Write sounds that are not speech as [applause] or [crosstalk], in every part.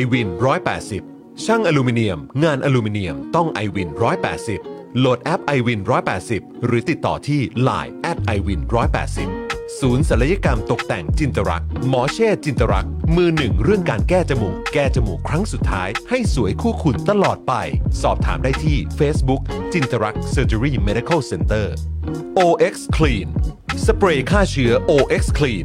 i w วิน180 ช่างอลูมิเนียม งานอลูมิเนียมต้อง i w วิน180 โหลดแอป i w วิน180 หรือติดต่อที่ Line at i w วิน180 ศูนย์ศัลยกรรมตกแต่งจินตรัก หมอเช่จินตรัก มือหนึ่งเรื่องการแก้จมูก แก้จมูกครั้งสุดท้าย ให้สวยคู่คุณตลอดไป สอบถามได้ที่ Facebook จินตรัก Surgery Medical Center OX Clean สเปรย์ฆ่าเชื้อ OX Clean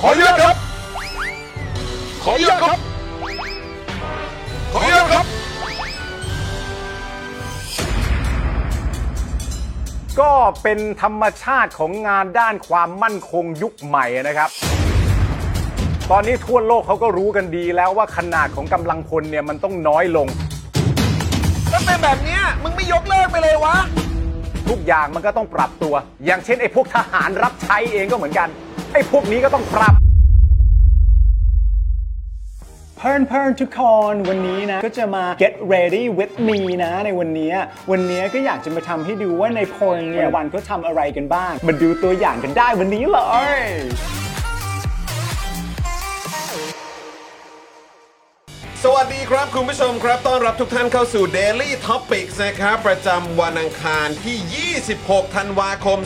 ขออนุญาตครับ ขออนุญาตครับ ขออนุญาตครับ ก็เป็นธรรมชาติของงานด้านความมั่นคงยุคใหม่นะครับ ตอนนี้ทั่วโลกเขาก็รู้กันดีแล้วว่าขนาดของกำลังพลเนี่ยมันต้องน้อยลง ถ้าเป็นแบบเนี้ยมึงไม่ยกเลิกไปเลยวะ ทุกอย่างมันก็ต้องปรับตัว อย่างเช่นไอ้พวกทหารรับใช้เองก็เหมือนกัน ไอ้พวกนี้ก็ต้องปรับ เพื่อนเพื่อนๆทุกคนวันนี้นะ ก็จะมา get ready with me นะในวันนี้ วันนี้ก็อยากจะมาทำให้ดูว่าในพลเนี่ยวันก็ทำอะไรกันบ้าง มาดูตัวอย่างกันได้วันนี้เลย สวัสดีครับคุณผู้ชมครับ ต้อนรับทุกท่านเข้าสู่ Daily Topics นะครับ ประจำวันอังคารที่ 26 ธันวาคม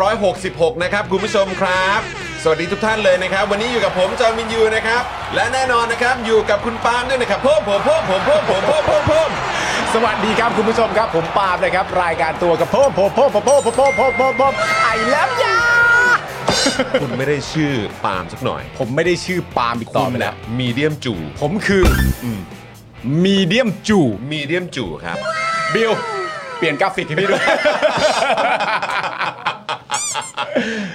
2566 นะครับ คุณผู้ชมครับ สวัสดีทุกท่านเลยนะครับ วันนี้อยู่กับผมจอห์นวินยูนะครับ และแน่นอนนะครับ อยู่กับคุณปาล์มด้วยนะครับพ่มผมพ่มผมพ่มผมพ่มผมพ่ม สวัสดีครับคุณผู้ชมครับ ผมปาล์มนะครับ รายการตัวกับโพมโพมโพมโพมโพมโพมโพมโพมโพมไอ้แล้วยา คุณไม่ได้ชื่อปาล์มสักหน่อย ผมไม่ได้ชื่อปาล์มอีกต่อไปแล้ว มีเดียมจู ผมคือมีเดียมจู มีเดียมจูครับ บิลเปลี่ยนกราฟิกให้พี่ด้วย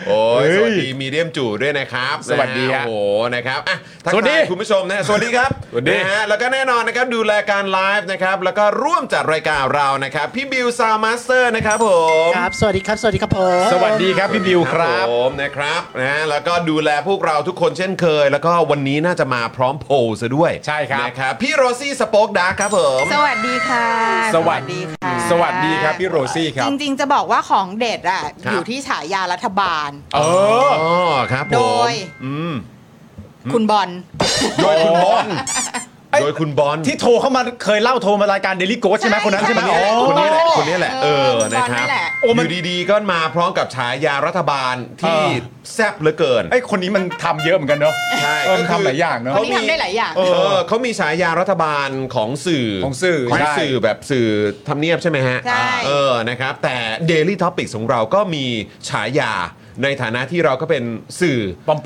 โอ้ย เฮ้ย สวัสดีมีเดียมจู่ด้วยนะครับ สวัสดี นะ ฮะ โอ้โหนะครับอ่ะทัก สวัสดี ทายคุณผู้ชมนะฮะสวัสดีครับ สวัสดี นะฮะแล้วก็แน่นอนนะครับดูแลการไลฟ์นะครับ แล้วก็ร่วมจัดรายการเรานะครับ พี่บิวซาวมาสเตอร์นะครับผม ครับ สวัสดีครับ สวัสดีครับผม สวัสดีครับพี่บิวครับ ผมนะครับนะฮะแล้วก็ดูแลพวกเราทุกคนเช่นเคย แล้วก็วันนี้น่าจะมาพร้อมโพลซะด้วย ใช่ครับ นะครับพี่โรซี่สป็อกดาร์กครับผม สวัสดีค่ะ สวัสดีค่ะ สวัสดีครับพี่โรซี่ครับ จริงๆ จะบอกว่าของเด็ดอ่ะ ครับ อยู่ที่ฉายารัฐบาล เออ อ๋อครับผม โดย อืม คุณบอล โดยคุณบอลโดยคุณบอล ที่โทรเข้ามาเคยเล่าโทรมารายการเดลิโกสใช่ไหมคนนั้นใช่ไหม ใช่ อ๋อ คนนี้แหละ โอ้ คนนี้แหละ เออ เออ นะครับ ตอนนั้นแหละ โอ้มันอยู่ดีๆ ก็มาพร้อมกับฉายารัฐบาลที่ เออ แซ่บเหลือเกิน ไอ้คนนี้มันทำเยอะเหมือนกันเนาะ ใช่ เออมันทำหลายอย่างเนาะ คนนี้ทำได้หลายอย่าง เออเขามีฉายารัฐบาลของสื่อ ของสื่อ ของ ใช่ สื่อแบบสื่อทำเนียบใช่ไหมฮะ ใช่ เออ นะครับ แต่ Daily Topics ของเราก็มีฉายา ในฐานะที่เราก็เป็นสื่อ ปลอม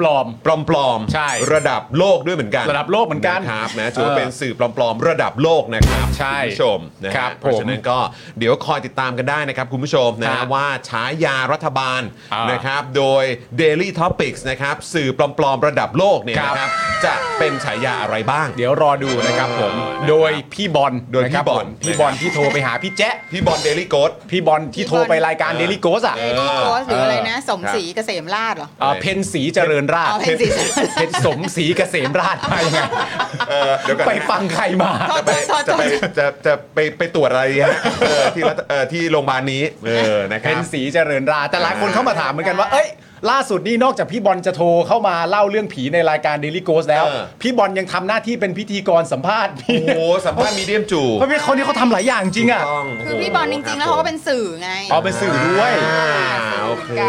ปลอมๆ ใช่ ระดับโลกด้วยเหมือนกัน ระดับโลกเหมือนกันะครับ นะถือว่า เออ เป็นสื่อปลอมๆระดับโลกนะครับ ใช่ คุณผู้ชมนะฮะ ครับ เพราะฉะนั้นก็เดี๋ยวคอยติดตามกันได้นะครับคุณผู้ชมนะ ครั ฮะ บ ว่าฉายารัฐบาล อ่าน นะครับโดย Daily Topics นะครับสื่อปลอมๆระดับโลกเนี่ย ครับ นะครับจะเป็นฉายาอะไรบ้าง ๆ เดี๋ยวรอดูนะครับผม โดยพี่บอล โดยพี่ นะครับ บอล ผมพี่บอลที่โทรไปหาพี่แจ๊ะ พี่บอล Daily g o a t พี่บอลที่โทรไปรายการ Daily Ghost อ่ะ เดลี่โกสหรืออะไรนะ สมศรีเกษมราชเหรอ เอ่อเพนสีเจริญราช อ๋อเพนศรีเจริญราช เพนสมศรีเกษมราชมายังไง เออเดี๋ยวก่อนนะ ไปฟังใครมา โทษโทษจะโทษโท ไป ษ จะจะไปไปตรวจอะไรฮะเออที่รัฐเออที่โรงพยาบาลนี้เออนะค เป็ รั น บ สีเจริญรา แต่หลายคนเข้ามาถามเหมือนกันว่า เอ้ย ล่าสุดนี่นอกจากพี่บอลจะโทรเข้ามาเล่าเรื่องผีในรายการ Daily Ghost แล้ว เออ พี่บอลยังทำหน้าที่เป็นพิธีกรสัมภาษณ์ โอ้โหสัมภาษณ์มีเดียมจู เพราะพี่เขานี่เขาทำหลายอย่างจริงอ่ะ ต้อง คือพี่บอลจริงๆ แล้วเขาก็เป็นสื่อไง เอาเป็นสื่อด้วย อ่าโอเค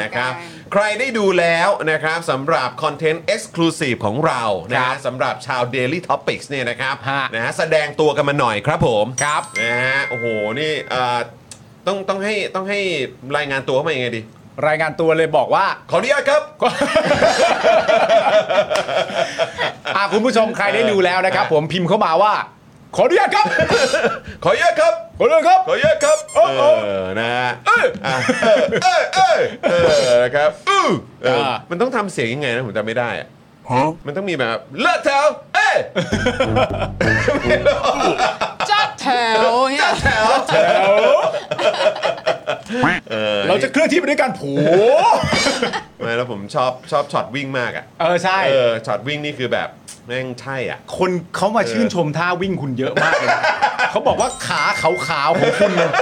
นะครับ ใครได้ดูแล้วนะครับสำหรับคอนเทนต์ Exclusive ของเรานะฮะสำหรับชาว Daily Topics เนี่ยนะครับ ฮะ นะฮะแสดงตัวกันมาหน่อยครับผม ครับ นะฮะโอ้โหนี่เอ่อต้องต้องให้ต้องให้รายงานตัวเข้ามายังไงดี รายงานตัวเลยบอก [laughs] ว่า ขออนุญาตครับ อ่ะคุณผู้ชมใครได้ดูแล้วนะครับ ผมพิมพ์เข้ามาว่า ขออนุญาตครับ ขออนุญาตครับ ขออนุญาตครับ ขอเยอะครับ เออ นะฮะอ่ะเออเออเออเออนะครับอื้อเออ อ่ามั มันต้องทำเสียงยังไงนะ ผมจำไม่ได้อะมันต้องมีแบบเลิกแถว เอ้ย จัดแถวเนี่ย แถวแถวเออ เราจะเคลื่อนที่ไปด้วยกันผู ไม่แล้วผมชอบชอบช็อตวิ่งมากอ่ะ เออใช่ เออ ช็อตวิ่งนี่คือแบบแม่งใช่อ่ะ คนเขามาชื่นชมท่าวิ่งคุณเยอะมากเลยนะ [laughs] เขาบอกว่าขาขาวๆของคุณเนี่ย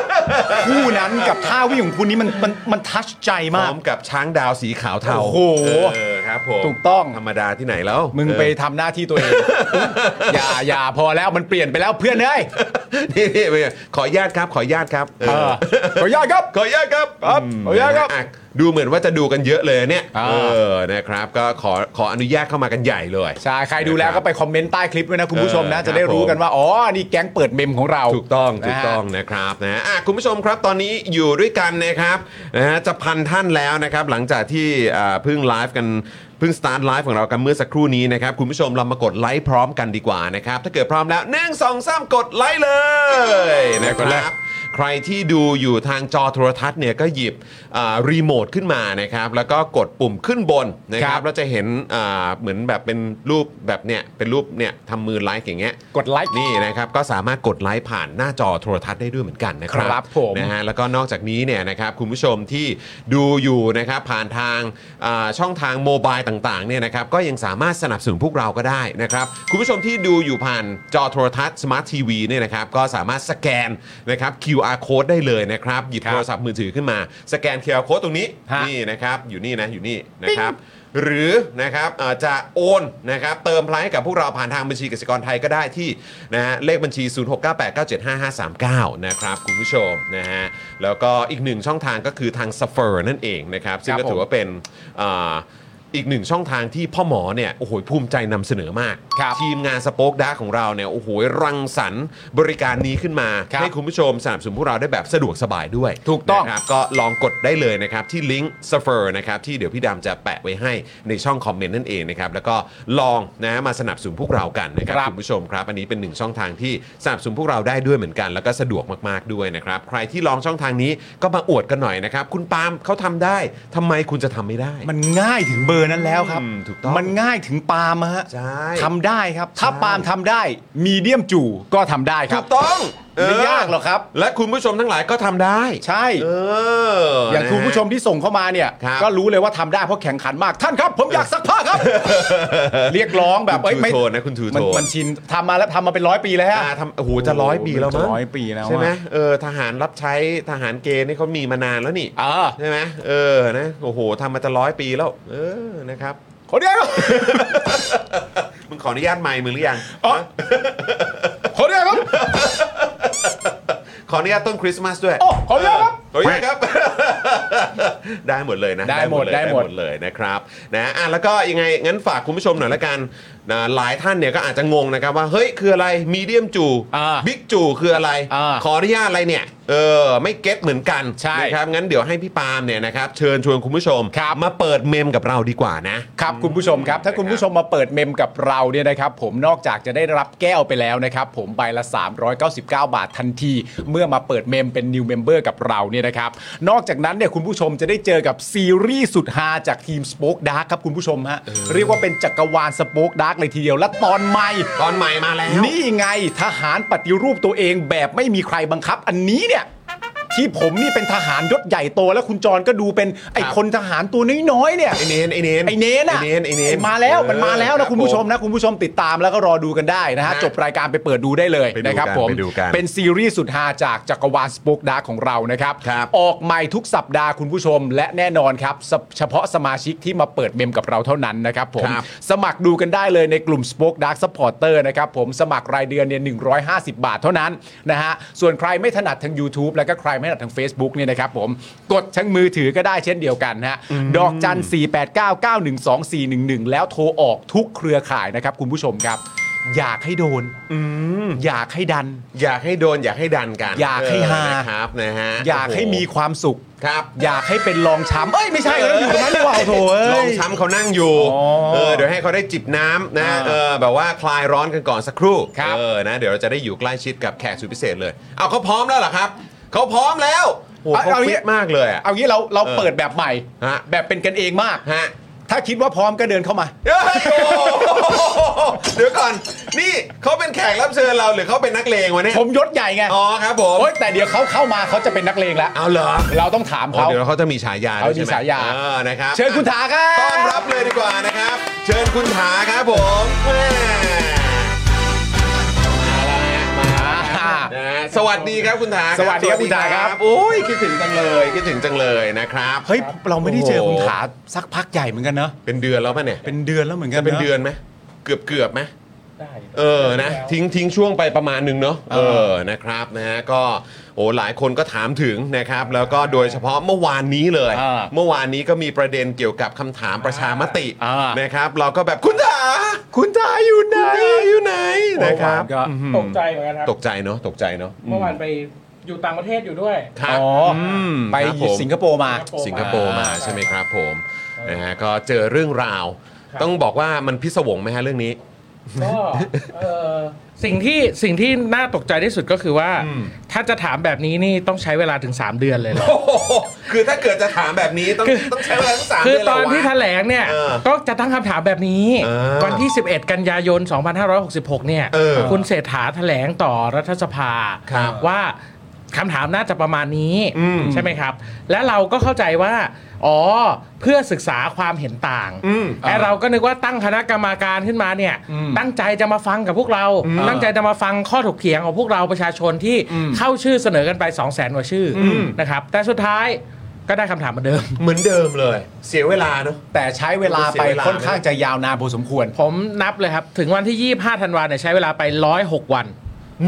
คู่นั้นกับท่าวิ่งของคุณนี้มันมันมันทัชใจ พ มา ร้ ก อมกับช้างดาวสีขาวเทา โอ้โห เออครับผม ถูกต้อง ธรรมดาที่ไหนแล้ว มึง เออ ไปทำหน้าที่ตัวเอง อย่าอย่าพอแล้วมันเปลี่ยนไปแล้วเพื่อนเอ้ย นี่นี่เป็นไงขออนุญาตครับ ขออนุญาตครับเอ เอ อ อขออนุญาตครับ ขออนุญาตครับ ครับ ม ขออนุญาตครับ ะดูเหมือนว่าจะดูกันเยอะเลยเนี่ย อ่า เออนะครับ ก็ขอขออนุญาตเข้ามากันใหญ่เลย ใช่ใครดูแล้วก็ไปคอมเมนต์ใต้คลิปด้วยนะคุณผู้ชมนะ เออ จะได้ ครับ รู้กัน ผม ว่าอ๋อนี่แก๊งเปิดเมมของเรา ถูกต้อง นะฮะ ถูกต้องนะครับนะอ่ะคุณผู้ชมครับตอนนี้อยู่ด้วยกันนะครับนะฮะจะพันท่านแล้วนะครับ หลังจากที่อ่าเพิ่งไลฟ์กันเพิ่งสตาร์ทไลฟ์ของเรากันเมื่อสักครู่นี้นะครับ คุณผู้ชมเรามากดไลค์พร้อมกันดีกว่านะครับ ถ้าเกิดพร้อมแล้วหนึ่งสองสามกดไลค์เลยนะค กดเล รั ย บ ใครที่ดูอยู่ทางจอโทรทัศน์เนี่ยก็หยิบอ่ารีโมทขึ้นมานะครับ แล้วก็กดปุ่มขึ้นบนนะค ค รั รั บบ แล้วจะเห็นอ่าเหมือนแบบเป็นรูปแบบเนี่ยเป็นรูปเนี่ยทำมือไลค์อย่างเงี้ย กดไลค์ นี่นะครับก็สามารถกดไลค์ผ่านหน้าจอโทรทัศน์ได้ด้วยเหมือนกันนะครับ ครับผม นะฮะแล้วก็นอกจากนี้เนี่ยนะครับคุณผู้ชมที่ดูอยู่นะครับผ่านทางอ่าช่องทางโมบายต่างๆเนี่ยนะครับก็ยังสามารถสนับสนุนพวกเราก็ได้นะครับคุณผู้ชมที่ดูอยู่ผ่านจอโทรทัศน์สมาร์ททีวีเนี่ยนะครับก็สามารถสแกนนะครับ QR code ได้เลยนะครับหยิบ ครับ โทรศัพท์มือถือขึ้นมา สแกน QR code ตรงนี้ ฮะ นี่ นี่นะครับอยู่นี่นะอยู่นี่นะครับหรือนะครับเอ่อจะโอนนะครับเติมพลังให้กับพวกเราผ่านทางบัญชีกสิกรไทยก็ได้ที่นะฮะเลขบัญชี 0698975539 นะครับคุณผู้ชมนะฮะแล้วก็อีกหนึ่งช่องทางก็คือทาง s เฟอร์นั่นเองนะครับซึ่งก็ ครับผม ถือว่าเป็นเอ่ออีกหนึ่งช่องทางที่พ่อหมอเนี่ยโอ้โหภูมิใจนำเสนอมาก ครับ ทีมงานสป็อคดาของเราเนี่ยโอ้โหรังสรรค์บริการนี้ขึ้นมา ครับ ให้คุณผู้ชมสนับสนุนพวกเราได้แบบสะดวกสบายด้วย ถูกต้อง นะครับก็ลองกดได้เลยนะครับ ที่ลิงก์ซัฟเฟอร์นะครับ ที่เดี๋ยวพี่ดำจะแปะไว้ให้ในช่องคอมเมนต์นั่นเองนะครับ แล้วก็ลองนะมาสนับสนุนพวกเรากันนะครับ ครับ คุณผู้ชมครับ อันนี้เป็นหนึ่งช่องทางที่สนับสนุนพวกเราได้ด้วยเหมือนกัน แล้วก็สะดวกมากๆด้วยนะครับ ใครที่ลองช่องทางนี้ก็มาอวดกันหน่อยนะครับ คุณปาล์มเขาทำได้ทำไมคุณจะทำไม่ได้ มันง่ายถึงเบอร์นั้นแล้วครับ อืมถูกต้อง มันง่ายถึงปาล์มอะฮะ ใช่ ทำได้ครับ ถ้าปาล์มทำได้มีเดียมจู่ก็ทำได้ครั ถู บ กต้อง ไม่ยากหรอกครับ และคุณผู้ชมทั้งหลายก็ทำได้ ใช่ เอออ อย่างคุณผู้ชมที่ส่งเข้ามาเนี่ย ครับ ก็รู้เลยว่าทำได้เพราะแข่งขันมากท่านครับ ผมอยากซักผ้าครับ เรียกร้องแบบ คุ เอ้ย ณทู ไม่ โทนนะคุณทูโท มัน น มันชินทำมาแล้วทำมาเป็นร้อยปีแล้วฮะ อ่าทำโอ้โหจะร้อยปีแล้วมั้ง จะร้อยปีแล้วอะ ใช่ไหมเออทหารรับใช้ทหารเกณฑ์นี่เขามีมานานแล้วนี่ เออ ใช่ไหมเออนะโอ้โหทำมาจะร้อยปีแล้ว เออนะครับ ขอเดียวครับ [laughs] มึงขออนุญาตไมค์มึงหรือยัง อ๋อขอเดียวครับ ขออนุญาตต้นคริสต์มาสด้วย โอ้ขออนุญาตครับ เออขออนุญาตครับ ได้หมดเลยนะ ได้หมดได้หมด เลยนะครับนะอ่ะแล้วก็ยังไงงั้นฝากคุณผู้ชมหน่อยละกัน นะหลายท่านเนี่ยก็อาจจะงงนะครับว่าเฮ้ยคืออะไรมีเดียมจู อ่า บิ๊กจูคืออะไร อ่า ขออนุญาตอะไรเนี่ยเออไม่เก็ตเหมือนกัน ใช่ นะครับงั้นเดี๋ยวให้พี่ปาล์มเนี่ยนะครับเชิญชวนคุณผู้ชม ครับ มาเปิดเมมกับเราดีกว่านะ ครับคุณผู้ชมครับ ถ้าคุณผู้ชมมาเปิดเมมกับเราเนี่ยนะครับผมนอกจากจะได้รับแก้วไปแล้วนะครับ ผมใบละ 399 บาททันที เมื่อมาเปิดเมมเป็น New Member กับเราเนี่ยนะครับนอกจากนั้นเนี่ยคุณผู้ชมจะได้เจอกับซีรีส์สุดฮาจากทีม Spoke Dark ครับคุณผู้ชมฮะเรียกว่าเป็นจักรวาล Spoke Dark เลยทีเดียวและตอนใหม่ ตอนใหม่มาแล้ว นี่ไงทหารปฏิรูปตัวเองแบบไม่มีใครบังคับ อันนี้เนี่ย ที่ผมนี่เป็นทหารยศใหญ่โต แล้วคุณจรก็ดูเป็นไอ้ ครับ คนทหารตัวน้อยๆเนี่ย ไอเนนไอเนน ไอ้เนนอะ ไอเนนไอเนน มาแล้วมัน เออ มาแล้ว รั นะ บ คุณผู้ชมนะคุณผู้ชมติดตามแล้วก็รอดูกันได้นะฮะ ฮะ จบรายการไปเปิดดูได้เลย ไปดู นะครับ กัน ผม ไปดูกัน เป็นซีรีส์สุดฮาจากจักรวาลสป o อ e ดาร์ของเรานะครับ ครับ ออกใหม่ทุกสัปดาห์คุณผู้ชม และแน่นอนครับสเฉพาะสมาชิกที่มาเปิดเมมกับเราเท่านั้นนะครับผม ครับ สมัครดูกันได้เลยในกลุ่ม Spoke Dark Supporter นะครับผมสมัครรายเดือนเนี่ย150 บาทเท่านั้นนะฮะส่วนใครไม่ถนัดทาง YouTube แล้วก็ใครไม่ถนัดทาง Facebook เนี่ยนะครับผมกดทั้งมือถือก็ได้เช่นเดียวกันฮะดอกจัน 489912411 แล้วโทรออกทุกเครือข่ายนะครับคุณผู้ชมครับ อยากให้โดน อยากให้ดัน อยากให้โดนอยากให้ดันกัน อยากให้ฮา เออนะครับนะฮะ อยากให้มีความสุข ครับ อยากให้เป็นรองช้ำเอ้ยไม่ใช่เราอยู่ตรงนั้นดีกว่าโอ้โถเอ้ย ลองช้ำเขานั่งอยู่ อ๋อ เออ เดี๋ยวให้เขาได้จิบน้ำนะ อ่า เออ แบบว่าคลายร้อนกันก่อนสักครู่ ครับ เออ นะ เดี๋ยวเราจะได้อยู่ใกล้ชิดกับแขกสุดพิเศษเลย เอาเขาพร้อมแล้วเหรอครับ เขาพร้อมแล้วโอ้โห เอา เขา เอา ฟิ งี้ ตมากเลยอะ เอางี้เราเรา เออ เปิดแบบใหม่ ฮะ แบบเป็นกันเองมาก ฮะ ถ้าคิดว่าพร้อมก็เดินเข้ามา เฮ้ยโอ้โหเดี๋ยวก่อน นี่เขาเป็นแขกรับเชิญเราหรือเขาเป็นนักเลงวะเนี่ย ผมยศใหญ่ไง อ๋อครับผม โอ้ยแต่เดี๋ยวเขาเข้ามาเขาจะเป็นนักเลงแล้ว เอาเหรอ เราต้องถาม อ๋อ เขา เดี๋ยวเขาจะมีฉายาด้วย เขามี ใช่ไหม ฉายา เออนะครับ เชิญคุณถาครับ ต้อนรับเลยดีกว่านะครับ เชิญคุณถาครับผมแม่มาแล้วฮะมาแล้วนะฮะสวัสดีครับคุณถา สวัสดีครับคุณถาครับ โอ้ยคิดถึงจังเลยคิดถึงจังเลยนะครับ เฮ้ยเราไม่ได้เจอ โอ้โห คุณถาสักพักใหญ่เหมือนกันเนอะ เป็นเดือนแล้วป่ะเนี่ย เป็นเดือนแล้วเหมือนกัน จะเป็น อะ เดือนไหมเกือบเกือบๆไหมเออนะทิ้งทิ้งช่วงไปประมาณหนึงเนาะเอ เออ อนะครับนะฮะก็โอ้หลายคนก็ถามถึงนะครับ แล้วก็โดยเฉพาะเมื่อวานนี้เลย เมื่อวานนี้ก็มีประเด็นเกี่ยวกับคำถามประชามตินะครับ เราก็แบบคุณถา คุณถาอยู่ไหน อยู่ไหน เมื่อวาก็ ตกใจเหมือนกันครับ ตกใจเนาะตกใจเนาะ เมื่อวานไปอยู่ต่างประเทศอยู่ด้วย ครับ อ๋ออ ม ไป ครับผม สิงคโปร์มา สิงคโปร์มาใช่ไหมครับผม เออ นะฮะก็เจอเรื่องราว ต้องบอกว่ามันพิศวงไหมฮะเรื่องนี้ ก็เอ่อสิ่งที่สิ่งที่น่าตกใจที่สุดก็คือว่า ถ้าจะถามแบบนี้นี่ต้องใช้เวลาถึง 3 เดือนเลยเหรอ คือถ้าเกิดจะถามแบบนี้ต้อง คือ ต้องใช้เวลาทั้งสาม คือ เดือน ตอเหนรวะ ที่แถลงเนี่ย เออ ก็จะตั้งคำถามแบบนี้ เออ วันที่ 11 กันยายน 2566 เนี่ย เออ คุณเศรษฐาแถลงต่อรัฐสภา ครับ ว่าคำถามน่าจะประมาณนี้ อืม ใช่ไหมครับ และเราก็เข้าใจว่า อ๋อ เพื่อศึกษาความเห็นต่าง อืม ไอ้เราก็นึกว่าตั้งคณะกรรมาการขึ้นมาเนี่ย ตั้งใจจะมาฟังกับพวกเรา ตั้งใจจะมาฟังข้อถกเถียงของพวกเราประชาชนที่เข้าชื่อเสนอกันไป 2 0 0 0 0 0กว่าชื่ออนะครับ แต่สุดท้ายก็ได้คำถามเหมือนเดิม เหมือนเดิมเลย เสียเวลาเนาะ แต่ใช้เวลาไป เสียเวลา ค่อนข้างจะยาวนานพอสมควร ผมนับเลยครับ ถึงวันที่ 25 ธันวาเนี่ยใช้เวลาไป 106 วัน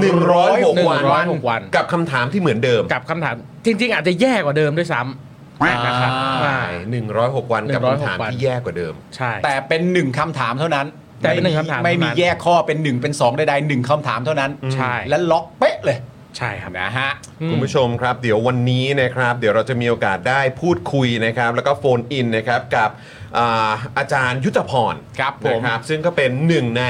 หนึ่งร้อยหกวัน 106วัน กับคำถามที่เหมือนเดิม กับคำถามจริง ๆ อาจจะแย่กว่าเดิมด้วยซ้ำนะครับ อ่า อ่า ใช่หนึ่งร้อยหกวันกับคำถาม 106วัน ที่แย่กว่าเดิม ใช่ แต่เป็นหนึ่งคำถามเท่านั้น แต่เป็นหนึ่งคำถาม ไม่มี เท่านั้น แยกข้อเป็นหนึ่งเป็นสองใดๆหนึ่งคำถามเท่านั้น ใช่ และล็อกเป๊ะเลย ใช่ครับ นะฮะ อื คุณ ม ผู้ชมครับเดี๋ยววันนี้นะครับเดี๋ยวเราจะมีโอกาสได้พูดคุยนะครับ แล้วก็โฟนอินนะครับกับอ่าอาจารย์ยุทธพร ครับผม นะครับซึ่งก็เป็นหนึ่งใน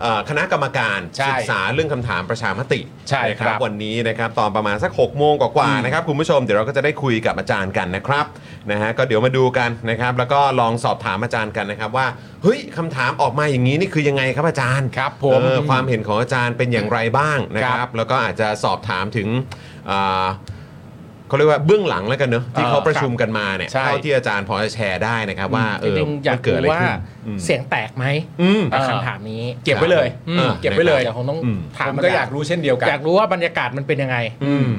เอ่อคณะกรรมการ ใช่ ศึกษาเรื่องคำถามประชามติ ใช่ นะครับ วันนี้นะครับตอนประมาณสัก6กโมงกว่าๆนะครับคุณผู้ชมเดี๋ยวเราก็จะได้คุยกับอาจารย์กันนะครับนะฮะก็เดี๋ยวมาดูกันนะครับ แล้วก็ลองสอบถามอาจารย์กันนะครับว่าเฮ้ยคำถามออกมาอย่างนี้นี่คือยังไงครับอาจารย์ ครับผม เออความเห็นของอาจารย์เป็นอย่างไรบ้างนะค ค รั รับ บ แล้วก็อาจจะสอบถามถึงอ่าเขาเรียกว่าเบื้องหลังแล้วกันเนอะที่ เออ เขาประชุมกันมาเนี่ย ใช่ เท่าที่อาจารย์พอจะแชร์ได้นะครับ ว่าเออจริงๆอยาก มันเกิด รู้ อะไร ว่า ขึ้นอืม เสียงแตกไหม อืม กับคำถามนี้ เก็บไว้เลย อืม เก็บไว้เลย เดี๋ยวคงต้อง อืม ถาม ผมก็อยากรู้เช่นเดียวกัน อยากรู้ว่าบรรยากาศมันเป็นยังไง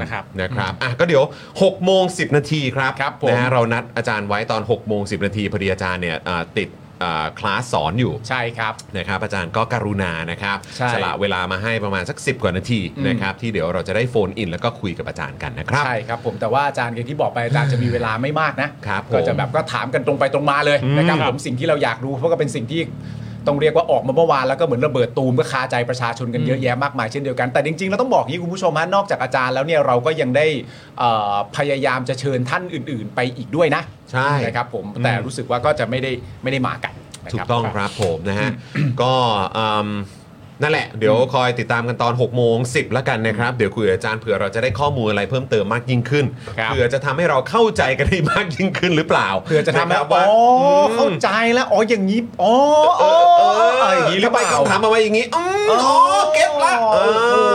นะครับ นะครับอ่ะก็เดี๋ยว6โมง10 นาทีครับ ครับผม นะฮะเรานัดอาจารย์ไว้ตอน6โมง10 นาทีพอดีอาจารย์เนี่ยอ่าติดอ่าคลาสสอนอยู่ ใช่ครับ นะครับอาจารย์ก็กรุณานะครับ ใช่ สละเวลามาให้ประมาณสัก 10 กว่านาทีนะครับที่เดี๋ยวเราจะได้โฟนอิน แล้วก็คุยกับอาจารย์กันนะครับ ใช่ครับผมแต่ว่าอาจารย์อย่างที่บอกไปอาจารย์จะมีเวลาไม่มากนะครับ ผม ก็จะแบบก็ถามกันตรงไปตรงมาเลยนะครับ อืม ผมสิ่งที่เราอยากรู้เพราะก็เป็นสิ่งที่ ต้องเรียกว่าออกมาเมื่อวานแล้วก็เหมือนระเบิดตูมก็คาใจประชาชนกันเยอะแยะมากมายเช่นเดียวกันแต่จริงๆเราต้องบอกอย่างนี้คุณผู้ชมฮะนอกจากอาจารย์แล้วเนี่ยเราก็ยังได้เอ่อพยายามจะเชิญท่านอื่น ๆ ไปอีกด้วยนะ ใช่ นะครับผมแต่รู้สึกว่าก็จะไม่ได้ไม่ได้มากันนะ ถู ครั ก บ ต้องครับผมนะฮะ ก็อืมนั่นแหละ เดี๋ยวคอยติดตามกันตอน 6 โมง 10 แล้วกันนะครับ เดี๋ยวคุยกับอาจารย์เผื่อเราจะได้ข้อมูลอะไรเพิ่มเติมมากยิ่งขึ้น ครับ เผื่อจะทำให้เราเข้าใจกันได้มากยิ่งขึ้นหรือเปล่า เผื่อจะทำให้ นครับว่า อ๋อเข้าใจ แล้ว อ๋ออย่างนี้อ๋ออ๋ออะไรอย่างนี้หรือเปล่า ทำไมคำถามมาว่าอย่างนี้อืมอ๋อเก็ตละเอ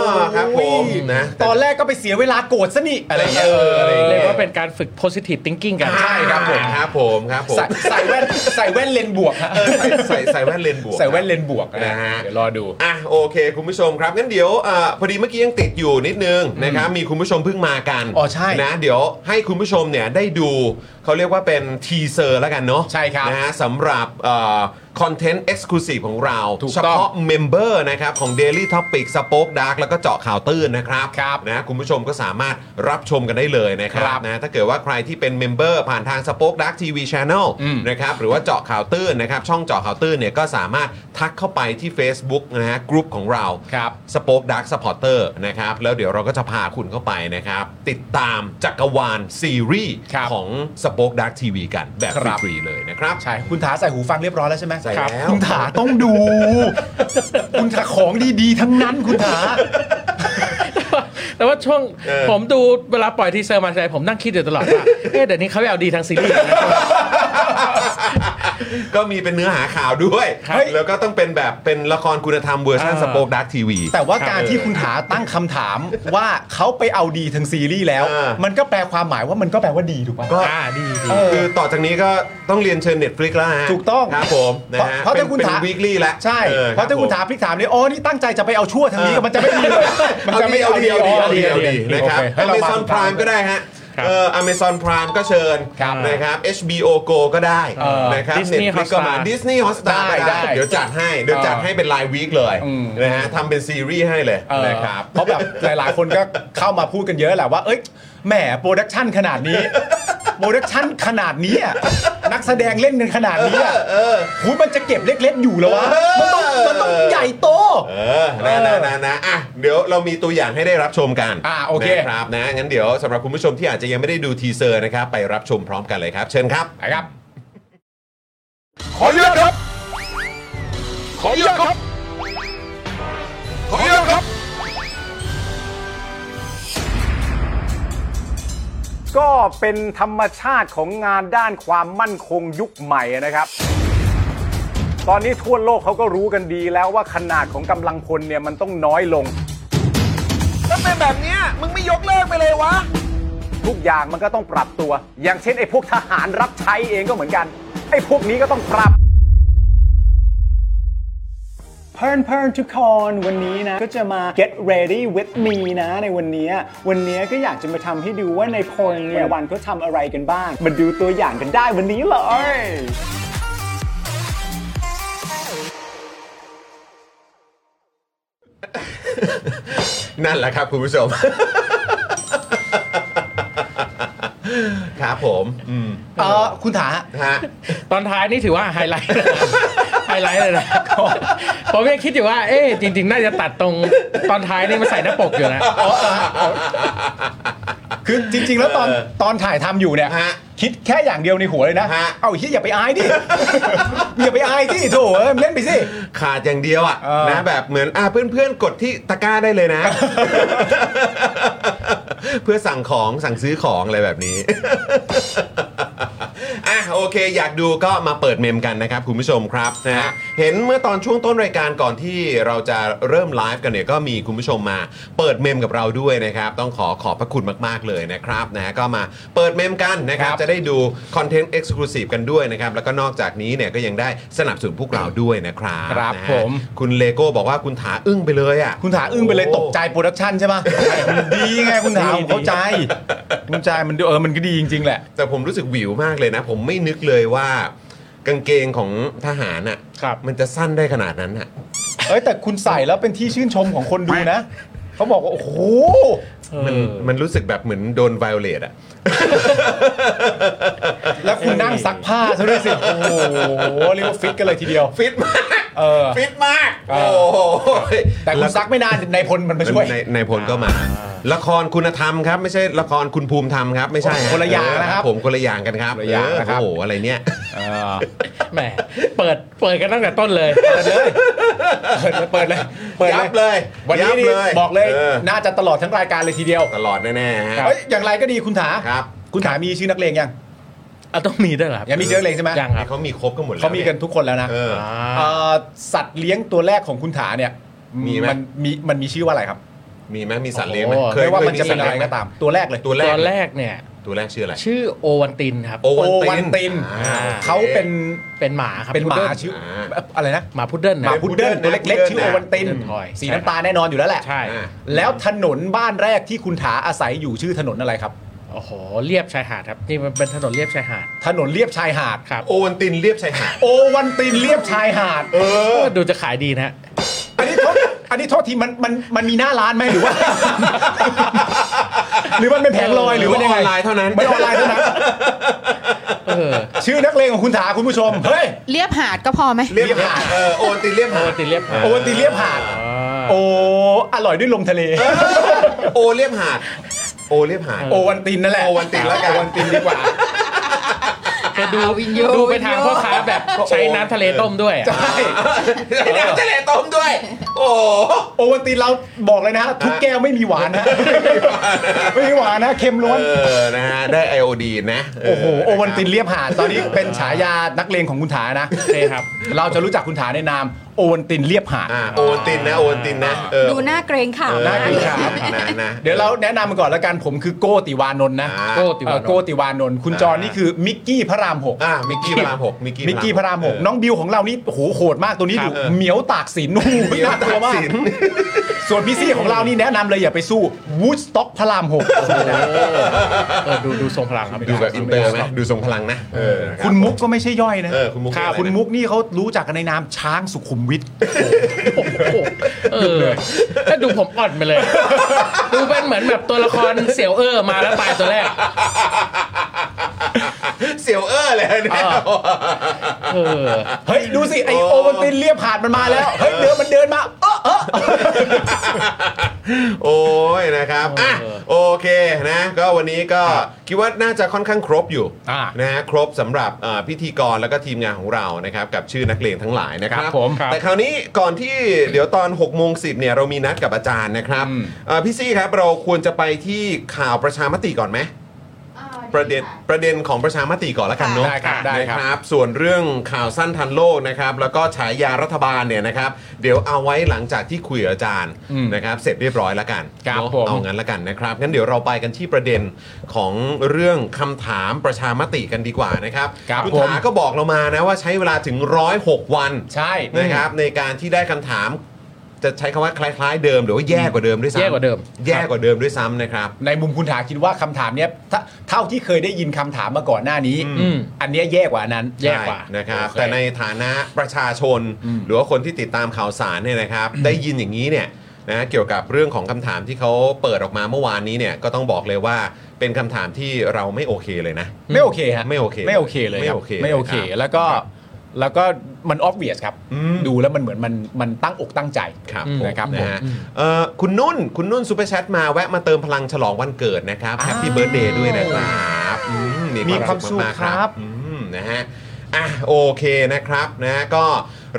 อครับผมนะ ตอนแรกก็ไปเสียเวลาโกรธซะนี่อะไรอย่างเงี้ยเอออะไรอย่าง เรี เงี้ ย ย กว่าเป็นการฝึก positive thinking กัน ใช่ครับผม ครับผมครับผม ใส่ใส่แว่นใส่แว่นเลนส์บวกฮะ เออใส่ใส่ใส่แว่นเลนส์บวก ใส่แว่นเลนส์บวกนะ นะฮะ เดี๋ยวรอดู อ่ะโอเค คุณผู้ชมครับงั้นเดี๋ยวอาพอดีเมื่อกี้ยังติดอยู่นิดนึงนะครับมีคุณผู้ชมเพิ่งมากัน อ๋อใช่ นะเดี๋ยวให้คุณผู้ชมเนี่ยได้ดูเขาเรียกว่าเป็นทีเซอร์แล้วกันเนาะ ใช่ครับ นะฮะสำหรับคอนเทนต์เอ็กซ์คลูซีฟของเรา ถูก เฉ ต้อง พาะเมมเบอร์นะครับของ Daily Topic สป็อคดาร์กแล้วก็เจาะข่าวตื้นนะครับ ครับ นะคุณผู้ชมก็สามารถรับชมกันได้เลยนะครั ครับ บ นะถ้าเกิดว่าใครที่เป็นเมมเบอร์ผ่านทางสป็อคดาร์กทีวีชานอล อืม นะครับหรือว่าเจาะข่าวตื้นนะครับช่องเจาะข่าวตื้นเนี่ยก็สามารถทักเข้าไปที่ Facebook นะฮะกลุ่มของเรา ครับ สป็อคดักสปอร์เตอร์นะครับแล้วเดี๋ยวเราก็จะพาคุณเข้าไปนะครับ ติดตามจักรวาลซีรีส์ ครับ ของสป็อคดักทีวีกันแบบ ครับ ฟรีๆเลยนะครับ ใช่คุณถาใส่หูฟังเรียบร้อยแล้วใช่ไหม ใส่ ครับ แล้ว คุณถาต้องดู คุณถาของดีๆ ทั้งนั้นคุณถา แต่ว่าช่วง เออ ผมดูเวลาปล่อยทีเซอร์มาใช่ผมนั่งคิดอยู่ตลอดว่า [laughs] เอ๊ะเดี๋ยวนี้เขาไปเอาดีทางซีรีส์ [laughs] [laughs] ก็มีเป็นเนื้อหาข่าวด้วย ครับ แล้วก็ต้องเป็นแบบเป็นละครคุณธรรมเวอร์ชัน อ่า สป็อคดักทีวี แต่ว่าการที่คุณถาตั้งคำถามว่าเขาไปเอาดีทางซีรีส์แล้ว เออ มันก็แปลความหมายว่ามันก็แปลว่าดีถูกป่ะ ก็ อ่าดีดี เออ คือต่อจากนี้ก็ต้องเรียนเชิญ Netflix แล้วนะฮะ ถูกต้อง ครับผมนะฮะ เพราะถ้าคุณถาม วีคลี่แล้ว ใช่ ออ เพราะถ้าคุณถามพลิกถามเนี่ยอ๋อนี่ตั้งใจจะไปเอาชั่วทางนี้ เออ มันจะไม่ดีเลย มั มัน น จะ จะ ไม่ ไม่ เอาดีเอาดีเอา เอา ดีเอาดีดีนะครับ ให้ อ เรา เม มา ซอนพรามก็ได้ฮะ ครับ เอออเมซอนพรามก็เชิญ ครับ นะครับ HBO Go ก็ได้ เออ นะครับ Disney Netflix ก็มา Hotstar Disney Hotstar ได้ ก็ได้ ได้ เดี๋ยวจัดให้เดี๋ยวจัดให้เป็นรายวีคเลย อืม นะฮะทำเป็นซีรีส์ให้เลย เออ นะครับ เพราะแบบหลาย ๆ คนก็เข้ามาพูดกันเยอะแหละว่า เอ้ยแหมโปรดักชันขนาด [laughs] นี้โปรดักชันขนาดนี้อะนักแสดงเล่นกันขนาดนี้อะหูยมันจะเก็บเล็ก ๆ อยู่แล้ววะมันต้องมันต้องใหญ่โต เออนะนะนะนะอ่ะเดี๋ยวเรามีตัวอย่างให้ได้รับชมกัน อ่ะโอเค นะครับนะงั้นเดี๋ยวสำหรับคุณผู้ชมที่อาจจะยังไม่ได้ดูทีเซอร์นะครับไปรับชมพร้อมกันเลยครับ เชิญครับ ไปครับ ขออนุญาตครับ ขออนุญาตครับ ขออนุญาตครับ ก็เป็นธรรมชาติของงานด้านความมั่นคงยุคใหม่นะครับ ตอนนี้ทั่วโลกเขาก็รู้กันดีแล้วว่าขนาดของกำลังพลเนี่ยมันต้องน้อยลง ถ้าเป็นแบบเนี้ยมึงไม่ยกเลิกไปเลยวะ ทุกอย่างมันก็ต้องปรับตัว อย่างเช่นไอ้พวกทหารรับใช้เองก็เหมือนกัน ไอ้พวกนี้ก็ต้องปรับ เพื่อนเพื่อนทุกคนวันนี้นะ ก็จะมา get ready with me นะในวันนี้ วันนี้ก็อยากจะมาทำให้ดูว่าในพลเนี่ยวันเขาทำอะไรกันบ้าง มาดูตัวอย่างกันได้วันนี้เลย นั่นแหละครับ คุณผู้ชม [laughs] ครับผมอืม เออคุณถา ฮะ ตอนท้ายนี่ถือว่าไฮไล [laughs] ท์ ไฮไลท์เลยนะ ผมยังคิดอยู่ว่า เอ๊ะจริง ๆ น่าจะตัดตรงตอนท้ายนี่มาใส่หน้าปกอยู่นะ คือจริง ๆ แล้วตอน เออ ตอนถ่ายทำอยู่เนี่ย ฮะ คิดแค่อย่างเดียวในหัวเลยนะ ฮะ เอาเฮียอย่าไปอายดิ [laughs] อย่าไปอายดิโถเอ้ยเล่นไปสิ ขาดอย่างเดียวอ่ะ เออ นะแบบเหมือนอ่ะเพื่อนๆ กดที่ตะกร้าได้เลย [laughs] นะ เพื่อสั่งของสั่งซื้อของอะไรแบบนี้ [laughs] อ่ะโอเค อยากดูก็มาเปิดเมมกันนะครับคุณผู้ชมครับนะฮะเห็นเมื่อตอนช่วงต้นรายการก่อนที่เราจะเริ่มไลฟ์กันเนี่ยก็มีคุณผู้ชมมาเปิดเมมกับเราด้วยนะครับ ต้องขอขอบพระคุณมาก ๆ เลยนะครับนะฮะก็มาเปิดเมมกันนะครับ จะได้ดูคอนเทนต์เอ็กซ์คลูซีฟกันด้วยนะครับ แล้วก็นอกจากนี้เนี่ยก็ยังได้สนับสนุนพวกเราด้วยนะครับ ครับ นะฮะ ผม คุณเลโก้บอกว่าคุณถาอึ้งไปเลยอ่ะ คุณถาอึ้งไปเลยตกใจโปรดักชันใช่ปะมันดีไงคุณถาผมเข้าใจเข้าใจมันเออมันก็ดีจริง ๆ แหละ แต่ผมรู้สึกหวิวมากเลยนะ ผมไม่นึกเลยว่า กางเกงของทหารอ่ะ ครับ มันจะสั้นได้ขนาดนั้นอ่ะ เอ้ยแต่คุณใส่แล้วเป็นที่ชื่นชมของคนดูนะเขาบอกว่าโอ้โห มันมันรู้สึกแบบเหมือนโดน i o อเลตอ่ะ แล้วคุณนั่งซักผ้าซะด้วยสิ โอ้โหเรียกว่าฟิตกันเลยทีเดียว ฟิตมาก เออ [laughs] ฟิตมาก เอ โอ้ อ โห แต่คุณซักไม่นานในายพลมันมาช่วย ในในพลก็มา ละครคุณธรรมครับ ไม่ใช่ละครคุณภูมิธรรมครับ ไม่ใช่ฮ คนละอย่างนะครับ ผมคนละอย่างกันครับ ตัวอย่างนะครับ โอ้โหอะไรเนี่ย แหมเปิดเปิดกันตั้งแต่ต้นเลย เปิดเลย เปิดเลยเปิดเลยเปิด ยับเลยยัวันบนี้นี่ เลย บอกเลย เออ น่าจะตลอดทั้งรายการเลยทีเดียว ตลอดแน่ๆฮะ เอ้ยอย่างไรก็ดีคุณถา ครับ คุณถามีชื่อนักเลงยัง เอาต้องมีด้วยเหรอครับ ยังมีเชื้อเลงใช่ไหม ยังครับ เขามีครบกันหมดแล้ว เขามีกันทุกคนแล้วนะ เออ เอ่อสัตว์เลี้ยงตัวแรกของคุณถาเนี่ย มีไหม นมีมันมีชื่อว่าอะไรครับ มีไหมมีสัตว์เลี้ยงไหม โอ้โห เคย ไม่ว่ามัน คย จะเป็นอะไร สัตว์ลี้ยงห ก็ตาม ตัวแรกเลย ตัวแร ต ก อนแรกเนี่ย ตัวแรกชื่ออะไร ชื่อโอวันตินครับ โอวันติน โอวันติน อ่า เขาเป็น เป็นหมาครับ เป็นหมา พุดดิ้ล ชื่อ อ่า อะไรนะ หมาพุดเดิ้ล หมา นะ พุดเดิ้ลตัวเล็กๆชื่อโอวันติน พุดเดิ้ลทอย สี ใช่ น้ำตาลแน่นอนอยู่แล้วแหละ ใช่ อ่า แล้วถนนบ้านแรกที่คุณถาอาศัยอยู่ชื่อถนนอะไรครับ โอ้โหเรียบชายหาดครับนี่มันเป็นถนนเรียบชายหาด ถนนเลียบชายหาด ครับ โอวันตินเรียบชายหาด โอวันตินเลียบชายหาด เออ ก็ดูจะขายดีนะฮะ อันนี้โทษอันนี้โทษทีมันมันมันมีหน้าร้านไหมหรือว่า [laughs] หรือมันเป็นแผงลอยหรือว่ายังไง ออนไลน์เท่านั้น ไม่ออนไลน์เท่านั้น เออ ชื่อนักเลงของคุณถาคุณผู้ชม เฮ้ย เรียบหาดก็พอไหม เรียบหาดเออโอวันตินเรียบ โอ หา วั ด นตินเรียบหาด โอวันตินเลียบหาด อ่า โอ้ อร่อยด้วยลมทะเล โอเรียบหาด โอเรียบหาด โอวันตินนั่นแหละ โอวันตินแล้วกัน โอวันตินดีกว่า จะดูดูไปทางพ่อค้าแบบใช้น้ำทะเลต้มด้วยอะ ใช่ น้ำทะเลต้มด้วย โอ้โห โอวันตินเราบอกเลยนะ ทุกแก้วไม่มีหวานนะ ไม่มีหวานนะ เค็มล้วน เออ นะฮะ ได้ไอโอดีนะเ โอ้โห โอวันตินเลียบหาด ตอนนี้เป็นฉายานักเลงของคุณถานะ โอเคครับ เราจะรู้จักคุณถาในนามโอวันตินเลียบหาด อ่าโอวันตินนะ โอวันตินนะ เออ ดูหน้าเกรงขาม หน้า มา เก ก รงขาม นะนะ เดี๋ยวเราแนะนำมาก่อนแล้วกันผมคือโกติวานนท์นะ อ่า โก้ติวา เอ่อนน ท์ โกติวานนท์คุณจรนี่คือมิกกี้พระรามหก อ่ามิกกี้พระรามหกมิกกี้ มิกกี้พระรามหก เ น้องบิวของเรานี่โอ้โหโหดมากตัวนี้อยู่ ครับ เหมียวตากสินโอ้โห เดี๋ยว น่ากลัวมาก ตัดสิน ส่วนพี่ซี่ของเรานี่แนะนำเลยอย่าไปสู้วูดสต็อกพระรามหก เออดูดูทรงพลังครับ ดูแบบอินเตอร์ไหมดูทรงพลังนะ เออรับ คุณมุกก็ไม่ใช่ย่อยนะ เออ คุณมุก ครับ คุณมุกนี่เขารู้จักกันในนามช้างสุขุมวิท โอ้โหเออถ้าดูผมอ่อนไปเลย ดูเป็นเหมือนแบบตัวละครเสี่ยวเออมาแล้วไปตัวแรก เสียวเออเลยเนี่ย เออ เฮ้ย ดูสิ ไอโอวันตินเรียบหาดมันมาแล้ว เฮ้ย เดินมันเดินมาเออเออ โอ้ยนะครับ อ่ะ โอเคนะ ก็วันนี้ก็คิดว่าน่าจะค่อนข้างครบอยู่ อ่า นะฮะครบสำหรับเอ่อพิธีกรแล้วก็ทีมงานของเรานะครับ กับชื่อนักเลงทั้งหลายนะครับ ครับผมครับ แต่คราวนี้ก่อนที่เดี๋ยวตอน6กโมงสิเนี่ยเรามีนัดกับอาจารย์นะครับ อืม เอ่อพี่ซี่ครับเราควรจะไปที่ข่าวประชามติก่อนไหม ประเด็นประเด็นของประชามติก่อนละกันเนาะ ได้ครับได้ครับ นะครับ ส่วนเรื่องข่าวสั้นทันโลกนะครับ แล้วก็ฉายารัฐบาลเนี่ยนะครับ เดี๋ยวเอาไว้หลังจากที่คุยกับอาจารย์ อืม นะครับ เสร็จเรียบร้อยละกัน ครับ เนอะ ผม เอางั้นละกันนะครับงั้นเดี๋ยวเราไปกันที่ประเด็นของเรื่องคำถามประชามติกันดีกว่านะครับ ครับ คุณ ผม ถาก็บอกเรามานะว่าใช้เวลาถึง 106 วัน ใช่ นะครับ ในการที่ได้คำถาม จะใช้คำว่าคล้ายๆเดิมหรือว่าแย่กว่าเดิมด้วยซ้ำ แย่กว่าเดิม แย่กว่าเดิมด้วยซ้ำนะครับ ในมุมคุณถาคิดว่าคำถามเนี้ยถ้าเท่าที่เคยได้ยินคำถามมาก่อนหน้านี้ อืม อันเนี้ยแย่กว่าอันนั้น แย่กว่า ใช่นะครับ โอเค แต่ในฐานะประชาชน หรือว่าคนที่ติดตามข่าวสารเนี่ยนะครับ ได้ยินอย่างนี้เนี่ยนะเกี่ยวกับเรื่องของคำถามที่เขาเปิดออกมาเมื่อวานนี้เนี่ยก็ต้องบอกเลยว่าเป็นคำถามที่เราไม่โอเคเลยนะ ไม่โอเคฮะ ไม่โอเค ไม่โอเคเลยรับ ไม่โอเค ไม่โอเค ครับ แล้วก็แล้วก็มันออฟเวียสครับ อืม ดูแล้วมันเหมือนมันมันตั้งอกตั้งใจ ครับ นะครับ นะ ผม ฮะเอ่อคุณนุ่นคุณนุ่นซูเปอร์แชทมาแวะมาเติมพลังฉลองวันเกิดนะครับแฮปปี้ อ้าว เบิร์ดเดย์ด้วยนะครับอื มีความสุข มากๆ ครับ อืมนะฮะอ่ะโอเคนะครับนะก็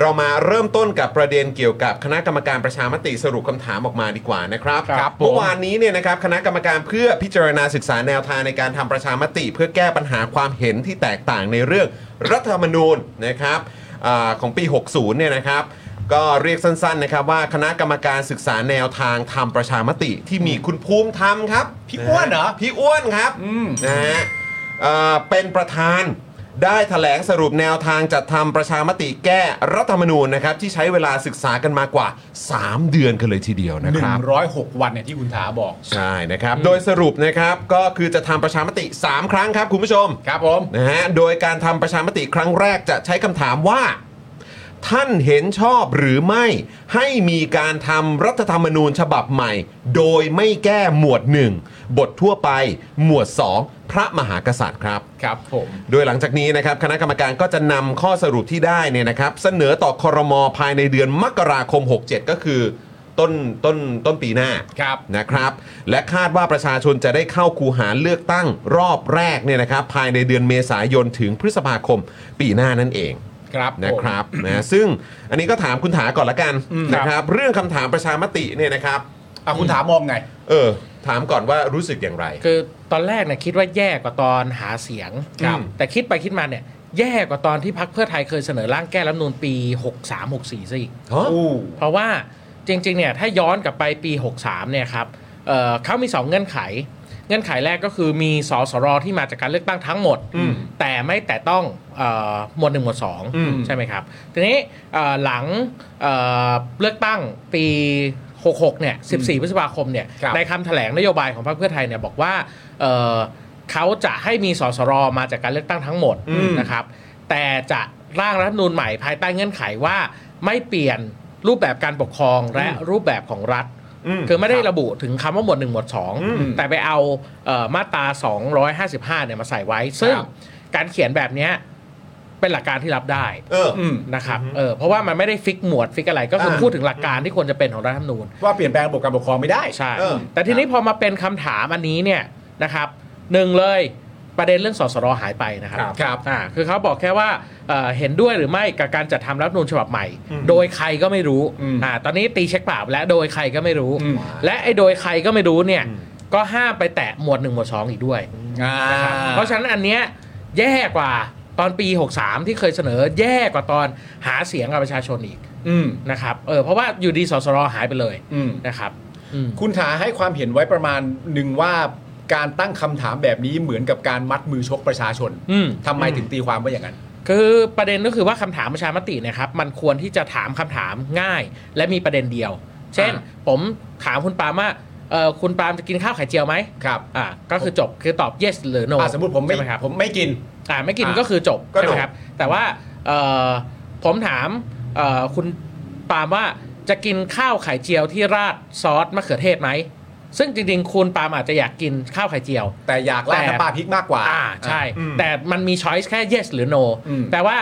เรามาเริ่มต้นกับประเด็นเกี่ยวกับคณะกรรมการประชามติสรุปคำถามออกมาดีกว่านะครับ ครับผม เมื่อวานนี้เนี่ยนะครับคณะกรรมการเพื่อพิจารณาศึกษาแนวทางในการทำประชามติ เพื่อแก้ปัญหาความเห็นที่แตกต่างในเรื่องรัฐธรรมนูญนะครับอาของปี 60เนี่ยนะครับ ก็เรียกสั้นๆนะครับว่าคณะกรรมการศึกษาแนวทางทำประชามติที่มีคุณภูมิธรรมครับ พี่อ้วนเหรอ พี่อ้วนครับนะฮะเอ่อเป็นประธานได้แถลงสรุปแนวทางจัดทำประชามติแก้รัฐธรรมนูญนะครับที่ใช้เวลาศึกษากันมากว่า 3 เดือนกันเลยทีเดียวนะ ห ค นึ่ รั ง บ ร้อยหกวันเนี่ยที่คุณถาบอก ใช่นะครับ โดยสรุปนะครับก็คือจะทำประชามติ 3 ครั้งครับคุณผู้ชม ครับผม นะฮะ โดยการทำประชามติครั้งแรกจะใช้คำถามว่า ท่านเห็นชอบหรือไม่ให้มีการทำรัฐธรรมนูญฉบับใหม่ โดยไม่แก้หมวดหนึ่ง บททั่วไป หมวด 2 พระมหากษัตริย์ครับ ครับผม โดยหลังจากนี้นะครับคณะกรรมการก็จะนำข้อสรุปที่ได้เนี่ยนะครับ เสนอต่อคอรมอภายในเดือนมกราคม 67 ก็คือ ต้นต้นต้นปีหน้า ครับ นะครับ และคาดว่าประชาชนจะได้เข้าคูหาเลือกตั้งรอบแรกเนี่ยนะครับ ภายในเดือนเมษายนถึงพฤษภาคมปีหน้านั่นเอง ครับผม นะครับนะซึ่งอันนี้ก็ถามคุณถาก่อนละกัน อืม นะครับ เรื่องคำถามประชามติเนี่ยนะครับ อ่ะคุณถามมองไง เออ ถามก่อนว่ารู้สึกอย่างไร คือตอนแรกเนี่ยคิดว่าแย่กว่าตอนหาเสียง ครับ แต่คิดไปคิดมาเนี่ยแย่กว่าตอนที่พักเพื่อไทยเคยเสนอร่างแก้รัฐธรรมนูนปี 63 64ซะอีก ฮะ เพราะว่าจริงๆ เนี่ยถ้าย้อนกลับไปปี 63 เนี่ยครับเอ่อเขามี 2 เงื่อนไข เงื่อนไขแรกก็คือมีสสรที่มาจากการเลือกตั้งทั้งหมด แต่ไม่แต่ต้องเอ่อหมวดหนึ่งหมวดสองใช่ไหมครับ ทีนี้เอ่อหลังเอ่อเลือกตั้งปี 66 เนี่ย 14 พฤษภาคมเนี่ย ครับ ในคำแถลงนโยบายของพรรคเพื่อไทยเนี่ยบอกว่าเอ่อเขาจะให้มีสสรมาจากการเลือกตั้งทั้งหมดนะครับ แต่จะร่างรัฐธรรมนูญใหม่ภายใต้เงื่อนไขว่าไม่เปลี่ยนรูปแบบการปกครองและรูปแบบของรัฐ คือไม่ได้ระบุถึงคำว่าหมวด1หมวด2 แต่ไปเอาเอ่อมาตรา 255 เนี่ยมาใส่ไว้ ซึ่ง ครับ การเขียนแบบเนี้ยเป็นหลักการที่รับได้ เออ อืม นะครับ เออ เพราะว่ามันไม่ได้ฟิกหมวดฟิกอะไร ก็คืออา พูดถึงหลักการที่ควรจะเป็นของรัฐธรรมนูญ ว่าเปลี่ยนแปลงระบบการปกครองไม่ได้ ใช่ เออ แต่ทีนี้พอมาเป็นคำถามอันนี้เนี่ยนะครับหนึ่งเลยประเด็นเรื่องสสรหายไปนะครับ ครับครับ อ่าคือเขาบอกแค่ว่าเอ่อเห็นด้วยหรือไม่กับการจัดทำรัฐธรรมนูญฉบับใหม่ โดยใครก็ไม่รู้อ่าตอนนี้ตีเช็คเปล่าและโดยใครก็ไม่รู้ และไอ้โดยใครก็ไม่รู้เนี่ยก็ห้ามไปแตะหมวดหนึ่งหมวดสองอีกด้วย อ่า นะครับเพราะฉะนั้นอันเนี้ยแย่กว่าตอนปี 63 ที่เคยเสนอแย่กว่าตอนหาเสียงกับประชาชนอีกนะครับเออเพราะว่าอยู่ดีสสรหายไปเลย อืม นะครับอืม คุณถาให้ความเห็นไว้ประมาณหนึ่งว่าการตั้งคำถามแบบนี้เหมือนกับการมัดมือชกประชาชน อืม ทำไมถึงตีความว่าอย่างนั้น คือประเด็นก็คือว่าคำถามประชามติเนะครับมันควรที่จะถามคำถามง่าย และมีประเด็นเดียว เช่น อ่า ผมถามคุณปาล์มว่าเออคุณปาล์มจะกินข้าวไข่เจียวไหม ครับ อ่าก็คือจบคือตอบ yes หรือ no อ่ะสมมติผมไม่ ใช่ไหมครับ ผมไม่กิน อ่าไม่กิน อ่ะ ก็คือจบ ก็จบ ใช่ไหมครับ แต่ว่าเอ่อผมถามเอ่อคุณปาล์มว่าจะกินข้าวไข่เจียวที่ราดซอสมะเขือเทศไหม ซึ่งจริงๆ คุณปาล์มอาจจะอยากกินข้าวไข่เจียว แต่อยากล่า แต่ น้ำปลาพริกมากกว่า อ่าใช่ แต่มันมีช้อยส์แค่ yes หรือ no อืม แต่ว่า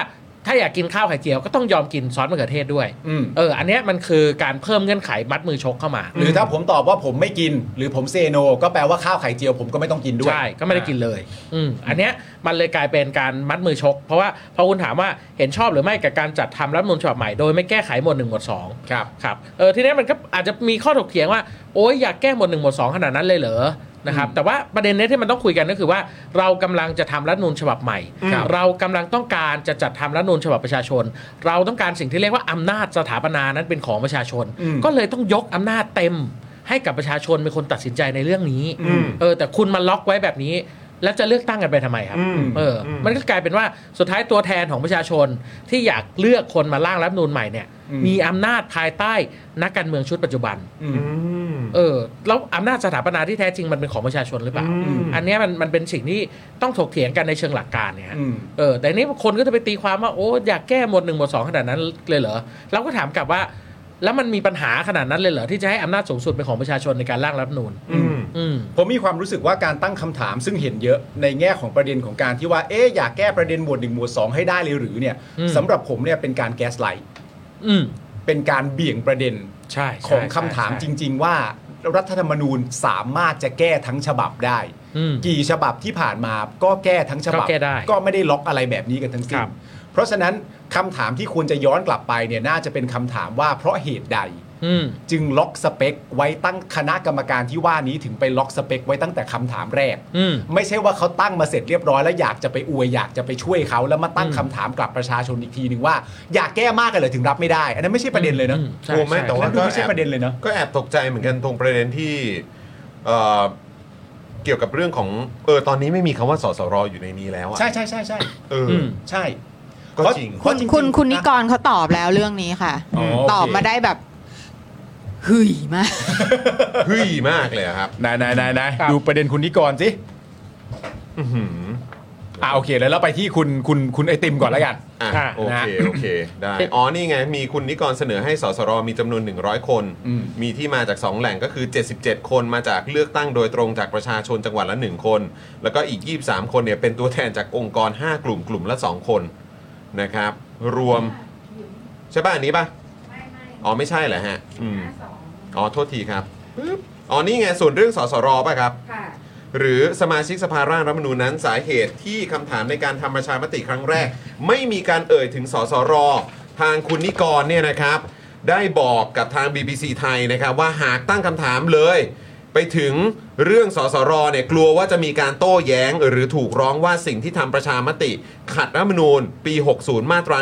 ถ้าอยากกินข้าวไข่เจียวก็ต้องยอมกินซอสมะเขือเทศด้วย อืม เอออันเนี้ยมันคือการเพิ่มเงื่อนไขมัดมือชกเข้ามา หรือถ้าผมตอบว่าผมไม่กิน หรือผมเซโน ก็แปลว่าข้าวไข่เจียวผมก็ไม่ต้องกินด้วย ใช่ก็ไม่ได้กินเลยอืมอันเนี้ยมันเลยกลายเป็นการมัดมือชก เพราะว่าพอคุณถามว่าเห็นชอบหรือไม่กับการจัดทำรัฐธรรมนูญฉบับใหม่โดยไม่แก้ไขหมวดหนึ่งหมวดสอง ครับ ครับเออทีนี้มันก็อาจจะมีข้อถกเถียงว่า โอ้ยอยากแก้หมวดหนึ่งหมวดสองขนาดนั้นเลยเหรอนะครับแต่ว่าประเด็นเนี้ยที่มันต้องคุยกันก็คือว่า เรากำลังจะทำรัฐธรรมนูญฉบับใหม่ ครับ เรากำลังต้องการจะจัดทำรัฐธรรมนูญฉบับประชาชน เราต้องการสิ่งที่เรียกว่าอำนาจสถาปนานั้นเป็นของประชาชน อืม ก็เลยต้องยกอำนาจเต็ม ให้กับประชาชนเป็นคนตัดสินใจในเรื่องนี้เออแต่คุณมาล็อกไว้แบบนี้ แล้วจะเลือกตั้งกันไปทำไมครับเอออมันก็กลายเป็นว่าสุดท้ายตัวแทนของประชาชนที่อยากเลือกคนมาร่างรัฐธรรมนูญใหม่เนี่ย มีอำนาจภายใต้นักการเมืองชุดปัจจุบัน เออแล้วอำนาจสถาปนาที่แท้จริงมันเป็นของประชาชนหรือเปล่า อันเนี้ยมันมันเป็นสิ่งที่ต้องถกเถียงกันในเชิงหลักการเนี่ยฮะ อืม เออแต่นี้คนก็จะไปตีความว่าโอ้อยากแก้หมวดหนึ่งหมวดสองขนาดนั้นเลยเหรอเราก็ถามกลับว่า แล้วมันมีปัญหาขนาดนั้นเลยเหรอที่จะให้อำนาจสูงสุดเป็นของประชาชนในการร่างรัฐธรรมนูญอืม ผมมีความรู้สึกว่าการตั้งคำถามซึ่งเห็นเยอะในแง่ของประเด็นของการที่ว่าเอ๊ะอยากแก้ประเด็นหมวดหนึ่งหมวดสองให้ได้เลยหรือเนี่ย อืม สำหรับผมเนี่ยเป็นการแก๊สไลท์ อืม เป็นการเบี่ยงประเด็น ใช่ ข ใช่ องคำถาม ใช่ จริง ๆ ว่ารัฐธรรมนูญสามารถจะแก้ทั้งฉบับได้ อืม กี่ฉบับที่ผ่านมาก็แก้ทั้งฉบับ ก็แก้ได้ ไม่ได้ล็อกอะไรแบบนี้กันทั้งสิ้ คน รับ เพราะฉะนั้นคำถามที่ควรจะย้อนกลับไปเนี่ยน่าจะเป็นคำถามว่าเพราะเหตุใด อืม จึงล็อกสเปคไว้ตั้งคณะกรรมการที่ว่านี้ถึงไปล็อกสเปคไว้ตั้งแต่คำถามแรก อืม ไม่ใช่ว่าเขาตั้งมาเสร็จเรียบร้อยแล้วอยากจะไปอวยอยากจะไปช่วยเขาแล้วมาตั้ง อืม คำถามกลับประชาชนอีกทีหนึ่งว่าอยากแก้มากกันเลยถึงรับไม่ได้ อันนั้นไม่ใช่ประเด็นเลยนะ อืมใช่ โอ้ไม่ ใช่ แต่ว่า นั่นดู ก็ ไม่ใช่ แอบ ประเด็นเลยเนอะ ก็แอบตกใจเหมือนกันตรงประเด็นที่เอ่อเกี่ยวกับเรื่องของเออตอนนี้ไม่มีคำว่าสสรอยู่ในนี้แล้วอะ ใช่ใช่ใช่ใช่ เอออ ม ใช่ ก็ เพาะ จริง เพ คุ ราะ ณ จริงๆ คุณคุณนิ ะ กรเขาตอบแล้วเรื่องนี้ค่ะ อ๋อโอเค ตอบมาได้แบบหึยมาก เฮ้ยมากเลยอะครับ นายนายนายนาย ครับ ดูประเด็นคุณนิกรสิ อ่าโอเคแล้วเราไปที่คุณคุณคุณไอติมก่อนแล้วกัน อ่ะ ค่ะ โอเค โอเค ได้ อ๋อ นี่ไง มีคุณนิกรเสนอให้สสรมีจำนวน 100 คน มีที่มาจาก 2 แหล่งก็คือ 77 คนมาจากเลือกตั้งโดยตรงจากประชาชนจังหวัดละ 1 คน แล้วก็อีก 23 คนเนี่ยเป็นตัวแทนจากองค์กร 5 กลุ่มกลุ่มละ 2 คนนะครับ รวม ใช่ป่ะอันนี้ป่ะ อ๋อ ไม่ใช่เหรอฮะอืมอ๋อ โทษทีครับปึ๊บอ๋อ นี่ไง ส่วนเรื่องสสรป่ะครับ หรือสมาชิกสภาร่างรัฐธรรมนูญนั้นสาเหตุที่คำถามในการทำประชามติครั้งแรก ไม่มีการเอ่ยถึงสสร ทางคุณนิกรเนี่ยนะครับ ได้บอกกับทาง BBC ไทยนะครับ ว่าหากตั้งคำถามเลย ไปถึงเรื่องสสรเนี่ยกลัวว่าจะมีการโต้แย้ง หรือถูกร้องว่าสิ่งที่ทำประชามติ ขัดรัฐธรรมนูญ ปี 60 มาตรา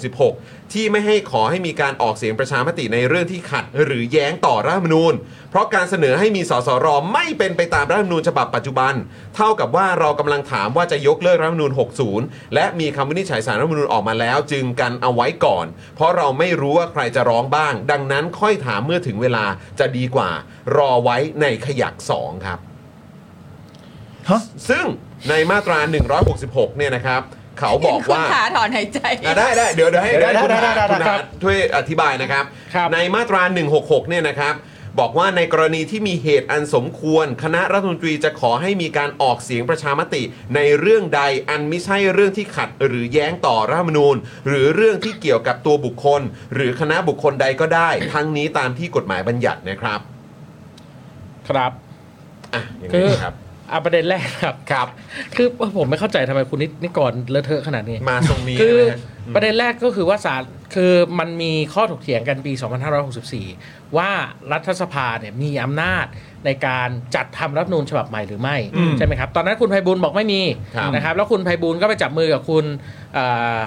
166 ที่ไม่ให้ขอให้มีการออกเสียงประชามติในเรื่องที่ขัด หรือแย้งต่อรัฐธรรมนูญ เพราะการเสนอให้มีสสรไม่เป็นไปตามรัฐธรรมนูญฉบับปัจจุบัน เท่ากับว่าเรากำลังถามว่าจะยกเลิกรัฐธรรมนูญ 60 และมีคำวินิจฉัยสารรัฐธรรมนูญออกมาแล้ว จึงกันเอาไว้ก่อน เพราะเราไม่รู้ว่าใครจะร้องบ้าง ดังนั้นค่อยถามเมื่อถึงเวลาจะดีกว่า รอไว้ในขยักสองครับ ซึ่งในมาตรา 166 เนี่ยนะครับ เขาบอก คุณ ว่า ขาถอนหายใจ อ่ะได้ได้เดี๋ยวเดี๋ยวให้ เดี๋ยว ให้คุณ ได้ได้ หา ได้ คุณ ได้ครั หา บ ช่วยอธิบายนะครับ ครับ ในมาตรา 166 เนี่ยนะครับ บอกว่าในกรณีที่มีเหตุอันสมควร คณะรัฐมนตรีจะขอให้มีการออกเสียงประชามติ ในเรื่องใดอันไม่ใช่เรื่องที่ขัดหรือแย้งต่อรัฐธรรมนูญ หรือเรื่องที่เกี่ยวกับตัวบุคคล หรือคณะบุคคลใดก็ได้ ทั้งนี้ตามที่กฎหมายบัญญัตินะครับ ครับ อ่ะยังไง คือ ครับ อ่ะประเด็นแรกครับ ครับ คือผมไม่เข้าใจทำไมคุณนิดนิกรเลอะเทอะขนาดนี้ มาตรงนี้ คือ นะฮะ ประเด็นแรกก็คือว่าศาลคือมันมีข้อถกเถียงกันปี 2564 ว่ารัฐสภาเนี่ยมีอำนาจในการจัดทำรัฐธรรมนูญฉบับใหม่หรือไม่ใช่ไหมครับ ตอนนั้นคุณไพบูลย์บอกไม่มี ครับ นะครับแล้วคุณไพบูลย์ก็ไปจับมือกับคุณเอ่อ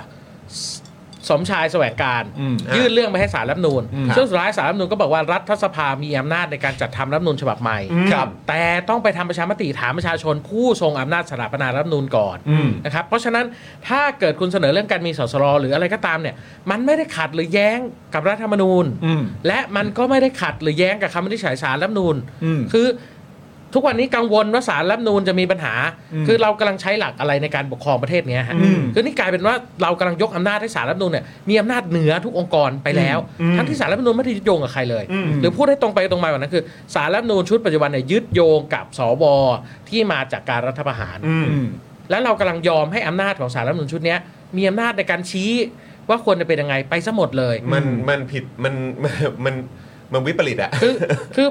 สมชายแสวงการ อืม ยื่นเรื่องไปให้สารรัฐธรรมนูญ อืม ซึ่งสุดท้ายสารรัฐธรรมนูญก็บอกว่ารัฐสภามีอำนาจในการจัดทำรัฐธรรมนูญฉบับใหม่ อืม ครับแต่ต้องไปทำประชามติถามประชาชนผู้ทรงอำนาจสถาปนารัฐธรรมนูญก่อน อืม นะครับเพราะฉะนั้นถ้าเกิดคุณเสนอเรื่องการมีสสรหรืออะไรก็ตามเนี่ยมันไม่ได้ขัดหรือแย้งกับรัฐธรรมนูญ อืม และมันก็ไม่ได้ขัดหรือแย้งกับคำวินิจฉัยสารรัฐธรรมนูญ อืม คือทุกวันนี้กังวลว่าสารรัฐธรรมนูญจะมีปัญหา อืม คือเรากำลังใช้หลักอะไรในการปกครองประเทศเนี้ยฮะ อืม คือนี่กลายเป็นว่าเรากำลังยกอำนาจให้สารรัฐธรรมนูญเนี่ยมีอำนาจเหนือทุกองค์กรไปแล้ว อืม ทั้งที่สารรัฐธรรมนูญไม่ได้ยึดโยงกับใครเลย อืม หรือพูดให้ตรงไปตรงมากว่านั้นคือสารรัฐธรรมนูญชุดปัจจุบันเนี่ยยึดโยงกับสวที่มาจากการรัฐประหาร อืม แล้วเรากำลังยอมให้อำนาจของสารรัฐธรรมนูญชุดเนี้ยมีอำนาจในการชี้ว่าควรจะเป็นยังไงไปซะหมดเลย มันมันผิดมันมันมันมันวิปริตอะ คือคือ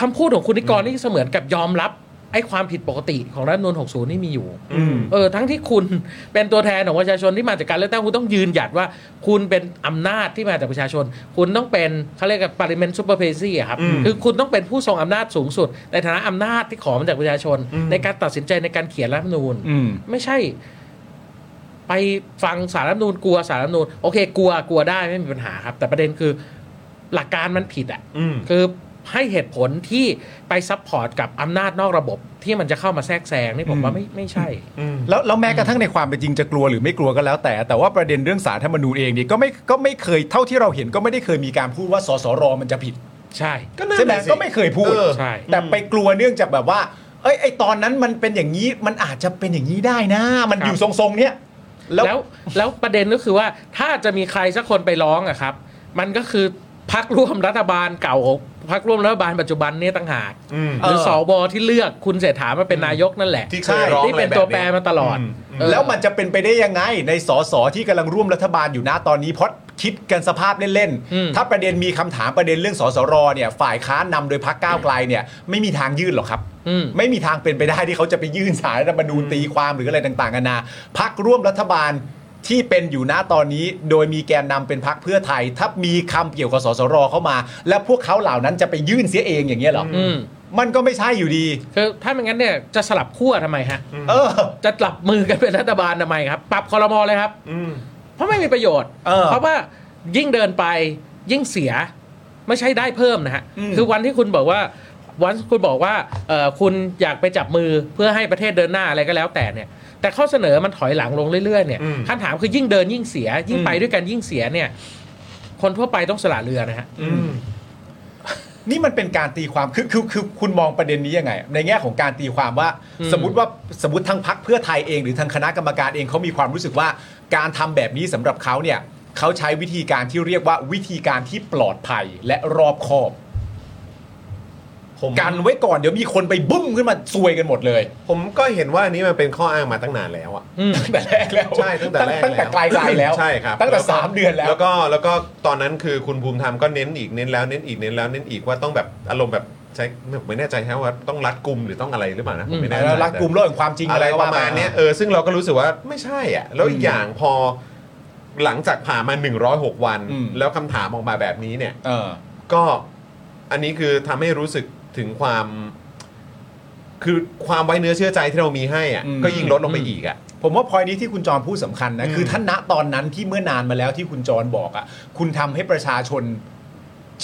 คำพูดของคุณนิกรนี่เสมือนกับยอมรับไอ้ความผิดปกติของรัฐธรรมนูญ60 นี่มีอยู่เออทั้งที่คุณเป็นตัวแทนของประชาชนที่มาจากการเลือกตั้งคุณต้องยืนหยัดว่า คุณเป็นอำนาจที่มาจากประชาชน คุณต้องเป็นเขาเรียกกับปาริเมนซูเปอร์เพซี่ครับคือคุณต้องเป็นผู้ทรงอำนาจสูงสุด ในฐานะอำนาจที่ขอมาจากประชาชน ในการตัดสินใจในการเขียนรัฐธรรมนูญ อืม ไม่ใช่ ไปฟังสารรัฐธรรมนูญกลัวสารรัฐธรรมนูญโอเค กลัวกลัวได้ไม่มีปัญหาครับ แต่ประเด็นคือหลักการมันผิดอ่ะคือให้เหตุผลที่ไปซัพพอร์ตกับอำนาจนอกระบบที่มันจะเข้ามาแทรกแซงนี่ผมว่าไม่ไม่ใช่ แล้วแล้วแม้กระทั่งในความเป็นจริงจะกลัวหรือไม่กลัวก็แล้วแต่ แต่ว่าประเด็นเรื่องสารธรรมนูญเองเนี่ยก็ไม่ก็ไม่เคยเท่าที่เราเห็นก็ไม่ได้เคยมีการพูดว่าสสรมันจะผิด ใช่ ใช่ไหมก็ไม่เคยพูด เออ ใช่ แต่ไปกลัวเนื่องจากแบบว่า เอ้ยไอตอนนั้นมันเป็นอย่างนี้มันอาจจะเป็นอย่างนี้ได้นะ มันอยู่ทรงๆเนี้ยแล้ แล้ว วแล้วประเด็นก็คือว่าถ้าจะมีใครสักคนไปร้องอะครับ มันก็คือพักร่วมรัฐบาลเก่าของพักร่วมรัฐบาลปัจจุบันเนี่ยต่างหากหเอรืออ สวที่เลือกคุณเศรษฐามาเป็นนายกนั่นแหละ ที่เคยร้อง ที่เป็น อะไรแบบ ตัวแปร เนี้ย มาตลอดเออ แล้วมันจะเป็นไปได้ยังไง ในสสที่กำลังร่วมรัฐบาลอยู่นะตอนนี้เพราะคิดกันสภาพเล่น อืม ๆถ้าประเด็นมีคำถามประเด็นเรื่องสสรเนี่ยฝ่ายค้านนำโดยพักก้าวไกลเนี่ยไม่มีทางยื่นหรอกครับ อืม ไม่มีทางเป็นไปได้ที่เขาจะไปยื่นสารรัฐธรรมนูญตีความหรืออะไรต่างๆกันานาพักร่วมรัฐบาลที่เป็นอยู่ณตอนนี้ โดยมีแกนนำเป็นพักเพื่อไทย ถ้ามีคำเกี่ยวกับสสรเข้ามา และพวกเขาเหล่านั้นจะไปยื่นเสียเองอย่างเงี้ยเหรออ ม มันก็ไม่ใช่อยู่ดี คือถ้าไม่งั้นเนี่ยจะสลับขั้วทำไมฮะ เออ จะจับมือกันเป็นรัฐบาลทำไมครับ ปรับคอรมอเลยครับเพราะไม่มีประโยชน์ เออ เพราะว่ายิ่งเดินไปยิ่งเสียไม่ใช่ได้เพิ่มนะฮะ อืม คือวันที่คุณบอกว่าวันคุณบอกว่าเอ่อคุณอยากไปจับมือเพื่อให้ประเทศเดินหน้าอะไรก็แล้วแต่เนี่ย แต่ข้อเสนอมันถอยหลังลงเรื่อยๆเนี่ยคำถามคือยิ่งเดินยิ่งเสีย ยิ่งไปด้วยกันยิ่งเสียเนี่ย คนทั่วไปต้องสละเรือนะฮะ นี่มันเป็นการตีความคือคือคือคุณมองประเด็นนี้ยังไง ในแง่ของการตีความว่า สมมติว่าสมมติทางพักเพื่อไทยเองหรือทางคณะกรรมการเองเขามีความรู้สึกว่า การทำแบบนี้สำหรับเขาเนี่ยเขาใช้วิธีการที่เรียกว่าวิธีการที่ปลอดภัยและรอบคอบ ผม กันไว้ก่อนเดี๋ยวมีคนไปบึ้มขึ้นมาซวยกันหมดเลย ผมก็เห็นว่าอันนี้มันเป็นข้ออ้างมาตั้งนานแล้วอะ ตั้งแต่แรกแล้ว ใช่ตั้งแต่แรก ตั้งแต่ไกลๆแล้ว ใช่ครับ ตั้งแต่ ล้วก็ สามเดือนแล้ว แล้วก็แล้วก็ตอนนั้นคือคุณภูมิธรรมก็เน้นอีกเน้นแล้วเน้นอีกเน้นแล้วเน้นอีกว่าต้องแบบอารมณ์แบบใช้ผมไม่แน่ใจครับว่าต้องรัดกุมหรือต้องอะไรหรือเปล่านะผมไม่แน่ใจ แล้วรักกลุ่มโลกแห่งความจริง อะไร ก็ ป ว่ ระมาณเนี้ยเออซึ่งเราก็รู้สึกว่าไม่ใช่อ่ะแล้วอีกอย่างพอหลังจากผ่านมา 106 วัน แล้วคำถามออกมาแบบนี้เนี่ย เออ ก็อันนี้คือทำให้รู้สึกถึงความ คือความไว้เนื้อเชื่อใจที่เรามีให้อ่ะ อืม ก็ยิ่งลดลงไปอีกอ่ะ ผมว่าพอยนี้ที่คุณจรพูดสำคัญนะ อืม คือท่านณตอนนั้นที่เมื่อนานมาแล้วที่คุณจรบอกอะ่ะ คุณทำให้ประชาชน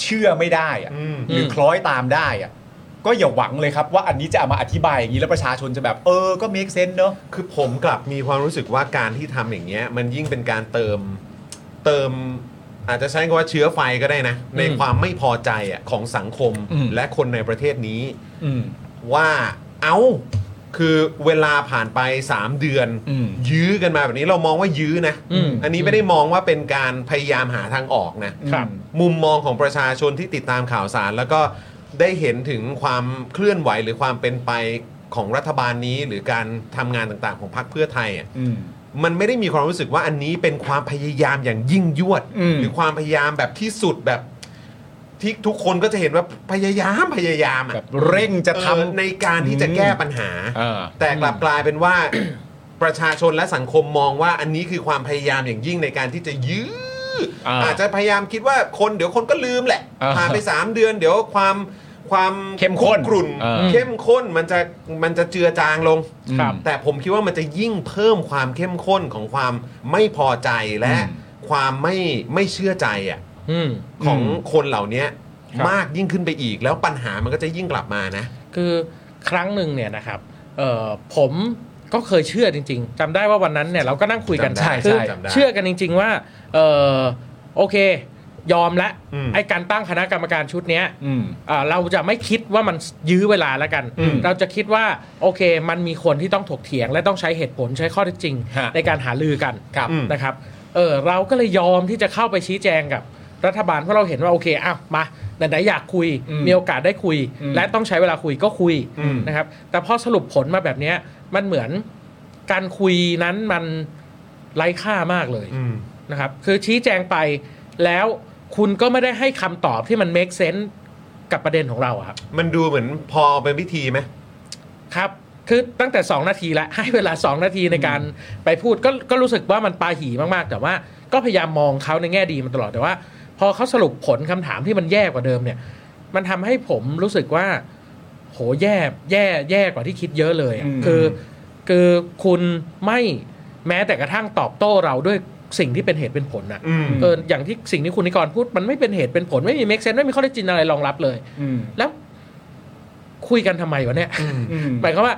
เชื่อไม่ได้อะ อืม หรือคล้อยตามได้อะก็อย่าหวังเลยครับว่าอันนี้จะเอามาอธิบายอย่างนี้แล้วประชาชนจะแบบเออก็ make sense เนอะ คือผมกลับมีความรู้สึกว่าการที่ทำอย่างเงี้ยมันยิ่งเป็นการเติมเติม อาจจะใช้คำว่าเชื้อไฟก็ได้นะ ในความไม่พอใจอะของสังคม อืม และคนในประเทศนี้ อืม ว่าเอ้าคือเวลาผ่านไป 3 เดือน อืม ยื้อกันมาแบบนี้เรามองว่ายื้อนะ อืม นนี้ไม่ได้มองว่าเป็นการพยายามหาทางออกนะ ครับ มุมมองของประชาชนที่ติดตามข่าวสาร แล้วก็ได้เห็นถึงความเคลื่อนไหวหรือความเป็นไปของรัฐบาลนี้ หรือการทำงานต่างๆ ของพรรคเพื่อไทยอ่ะ อืม มันไม่ได้มีความรู้สึกว่าอันนี้เป็นความพยายามอย่างยิ่งยวด อืม หรือความพยายามแบบที่สุดแบบที่ทุกคนก็จะเห็นว่าพยายามพยายาม แบ อ่ะ บเร่งจะทำ เออในการที่จะแก้ปัญหา เออ แต่กลับกลายเป็นว่า [coughs] ประชาชนและสังคมมองว่าอันนี้คือความพยายามอย่างยิ่งในการที่จะยื้อ อ่า อาจจะพยายามคิดว่าคนเดี๋ยวคนก็ลืมแหละ อ่า ผ่านไป 3 เดือน เดี๋ยวความความ เข้มข้น กรุ่น อ่า เข้มข้นมันจะมันจะเจือจางลง ครับ แต่ผมคิดว่ามันจะยิ่งเพิ่มความเข้มข้นของความไม่พอใจและความไม่ไม่เชื่อใจอ่ะ อืม ของคนเหล่านี้ ครับ มากยิ่งขึ้นไปอีก แล้วปัญหามันก็จะยิ่งกลับมานะ คือครั้งหนึ่งเนี่ยนะครับเอ่อผมก็เคยเชื่อจริง ๆจำได้ว่าวันนั้นเนี่ยเราก็นั่งคุยกัน จำได้ คือ ใช่จำได้ เชื่อกันจริง ๆ ว่าเออโอเค ยอมละ อืม ไอ้การตั้งคณะกรรมการชุดเนี้ย อืม เอ่อเราจะไม่คิดว่ามันยื้อเวลาแล้วกัน อืม เราจะคิดว่าโอเค มันมีคนที่ต้องถกเถียง และต้องใช้เหตุผลใช้ข้อเท็จจริง ฮะ ในการหาลือกัน ครับ อืม นะครับ เออเราก็เลยยอมที่จะเข้าไปชี้แจงกับรัฐบาลเพราะเราเห็นว่าโอเคอ้าวมาไหนๆอยากคุย อืม มีโอกาสได้คุย อืม และต้องใช้เวลาคุยก็คุย อืม นะครับ แต่พอสรุปผลมาแบบเนี้ยมันเหมือนการคุยนั้นมันไร้ค่ามากเลย อืม นะครับ คือชี้แจงไปแล้วคุณก็ไม่ได้ให้คำตอบที่มัน make sense กับประเด็นของเราอะครับ มันดูเหมือนพอเป็นพิธีไหม ครับ คือตั้งแต่ 2 นาทีแล้ว [laughs] ให้เวลา 2 นาทีในการไปพูดก็ก็รู้สึกว่ามันปาหีมาก ๆ แต่ว่าก็พยายามมองเขาในแง่ดีมาตลอด แต่ว่า พอเขาสรุปผลคำถามที่มันแย่กว่าเดิมเนี่ย มันทำให้ผมรู้สึกว่า โหแย่แย่แย่กว่าที่คิดเยอะเลยอะ อืม คือคือคุณไม่แม้แต่กระทั่งตอบโต้เราด้วยสิ่งที่เป็นเหตุเป็นผลนะ อืม เอออย่างที่สิ่งที่คุณนิกรพูดมันไม่เป็นเหตุเป็นผลไม่มีเมคเซนไม่มีข้อเท็จจริงอะไรรองรับเลย อืม แล้วคุยกันทำไมวะเนี่ย อืม หมายความว่า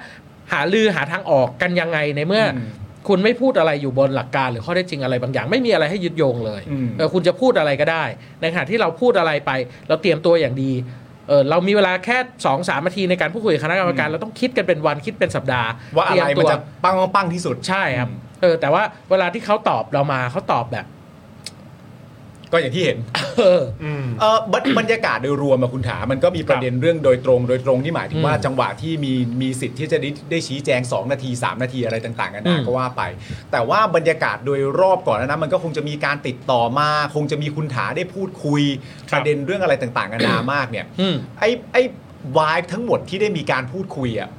หาลือหาทางออกกันยังไงในเมื่ออ ม คุณไม่พูดอะไรอยู่บนหลักการหรือข้อเท็จจริงอะไรบางอย่าง ไม่มีอะไรให้ยึดโยงเลย อืม เออคุณจะพูดอะไรก็ได้ ในขณะที่เราพูดอะไรไป เราเตรียมตัวอย่างดีเออเรามีเวลาแค่สองสามนาทีในการพูดคุยกับคณะกรรมการเราต้องคิดกันเป็นวันคิดเป็นสัปดาห์ ว่าอะ เตย ไรมัน ตัว จะปังปังที่สุด ใช่ครับ อืม เออแต่ว่าเวลาที่เขาตอบเรามาเขาตอบแบบ [coughs] ก็อย่างที่เห็น เออ อืม เออบรรบรรยากาศโดยรวมอะคุณถามันก็มีประเด็นเรื่องโดยตรง โดยตรงนี่หมายถึงว่า อืม จังหวะที่มีมีสิทธิ์ที่จะได้ได้ชี้แจง 2 นาที 3 นาทีอะไรต่างๆกัน อื นะ ม ก็ว่าไป แต่ว่าบรรยากาศโดยรอบก่อนนะมันก็คงจะมีการติดต่อมา คงจะมีคุณถาได้พูดคุย ค ป รับ ระเด็นเรื่องอะไรต่างๆกันานามากเนี่ย อืม ไอ้ไอ้วายทั้งหมดที่ได้มีการพูดคุยอ่ะ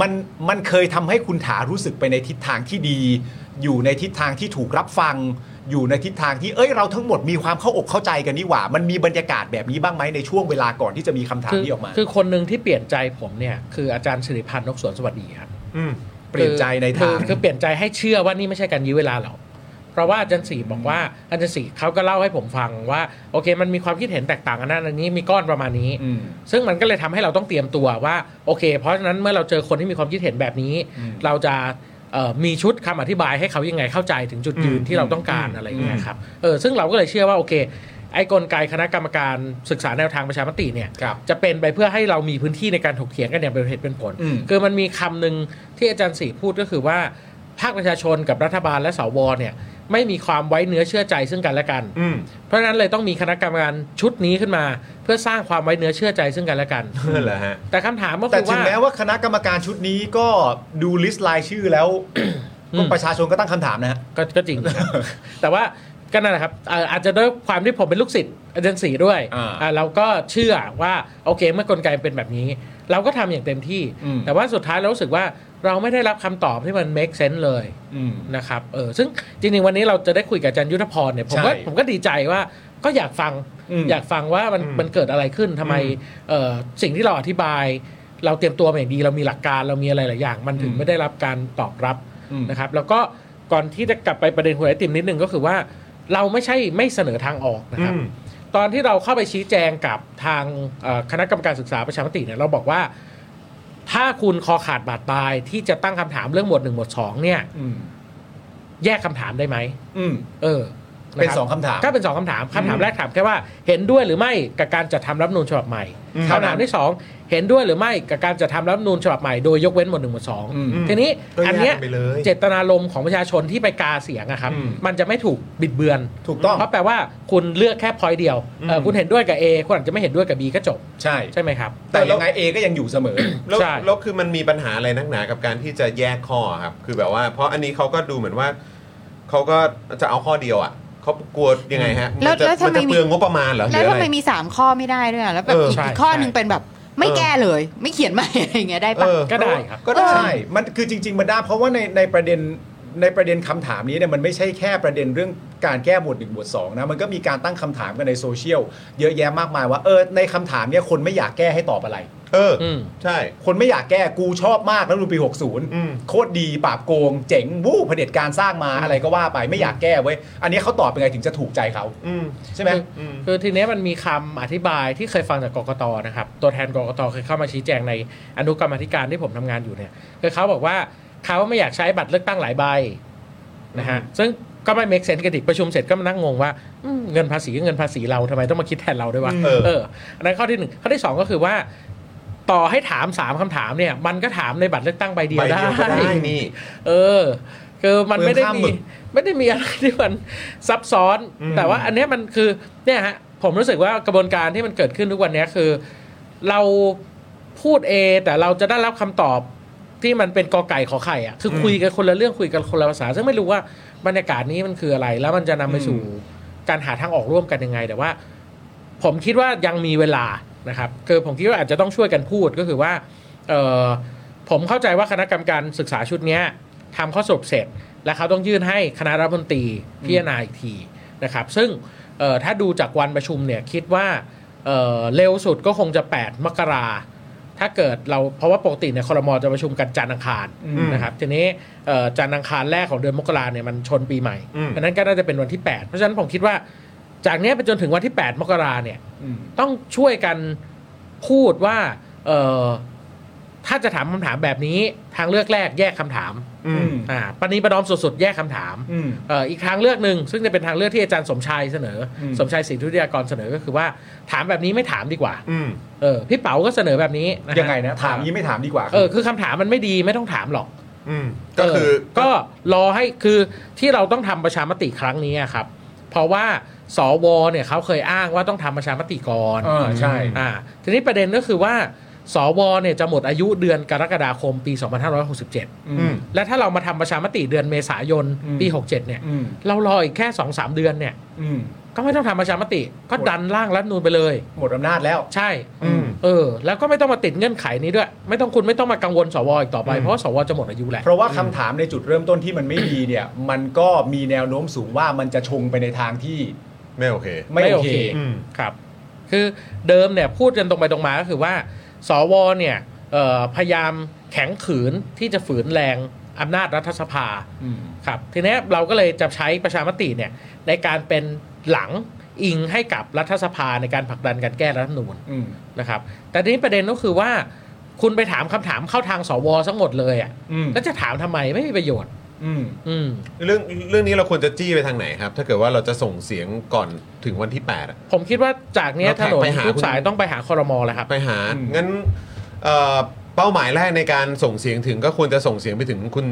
มันมันเคยทำให้คุณถารู้สึกไปในทิศทางที่ดี อยู่ในทิศทางที่ถูกรับฟัง อยู่ในทิศทางที่เอ้ยเราทั้งหมดมีความเข้าอกเข้าใจกันนี่หว่า มันมีบรรยากาศแบบนี้บ้างไหมในช่วงเวลาก่อนที่จะมีคำถาม คือ นี้ออกมา คือคนหนึ่งที่เปลี่ยนใจผมเนี่ยคืออาจารย์สิริพันธ์นกสวนสวัสดีครับ อืม เปลี่ยนใจในทาง คือคือเปลี่ยนใจให้เชื่อว่านี่ไม่ใช่การยื้อเวลาหรอกเพราะว่าอาจารย์สีบอกว่าอาจารย์สีเขาก็เล่าให้ผมฟังว่าโอเค มันมีความคิดเห็นแตกต่างกันนั่นอันนี้มีก้อนประมาณนี้ อืม ซึ่งมันก็เลยทำให้เราต้องเตรียมตัวว่าโอเค เพราะฉะนั้นเมื่อเราเจอคนที่มีความคิดเห็นแบบนี้ เราจะเอ่อมีชุดคำอธิบายให้เขายังไงเข้าใจถึงจุดยืนที่เราต้องการอะไรอย่างเงี้ยครับเออซึ่งเราก็เลยเชื่อว่าโอเค ไอ้กลไกคณะกรรมการศึกษาแนวทางประชามติเนี่ย ครับ จะเป็นไปเพื่อให้เรามีพื้นที่ในการถกเถียงกันอย่างเป็นเหตุเป็นผล อืม คือมันมีคำหนึ่งที่อาจารย์สีพูดก็คือว่าภาคประชาชนกับรัฐบาลและสวเนี่ยไม่มีความไว้เนื้อเชื่อใจซึ่งกันและกัน อืม เพราะฉะนั้นเลยต้องมีคณะกรรมการชุดนี้ขึ้นมา เพื่อสร้างความไว้เนื้อเชื่อใจซึ่งกันและกัน เหรอฮะ แต่คำถามก็ แต่ คือ ถึง ว่า แม้ว่าคณะกรรมการชุดนี้ก็ดูลิสต์รายชื่อแล้ว อื ก็ ม ประชาชนก็ตั้งคำถามนะฮะ ก็ก็ [laughs] จริงนะครับ แต่ว่าก็นั่นแหละครับเอ่ออาจจะด้วยความที่ผมเป็นลูกศิษย์อาจารย์ศรีด้วย อ่า อ่าเราก็เชื่อว่าโอเคเมื่อกลไกเป็นแบบนี้ เราก็ทำอย่างเต็มที่ อืม แต่ว่าสุดท้ายเรารู้สึกว่าเราไม่ได้รับคำตอบที่มัน make sense เลย อืม นะครับเออซึ่งจริงๆวันนี้เราจะได้คุยกับอาจารย์ยุทธพรเนี่ยผมก็ ใช่ ผมก็ดีใจว่าก็อยากฟัง อืม อยากฟังว่ามันมันเกิดอะไรขึ้นทำไมเอ่อสิ่งที่เราอธิบาย เราเตรียมตัวมาอย่างดีเรามีหลักการเรามีอะไรหลายอย่าง มันถึง อืม ไม่ได้รับการตอบรับ อืม นะครับแล้วก็ก่อนที่จะกลับไปประเด็นหวยไอติมนิดนึงก็คือว่า เราไม่ใช่ไม่เสนอทางออกนะครับ ตอนที่เราเข้าไปชี้แจงกับทางเอ่อคณะกรรมการศึกษาประชามติเนี่ยเราบอกว่า ถ้าคุณคอขาดบาดตายที่จะตั้งคำถามเรื่องหมวดหนึ่งหมวดสองเนี่ย อืม แยกคำถามได้ไหม อืม เออนะรับ เป็นสองคำถาม ก็เป็นสองคำถามคำถามแรกถามแค่ว่า เห็นด้วยหรือไม่กับการจัดทำรัฐธรรมนูญฉบับใหม่คำถามที่สองเห็นด้วยหรือไม่กับการจัดทำรัฐธรรมนูญฉบับใหม่โดยยกเว้นหมวดหนึ่งหมวดสอง อืม ทีนี้ ก็ อัน แย เนี้ย กไปเลย เจตนารมณ์ของประชาชนที่ไปกาเสียงอะครับ อืม มันจะไม่ถูกบิดเบือน ถูกต้อง เพราะแปลว่าคุณเลือกแค่พอยเดียวเออคุณเห็นด้วยกับ A คุณอาจจะไม่เห็นด้วยกับ B ก็จบ ใช่ ใช่ไหมครับ แต่ยังไงเอก็ยังอยู่เสมอ แล้ว ใช่ แล้วคือมันมีปัญหาอะไรนักหนากับการที่จะแยกข้อครับ คือแบบว่า เพราะอันนี้เขาก็ดูเหมือนว่าเขาก็จะเอาข้อเดียวอ่ะเขากลัวยังไงฮะ แล้ว มันจะ แล้วทำไม มันจะเปลืองงบประมาณเหรอหรื แล้อวทำ อะไร ไมมีสามข้อไม่ได้ด้วยอะแล้วแบบ เออ อีก ใช่ อีกข้อ ใช่ หนึ่งเป็นแบบ ไม่แก้เลย ไม่เขียนใหม่ อะไรอย่างเงี้ยได้ปะ เออ ก็ได้ครับ ก็ได้ มันคือจริง ๆ มันได้ เพราะว่าในในประเด็นในประเด็นคำถามนี้เนี่ยมันไม่ใช่แค่ประเด็นเรื่องการแก้หมวดหนึ่งหมวดสองนะ มันก็มีการตั้งคำถามกันในโซเชียลเยอะแยะมากมายว่าเออในคำถามเนี่ยคนไม่อยากแก้ให้ตอบอะไร เออ อืม ใช่ คนไม่อยากแก้กูชอบมากแล้วดูปี อืม 60 โคตรดีปราบโกง เจ๋งวู้เผด็จการสร้างมาอะไรก็ว่าไปไม่อยากแก้เว้ยอันนี้เขาตอบเป็นไงถึงจะถูกใจเขา อืม ใช่ไหม คือคือทีเนี้ยมันมีคำอธิบายที่เคยฟังจากกกตนะครับ ตัวแทนกกตเคยเข้ามาชี้แจงในอนุกรรมาธิการที่ผมทำงานอยู่เนี่ยคือเขาบอกว่าเขาไม่อยากใช้บัตรเลือกตั้งหลายใบนะฮะซึ่งก็ไม่ make sense กันอีกประชุมเสร็จก็มานั่งงงว่าอืมเงินภาษีก็เงินภาษีเราทำไมต้องมาคิดแทนเราด้วยวะ เออ เอออันนั้นข้อที่หนึ่งข้อที่สองก็คือว่า ต่อให้ถามสามคำถามเนี่ย มันก็ถามในบัตรเลือกตั้งใบเดีย ใบ วได้ เดียวก็ได้นี่ เออคือมันไม่ได้ เปลืองข้ามหมีมึก ไม่ได้มีอะไรที่มันซับซ้อน แต่ว่าอันเนี้ยมันคือเนี่ยฮะผมรู้สึกว่ากระบวนการที่มันเกิดขึ้นทุกวันเนี้ยคือ เราพูด A แต่เราจะได้รับคำตอบที่มันเป็นกอไก่ขอไข่อ่ะคือคุยกันคนละเรื่องคุยกันคนละภาษา ซึ่งไม่รู้ว่าบรรยากาศนี้มันคืออะไร แล้วมันจะนำไปสู่การหาทางออกร่วมกันยังไง แต่ว่า ผมคิดว่ายังมีเวลานะครับคือผมคิดว่าอาจจะต้องช่วยกันพูดก็คือว่าเอ่อผมเข้าใจว่าคณะกรรมการศึกษาชุดเนี้ยทำข้อสรุปเสร็จ แล้วเขาต้องยื่นให้คณะรัฐมนตรีพิจารณาอีกทีนะครับซึ่งเอ่อถ้าดูจากวันประชุมเนี่ยคิดว่าเอ่อเร็วสุดก็คงจะ 8 มกราถ้าเกิดเราเพราะว่าปกติเนี่ยคอรมอจะประชุมกันจันทร์อังคารนะครับทีนี้เอ่อจันทร์อังคารแรกของเดือนมกราเนี่ยมันชนปีใหม่ อืม ดังนั้นก็น่าจะเป็นวันที่ 8 เพราะฉะนั้นผมคิดว่าจากเนี้ยไปจนถึงวันที่ 8 มกราเนี่ย ต้องช่วยกันพูดว่าเออถ้าจะถามคำถามแบบนี้ทางเลือกแรกแยกคำถามอ่าปณีประนอมสุดๆแยกคำถามเอ่ออีกทางเลือกหนึ่งซึ่งจะเป็นทางเลือกที่อาจารย์สมชายเสนออสมชายศรีทุติยากรเสนอก็คือว่าถามแบบนี้ไม่ถามดีกว่า อืม เออพี่เป๋าก็เสนอแบบนี้ฮ ยังไงนะถามนี้ไม่ถามดีกว่า เออคือคำถามมันไม่ดีไม่ต้องถามหรอก อืม ก็คือ เก็รอให้คือที่เราต้องทำประชามติครั้งนี้อะครับ เพราะว่าสวเนี่ยเขาเคยอ้างว่าต้องทำประชามติก่อน อ่าใช่ อ่าทีนี้ประเด็นก็คือว่าสวเนี่ยจะหมดอายุเดือนกรกฎาคมปี 2567 อืม และถ้าเรามาทำประชามติเดือนเมษายนปี 67 เนี่ย เรารออีกแค่ 2-3 เดือนเนี่ย ก็ไม่ต้องทำประชามติ ก็ดันร่างรัฐธรรมนูนไปเลย หมดอำนาจแล้ว ใช่ อืม เออ แล้วก็ไม่ต้องมาติดเงื่อนไขนี้ด้วย ไม่ต้องคุณไม่ต้องมากังวลสวอีกต่อไปเพราะว่าสวจะหมดอายุแหละ เพราะว่าคำถามในจุดเริ่มต้นที่มันไม่ดีเนี่ย มันก็มีแนวโน้มสูงว่ามันจะชงไปในทางที่ ไม่โอเค ไม่โอเค อืม ครับ คือเดิมเนี่ยพูดกันตรงไปตรงมาก็คือว่า สวเนี่ยเอ่อพยายามแข็งขืนที่จะฝืนแรงอำนาจรัฐสภาครับทีเนี้ยเราก็เลยจะใช้ประชามติเนี่ยในการเป็นหลังอิงให้กับรัฐสภาในการผลักดันการแก้รัฐธรรมนูญนะครับ แต่ทีนี้ประเด็นก็คือว่า คุณไปถามคำถามเข้าทางสวทั้งหมดเลยอ่ะแล้วจะถามทำไมไม่มีประโยชน์ อืม อืม เรื่องเรื่องนี้เราควรจะจี้ไปทางไหนครับ ถ้าเกิดว่าเราจะส่งเสียงก่อนถึงวันที่ 8 ผมคิดว่าจากเนี้ย เราแท็ ถ ก นน ไปหา ทุก คุณ สายต้องไปหาคอรมอแล้วครับ ไปหา งั้นเอ่อเป้าหมายแรกในการส่งเสียงถึงก็ควรจะส่งเสียงไปถึงคุณ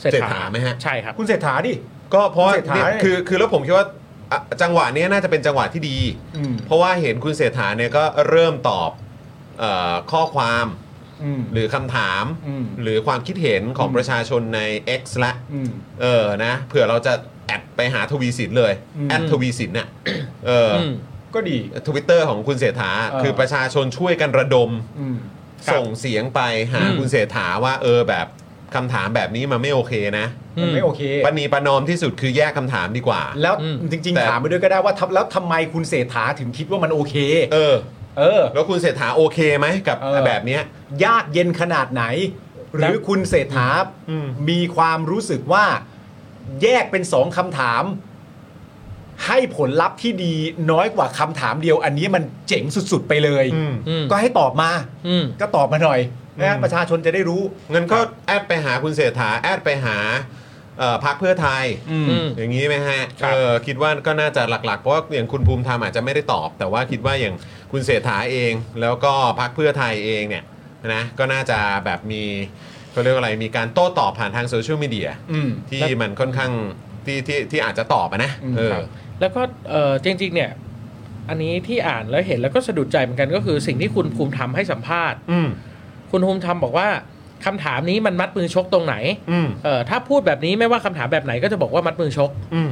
เศรษฐา เศรษฐาไหมฮะ ใช่ครับ คุณเศรษฐาดิ ก็เพราะว่า คุณเศรษฐา เนี่ย เนี่ย คือคือแล้วผมคิดว่าอ่ะจังหวะเนี้ยน่าจะเป็นจังหวะที่ดี อืม เพราะว่าเห็นคุณเศรษฐาเนี่ยก็เริ่มตอบเอ่อข้อความ อืม หรือคำถาม อืม หรือความคิดเห็นของประชาชนใน X ละ อืม เออนะเผื่อเราจะแอดไปหาทวีสินเลย อืม แอดทวีสินน่ะเอออ ม ก็ดี ทวิตเตอร์ของคุณเสถา เออ คือประชาชนช่วยกันระดม อืม ครับ ส่งเสียงไปหา อืม คุณเสถาว่าเออแบบคำถามแบบนี้มันไม่โอเคนะ อื มัน ม ไม่โอเค ปณีประนอมที่สุดคือแยกคำถามดีกว่า แล้ว อืม จริง แต่ ๆ ถามไปด้วยก็ได้ว่าทำแล้วทำไมคุณเศรษฐาถึงคิดว่ามันโอเค เออ เออ แล้วคุณเสถาโอเคไหมกับ เออ แบบเนี้ย ยากเย็นขนาดไหน หรือคุณเศรษฐา อืม มีความรู้สึกว่าแยกเป็นสองคำถาม ให้ผลลัพธ์ที่ดีน้อยกว่าคำถามเดียว อันนี้มันเจ๋งสุดๆไปเลย อืม ก็ให้ตอบมา อืม ก็ตอบมาหน่อยนะประชาชนจะได้รู้ งั้นก็แอดไปหาคุณเสถาแอดไปหาเอ่อพักเพื่อไทย อืม อย่างนี้ไหมฮะ ครับ เออคิดว่าก็น่าจะหลักๆ เพราะว่าอย่างคุณภูมิธรรมอาจจะไม่ได้ตอบ แต่ว่าคิดว่าอย่างคุณเศรษฐาเอง แล้วก็พักเพื่อไทยเองเนี่ยนะก็น่าจะแบบมีเขาเรียกว่าอะไรมีการโต้ตอบผ่านทางโซเชียลมีเดีย อืม ที่มันค่อนข้างที่ที่ที่อาจจะตอบอะนะเออ แล้วก็เออจริง ๆ เนี่ย อันนี้ที่อ่านแล้วเห็นแล้วก็สะดุดใจเหมือนกันก็คือสิ่งที่คุณภูมิธรรมให้สัมภาษณ์ อืม คุณภูมิธรรมบอกว่าคำถามนี้มันมัดมือชกตรงไหน อืม เออถ้าพูดแบบนี้ไม่ว่าคำถามแบบไหนก็จะบอกว่ามัดมือชก อืม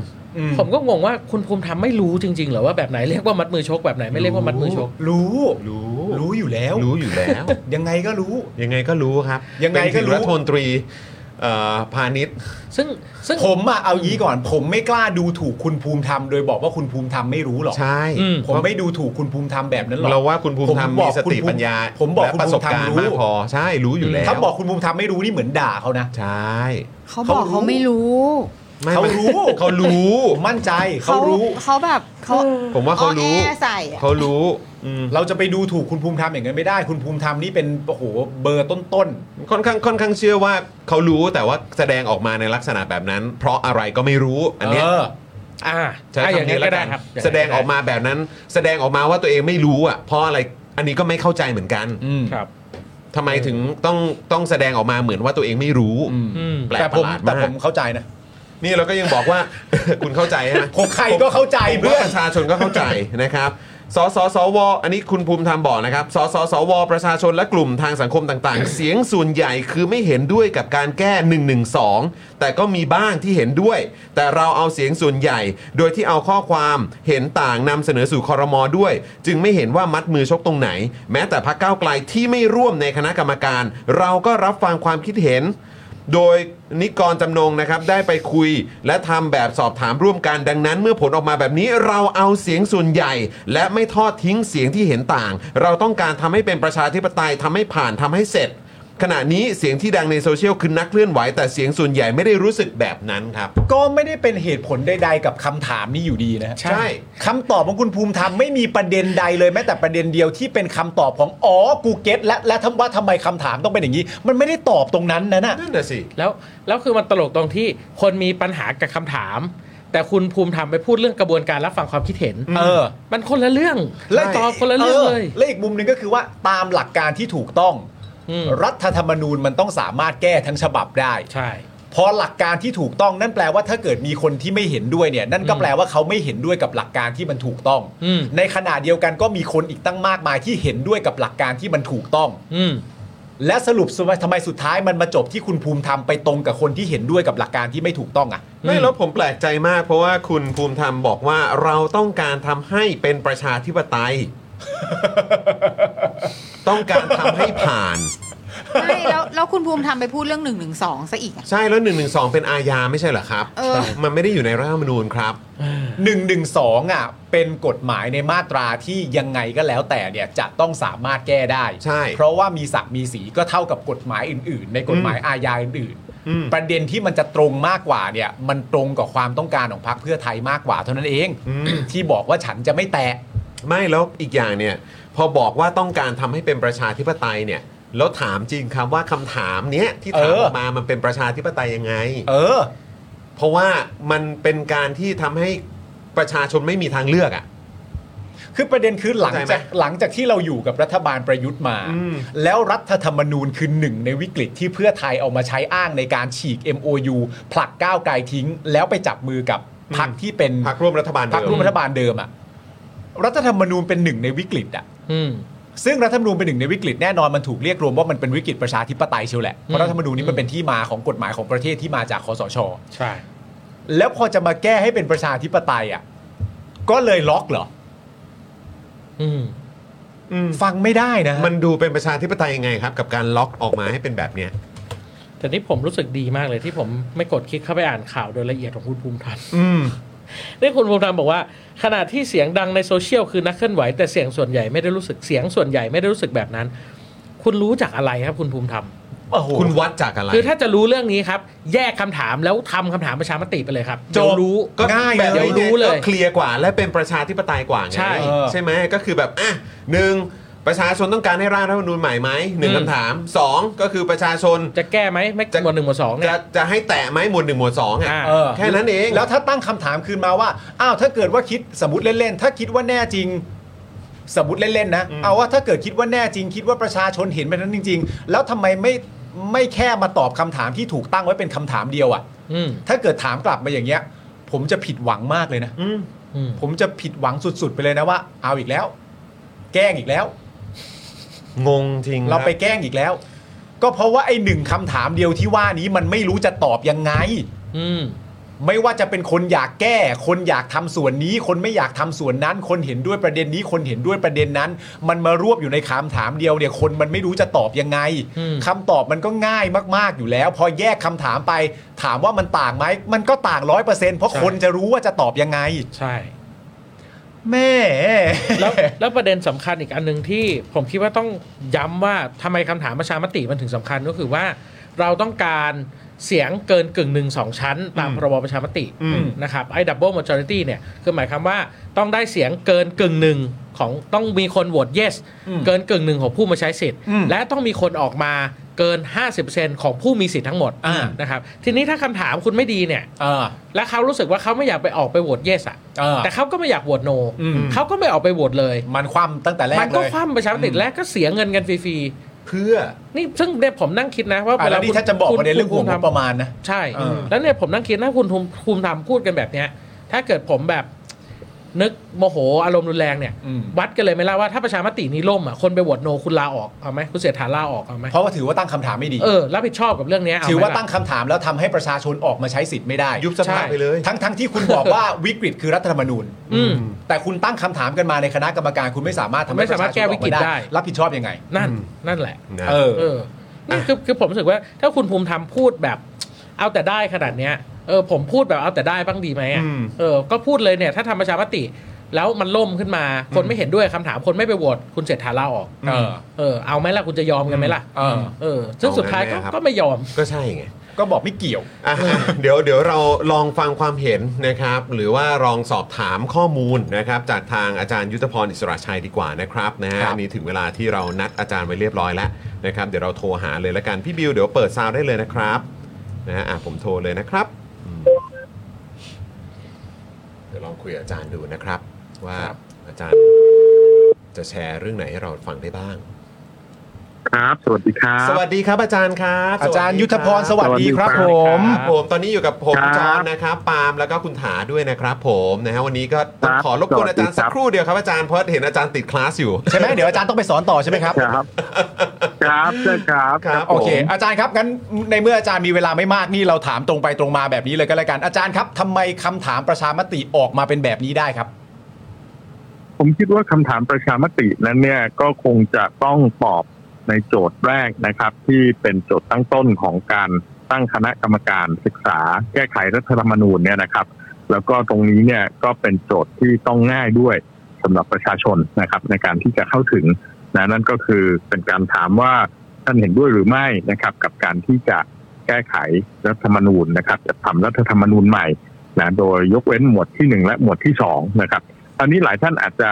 ผมก็งงว่าคุณภูมิธรรมไม่รู้จริงๆเหรอว่าแบบไหนเรียกว่ามัดมือชกแบบไหนไม่เรียกว่ามัดมือชก รู้ รู้ รู้อยู่แล้ว รู้อยู่แล้ว ยังไงก็รู้ ยังไงก็รู้ครับ ยังไงก็เป็นรู้ถึรัฐมนตรีเอ่อพาณิชย์ ซึ่งซึ่ง ผมอะเอายี้ก่อน ผมไม่กล้าดูถูกคุณภูมิธรรมโดยบอกว่าคุณภูมิธรรมไม่รู้หรอก ใช่ อืม ผมไม่ดูถูกคุณภูมิธรรมแบบนั้นหรอก เราว่าคุณภูมิธรรม ผมบ มี อก สติ คุณภูมิ ปัญญา ผมบอก และ คุณ ประสบภูมิธรรม การณ์ รู้ มากพอใช่รู้อยู่แล้ว ถ้าบอกคุณภูมิธรรมไม่รู้นี่เหมือนด่าเขานะ ใช่ เขาบอก เขารู้ เขาไม่รู้ ไม่ เขารู้ เขารู้ ผมมั่นใจเขารู้ เขาแบบเขา ผมว่าเขารู้ อแอใส่อะ เขารู้อืม เราจะไปดูถูกคุณภูมิธรรมอย่างนั้นไม่ได้ คุณภูมิธรรมนี่เป็นโอ้โหเบอร์ต้น ค่อนข้างค่อนข้างเชื่อว่าเขารู้แต่ว่าแสดงออกมาในลักษณะแบบนั้น เพราะอะไรก็ไม่รู้อันเนี้ย เออ อ่า ใช้ อ่ะอย่า คำ ง นี้ นั้น แล้ ก็ วกั ได้ น ครับย่งนั้น แสดงออกมาแบบนั้น แสดงออกมาว่าตัวเองไม่รู้อ่ะเพราะอะไรอันนี้ก็ไม่เข้าใจเหมือนกัน อืม ครับ ทำไมถึงต้องต้องแสดงออกมาเหมือนว่าตัวเองไม่รู้ อืม อืม แปลก แต่ผม ประหลาดมาก แต่ผมเข้าใจนะ นี่เราก็ยังบอกว่า [laughs] คุณเข้าใจใช่ไหม ผมใครก็เข้าใจ ผม เพื่อ ว่าน ประชาชนก็เข้าใจ นะครับ สสสว อันนี้คุณภูมิธรรมบอกนะครับ สสสว ประชาชนและกลุ่มทางสังคมต่างๆ เสียงส่วนใหญ่คือไม่เห็นด้วยกับการแก้ 112 แต่ก็มีบ้างที่เห็นด้วย แต่เราเอาเสียงส่วนใหญ่ โดยที่เอาข้อความเห็นต่างนำเสนอสู่คอรมอด้วย จึงไม่เห็นว่ามัดมือชกตรงไหน แม้แต่พรรคก้าวไกลที่ไม่ร่วมในคณะกรรมการ เราก็รับฟังความคิดเห็น โดยนิกรจำนงนะครับได้ไปคุยและทำแบบสอบถามร่วมกันดังนั้นเมื่อผลออกมาแบบนี้เราเอาเสียงส่วนใหญ่ และไม่ทอดทิ้งเสียงที่เห็นต่าง เราต้องการทำให้เป็นประชาธิปไตยทำให้ผ่านทำให้เสร็จ ขณะนี้เสียงที่ดังในโซเชียลคือนักเคลื่อนไหว แต่เสียงส่วนใหญ่ไม่ได้รู้สึกแบบนั้นครับ ก็ไม่ได้เป็นเหตุผลใด ๆ กับคำถามนี้อยู่ดีนะฮะ ใช่ คำตอบของคุณภูมิธรรมไม่มีประเด็นใดเลยแม้แต่ประเด็นเดียวที่เป็นคำตอบของอ๋อกูเก็ตและและทำว่าทำไมคำถามต้องเป็นอย่างนี้ มันไม่ได้ตอบตรงนั้นนะน่ะ นั่นน่ะสิ แล้วแล้วคือมันตลกตรงที่คนมีปัญหากับคำถาม แต่คุณภูมิธรรมไปพูดเรื่องกระบวนการรับฟังความคิดเห็น เออ มันคนละเรื่อง และ ตอบคนละเรื่องเลย และอีกมุมหนึ่งก็คือว่าตามหลักการที่ถูกต้อง อืม รัฐธรรมนูญมันต้องสามารถแก้ทั้งฉบับได้ ใช่ พอหลักการที่ถูกต้องนั่นแปลว่าถ้าเกิดมีคนที่ไม่เห็นด้วยเนี่ย นั่นก็ อืม แปลว่าเขาไม่เห็นด้วยกับหลักการที่มันถูกต้อง อืม ในขณะเดียวกันก็มีคนอีกตั้งมากมายที่เห็นด้วยกับหลักการที่มันถูกต้อง อื [laughs] ม และสรุปทำไมสุดท้ายมันมาจบที่คุณภูมิธรรมไปตรงกับคนที่เห็นด้วยกับหลักการที่ไม่ถูกต้องอ่ะ ไม่แล้วผมแปลกใจมาก เพราะว่าคุณภูมิธรรมบอกว่าเราต้องการทำให้เป็นประชาธิปไตย ต้องการทำให้ผ่าน ไม่แล้วแล้วคุณภูมิธรรมไปพูดเรื่องหนึ่งหนึ่งสองซะอีกอะ ใช่แล้ว1นึเป็นอาญาไม่ใช่เหรอครับ เออ มันไม่ได้อยู่ในรัฐธรรมนูญครับ 1นึอ่ะเป็นกฎหมายในมาตราที่ยังไงก็แล้วแต่เนี่ยจะต้องสามารถแก้ได้ ใช่ เพราะว่ามีศักดิ์มีสีก็เท่ากับกฎหมายอื่น ๆ ในกฎหมายอาญาอื่น อืม ๆ ประเด็นที่มันจะตรงมากกว่าเนี่ยมันตรงกับความต้องการของพรรคเพื่อไทยมากกว่าเท่านั้นเอง ที่บอกว่าฉันจะไม่แตะ ไม่แล้วอีกอย่างเนี่ย พอบอกว่าต้องการทำให้เป็นประชาธิปไตยเนี่ย แล้วถามจริงครับว่าคำถามเนี้ยที่ถามออกมามันเป็นประชาธิปไตยยังไง เออ เพราะว่ามันเป็นการที่ทำให้ประชาชนไม่มีทางเลือกอ่ะ คือประเด็นคือหลัง เข้าใจ จาก ไหม หลังจากที่เราอยู่กับรัฐบาลประยุทธ์มา อืม แล้วรัฐธรรมนูญคือหนึ่งในวิกฤตที่เพื่อไทยเอามาใช้อ้างในการฉีก MOU ผลักก้าวไกลทิ้ง แล้วไปจับมือกับพรรคที่เป็น พรรคร่วมรัฐบาล พรรค เดิม ร่วมรัฐบาลเดิมอะรัฐธรรมนูญเป็นหนึ่งในวิกฤตอะ อืม ซึ่งรัฐธรรมนูญเป็นหนึ่งในวิกฤตแน่นอนมันถูกเรียกรวมว่ามันเป็นวิกฤตประชาธิปไตยเชียวแหละ เพราะรัฐธรรมนูญนี้มันเป็นที่มาของกฎหมายของประเทศที่มาจากคอสช ใช่ แล้วพอจะมาแก้ให้เป็นประชาธิปไตยอ่ะก็เลยล็อกเหรอ อืม อืม ฟังไม่ได้นะฮะ มันดูเป็นประชาธิปไตยยังไงครับ กับการล็อกออกมาให้เป็นแบบเนี้ย แต่นี่ผมรู้สึกดีมากเลยที่ผมไม่กดคลิกเข้าไปอ่านข่าวโดยละเอียดของคุณภูมิธรรม [laughs] อืม นี่คุณภูมิธรรมบอกว่า ขณะที่เสียงดังในโซเชียลคือนักเคลื่อนไหว แต่เสียงส่วนใหญ่ไม่ได้รู้สึกเสียงส่วนใหญ่ไม่ได้รู้สึกแบบนั้น คุณรู้จากอะไรครับคุณภูมิธรรม โอ้โห คุณวัดจากอะไร คือถ้าจะรู้เรื่องนี้ครับ แยกคำถามแล้วทำคำถามประชามติไปเลยครับเดี๋ยวรู้ ก็ ง่าย แบบ เดี๋ยวรู้ นี่ เลย ก็เคลียร์กว่าและเป็นประชาธิปไตยกว่าไง ใช่ ใช่ไหมก็คือแบบอ่ะหนึ่งประชาชนต้องการให้ร่างรัฐธรรมนูญใหม่ไหมหนึ่ง อืม คำถามสองก็คือประชาชน จะแก้ไหมไม่ จะ หมวดหนึ่งหมวดสองเนี่ จะ ย จะให้แตะไหมหมวดหนึ่งหมวดสองอ่ะ อ่า เออ แค่นั้นเอง แล้วถ้าตั้งคำถามคืนมาว่า อ้าว ถ้าเกิดว่าคิดสมมติเล่นๆ ถ้าคิดว่าแน่จริง สมมติเล่นๆ นะ เอาว่าถ้าเกิดคิดว่าแน่จริง คิดว่าประชาชนเห็นแบบนั้นจริง ๆ แล้วทำไมไม่ไม่แค่มาตอบคำถามที่ถูกตั้งไว้เป็นคำถามเดียวอะ อืม ถ้าเกิดถามกลับมาอย่างเงี้ย ผมจะผิดหวังมากเลยนะ อืม อืม ผมจะผิดหวังสุดๆ ไปเลยนะว่า เอาอีกแล้ว แกล้งอีกแล้ว งงจริง เราไป คบ แกล้งอีกแล้ว ก็เพราะว่าไอ้หนึ่งคำถามเดียวที่ว่านี้มันไม่รู้จะตอบยังไง อืม ไม่ว่าจะเป็นคนอยากแก้ คนอยากทำส่วนนี้ คนไม่อยากทำส่วนนั้น คนเห็นด้วยประเด็นนี้ คนเห็นด้วยประเด็นนั้น มันมารวบอยู่ในคำถามเดียวเนี่ย คนมันไม่รู้จะตอบยังไง อืม คำตอบมันก็ง่ายมาก ๆอยู่แล้ว พอแยกคำถามไป ถามว่ามันต่างไหม มันก็ต่างร้อยเปอร์เซ็นต์เพราะคนจะรู้ว่าจะตอบยังไง ใช่ แม่ แล้วแล้วประเด็นสำคัญอีกอันหนึ่งที่ผมคิดว่าต้องย้ำว่าทำไมคำถามประชามติมันถึงสำคัญก็คือว่า เราต้องการเสียงเกินกึ่งหนึ่งสองชั้น ตามพรบประชามตินะครับไอ้ดับเบิลมอร์จอริตี้เนี่ยคือหมายความว่าต้องได้เสียงเกินกึ่งหนึ่งของต้องมีคนโหวต yes เกินกึ่งหนึ่งของผู้มาใช้สิทธิ์ และต้องมีคนออกมาเกิน 50%ของผู้มีสิทธิ์ทั้งหมด อ่า นะครับทีนี้ถ้าคำถามคุณไม่ดีเนี่ย เออ และเขารู้สึกว่าเขาไม่อยากไปออกไปโหวตเยสอ่ะ เออ แต่เขาก็ไม่อยากโหวตโน อืม เขาก็ไม่ออกไปโหวตเลย มันคว่ำตั้งแต่แรกเลย มันก็คว่ำประชามติ อืม แรกก็เสียเงินกันฟรี เพื่อ ๆ นี่ซึ่งเนี่ยผมนั่งคิดนะว่า อ่ะแล้วนี่ถ้าจะบอกประเด็นเรื่องห่วงงบประมาณนะ ใช่ เออ แล้วเนี่ยผมนั่งคิดนะคุณภูมิภูมิธรรมพูดกันแบบเนี้ย ถ้าเกิดผมแบบนึกโมโหอารมณ์รุนแรงเนี่ย อืม วัดกันเลยไหมล่ะว่าถ้าประชามตินี้ล่มอ่ะคนไปโหวตโนคุณลาออกเอาไหมคุณเสียฐานลาออกเอาไหม เพราะว่าถือว่าตั้งคำถามไม่ดี เออรับผิดชอบกับเรื่องเนี้ยเไหม ถือว่าตั้ ล่ะ งคำถามแล้วทำให้ประชาชนออกมาใช้สิทธิ์ไม่ได้ ยุบสภา ใช่ ไปเลย ทั้งทั้งที่คุณบอกว่า [laughs] วิกฤตคือรัฐธรรมนูญ อืม แต่คุณตั้งคำถามกันมาในคณะกรรมการคุณไม่สามารถทำให้ ไม่สามารถ ปะชชนออ แก้วิกฤตได้ รับผิดชอบยังไง นั่นนั่นแหละ นะ เออ เออนี่คือคือผมรู้สึกว่าถ้าคุณภูมิธรรมพูดแบบ เอาแต่ได้ขนาดเนี้ยเออผมพูดแบบเอาแต่ได้บ้างดีไหมอ่ะ อืม เออก็พูดเลยเนี่ยถ้าทำประชามติ แล้วมันล่มขึ้นมา คนไม่เห็นด้วยคำถามคนไม่ไปโหวตคุณเศรษฐาลาออก เออ เออเอาไหมล่ะคุณจะยอมกันไหมล่ะ เออ เออซึ่งสุดท้ายก็ เอาไงครับ ก็ไม่ยอม ก็ใช่ไง ก็บอกไม่เกี่ยว อ่ะเดี๋ยวเดี๋ยวเราลองฟังความเห็นนะครับ หรือว่าลองสอบถามข้อมูลนะครับ จากทางอาจารย์ยุทธพรอิสระชัยดีกว่านะครับนะฮะ ครับ อันนี้ถึงเวลาที่เรานัดอาจารย์ไว้เรียบร้อยแล้วนะครับ เดี๋ยวเราโทรหาเลยละกัน พี่บิวเดี๋ยวเปิดซาวด์ได้เลยนะครับนะฮะอ่ะผมโทรเลยนะครับอืมเดี๋ยวลองคุยกับอาจารย์ดูนะครับ ว่าอาจารย์จะแชร์เรื่องไหนให้เราฟังได้บ้าง ครับ สวัสดีครับ สวัสดีครับอาจารย์ครับ อาจารย์ สวัสดีคบ ยุทธพรสวัสดีครับผม ครับผมตอนนี้อยู่กับผม ครับ จอห์นนะครับปาล์มแล้วก็คุณถาด้วยนะครับผมนะฮะวันนี้ก็ต้อง ครับ ขอรบกวนอาจารย์ สวัสสัดีค ก รับ ครู่เดียวครับอาจารย์เพราะเห็นอาจารย์ติดคลาสอยู่ ใช่ไหมเดี๋ยวอาจารย์ต้องไปสอนต่อใช่ไหมครับ ครับ ครับใช่ครับ ครับ โอเค อาจารย์ครับงั้นในเมื่ออาจารย์มีเวลาไม่มากนี่เราถามตรงไปตรงมาแบบนี้เลยก็แล้วกันอาจารย์ครับทำไมคำถามประชามติออกมาเป็นแบบนี้ได้ครับ ผมคิดว่าคำถามประชามตินั้นเนี่ยก็คงจะต้องตอบในโจทย์แรกนะครับ ที่เป็นโจทย์ตั้งต้นของการตั้งคณะกรรมการศึกษาแก้ไขรัฐธรรมนูญเนี่ยนะครับ แล้วก็ตรงนี้เนี่ยก็เป็นโจทย์ที่ต้องง่ายด้วยสำหรับประชาชนนะครับ ในการที่จะเข้าถึงนะนั่นก็คือเป็นการถามว่าท่านเห็นด้วยหรือไม่นะครับ กับการที่จะแก้ไขรัฐธรรมนูญนะครับจะทำรัฐธรรมนูญใหม่นะโดยยกเว้นหมวดที่หนึ่งและหมวดที่สองนะครับ คราวนี้หลายท่านอาจจะ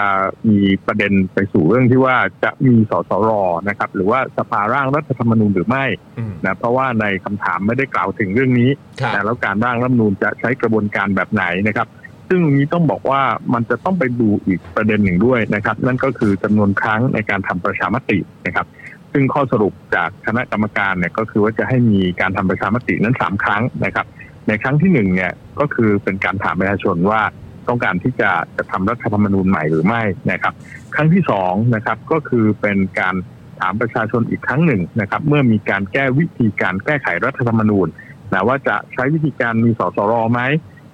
มีประเด็นไปสู่เรื่องที่ว่าจะมีสสรนะครับ หรือว่าสภาร่างรัฐธรรมนูญหรือไม่ อืม นะเพราะว่าในคำถามไม่ได้กล่าวถึงเรื่องนี้ ครับ นะแล้วการร่างรัฐธรรมนูญจะใช้กระบวนการแบบไหนนะครับ ซึ่งตรงนี้ต้องบอกว่ามันจะต้องไปดูอีกประเด็นหนึ่งด้วยนะครับ นั่นก็คือจำนวนครั้งในการทำประชามตินะครับ ซึ่งข้อสรุปจากคณะกรรมการเนี่ยก็คือว่าจะให้มีการทำประชามตินั้นสามครั้งนะครับ ในครั้งที่หนึ่งเนี่ยก็คือเป็นการถามประชาชนว่าต้องการที่จะจะทำรัฐธรรมนูญใหม่หรือไม่นะครับ ครั้งที่สองนะครับก็คือเป็นการถามประชาชนอีกครั้งหนึ่งนะครับ เมื่อมีการแก้วิธีการแก้ไขรัฐธรรมนูญนะว่าจะใช้วิธีการมีสสรไหม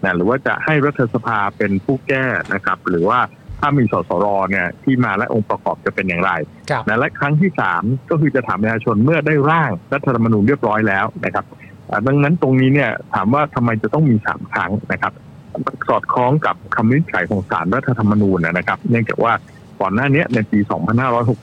นะหรือว่าจะให้รัฐสภาเป็นผู้แก้นะครับ หรือว่าถ้ามีสสรเนี่ยที่มาและองค์ประกอบจะเป็นอย่างไร ครับ นะและครั้งที่สามก็คือจะถามประชาชนเมื่อได้ร่างรัฐธรรมนูญเรียบร้อยแล้วนะครับอ่าดังนั้นตรงนี้เนี่ยถามว่าทำไมจะต้องมีสามครั้งนะครับสอดคล้องกับคำวินิจฉัยของศาลรัฐธรรมนูญนะครับ เนื่องจากว่าก่อนหน้าเนี้ยในปี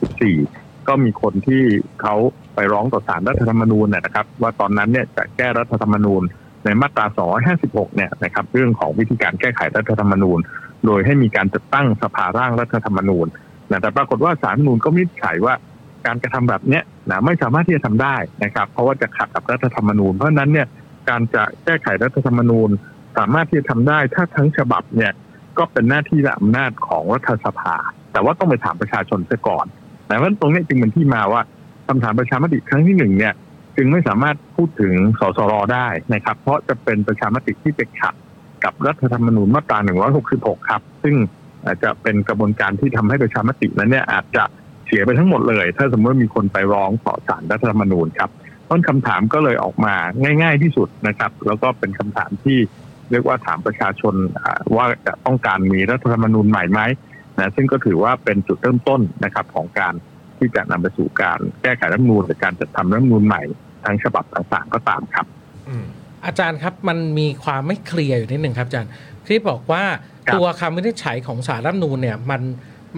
2564 ก็มีคนที่เขาไปร้องต่อศาลรัฐธรรมนูญนะครับ ว่าตอนนั้นเนี่ยจะแก้รัฐธรรมนูญในมาตรา 256 เนี่ยนะครับเรื่องของวิธีการแก้ไขรัฐธรรมนูญ โดยให้มีการจัดตั้งสภาร่างรัฐธรรมนูญ นะแต่ปรากฏว่าสาลรฐธรรมนูนก็วินิจฉัยว่าการกระทำแบบเนี้ยนะไม่สามารถที่จะทำได้นะครับ เพราะว่าจะขัดกับรัฐธรรมนูญ เพราะฉะนั้นเนี่ยการจะแก้ไขรัฐธรรมนูญ สามารถที่จะทำได้ถ้าทั้งฉบับเนี่ยก็เป็นหน้าที่และอำนาจของรัฐสภา แต่ว่าต้องไปถามประชาชนเสียก่อนนะเพราะฉะนั้นตรงเนี้ยจึงเป็นที่มาว่าคำถามประชามติครั้งที่หนึ่งเนี่ยจึงไม่สามารถพูดถึงสสรได้นะครับ เพราะจะเป็นประชามติที่จะขัดกับรัฐธรรมนูญมาตรา 166 ครับ ซึ่ง อาจจะเป็นกระบวนการที่ทำให้ประชามตินั้นเนี่ยอาจจะเสียไปทั้งหมดเลย ถ้าสมมติว่ามีคนไปร้องต่อศาลรัฐธรรมนูญครับต้นคำถามก็เลยออกมาง่าย ๆที่สุดนะครับ แล้วก็เป็นคำถามที่เรียกว่าถามประชาชนอ่าว่าจะต้องการมีรัฐธรรมนูญใหม่ไหมนะซึ่งก็ถือว่าเป็นจุดเริ่มต้นนะครับของการที่จะนำไปสู่การแก้ไขรัฐธรรมนูญหรือการจัดทำรัฐธรรมนูญใหม่ทั้งฉบับต่างๆก็ตามครับ อาจารย์ครับมันมีความไม่เคลียร์อยู่นิดหนึ่งครับอาจารย์ที่บอกว่า ครับ ตัวคำวินิจฉัยของสารรัฐธรรมนูญเนี่ยมัน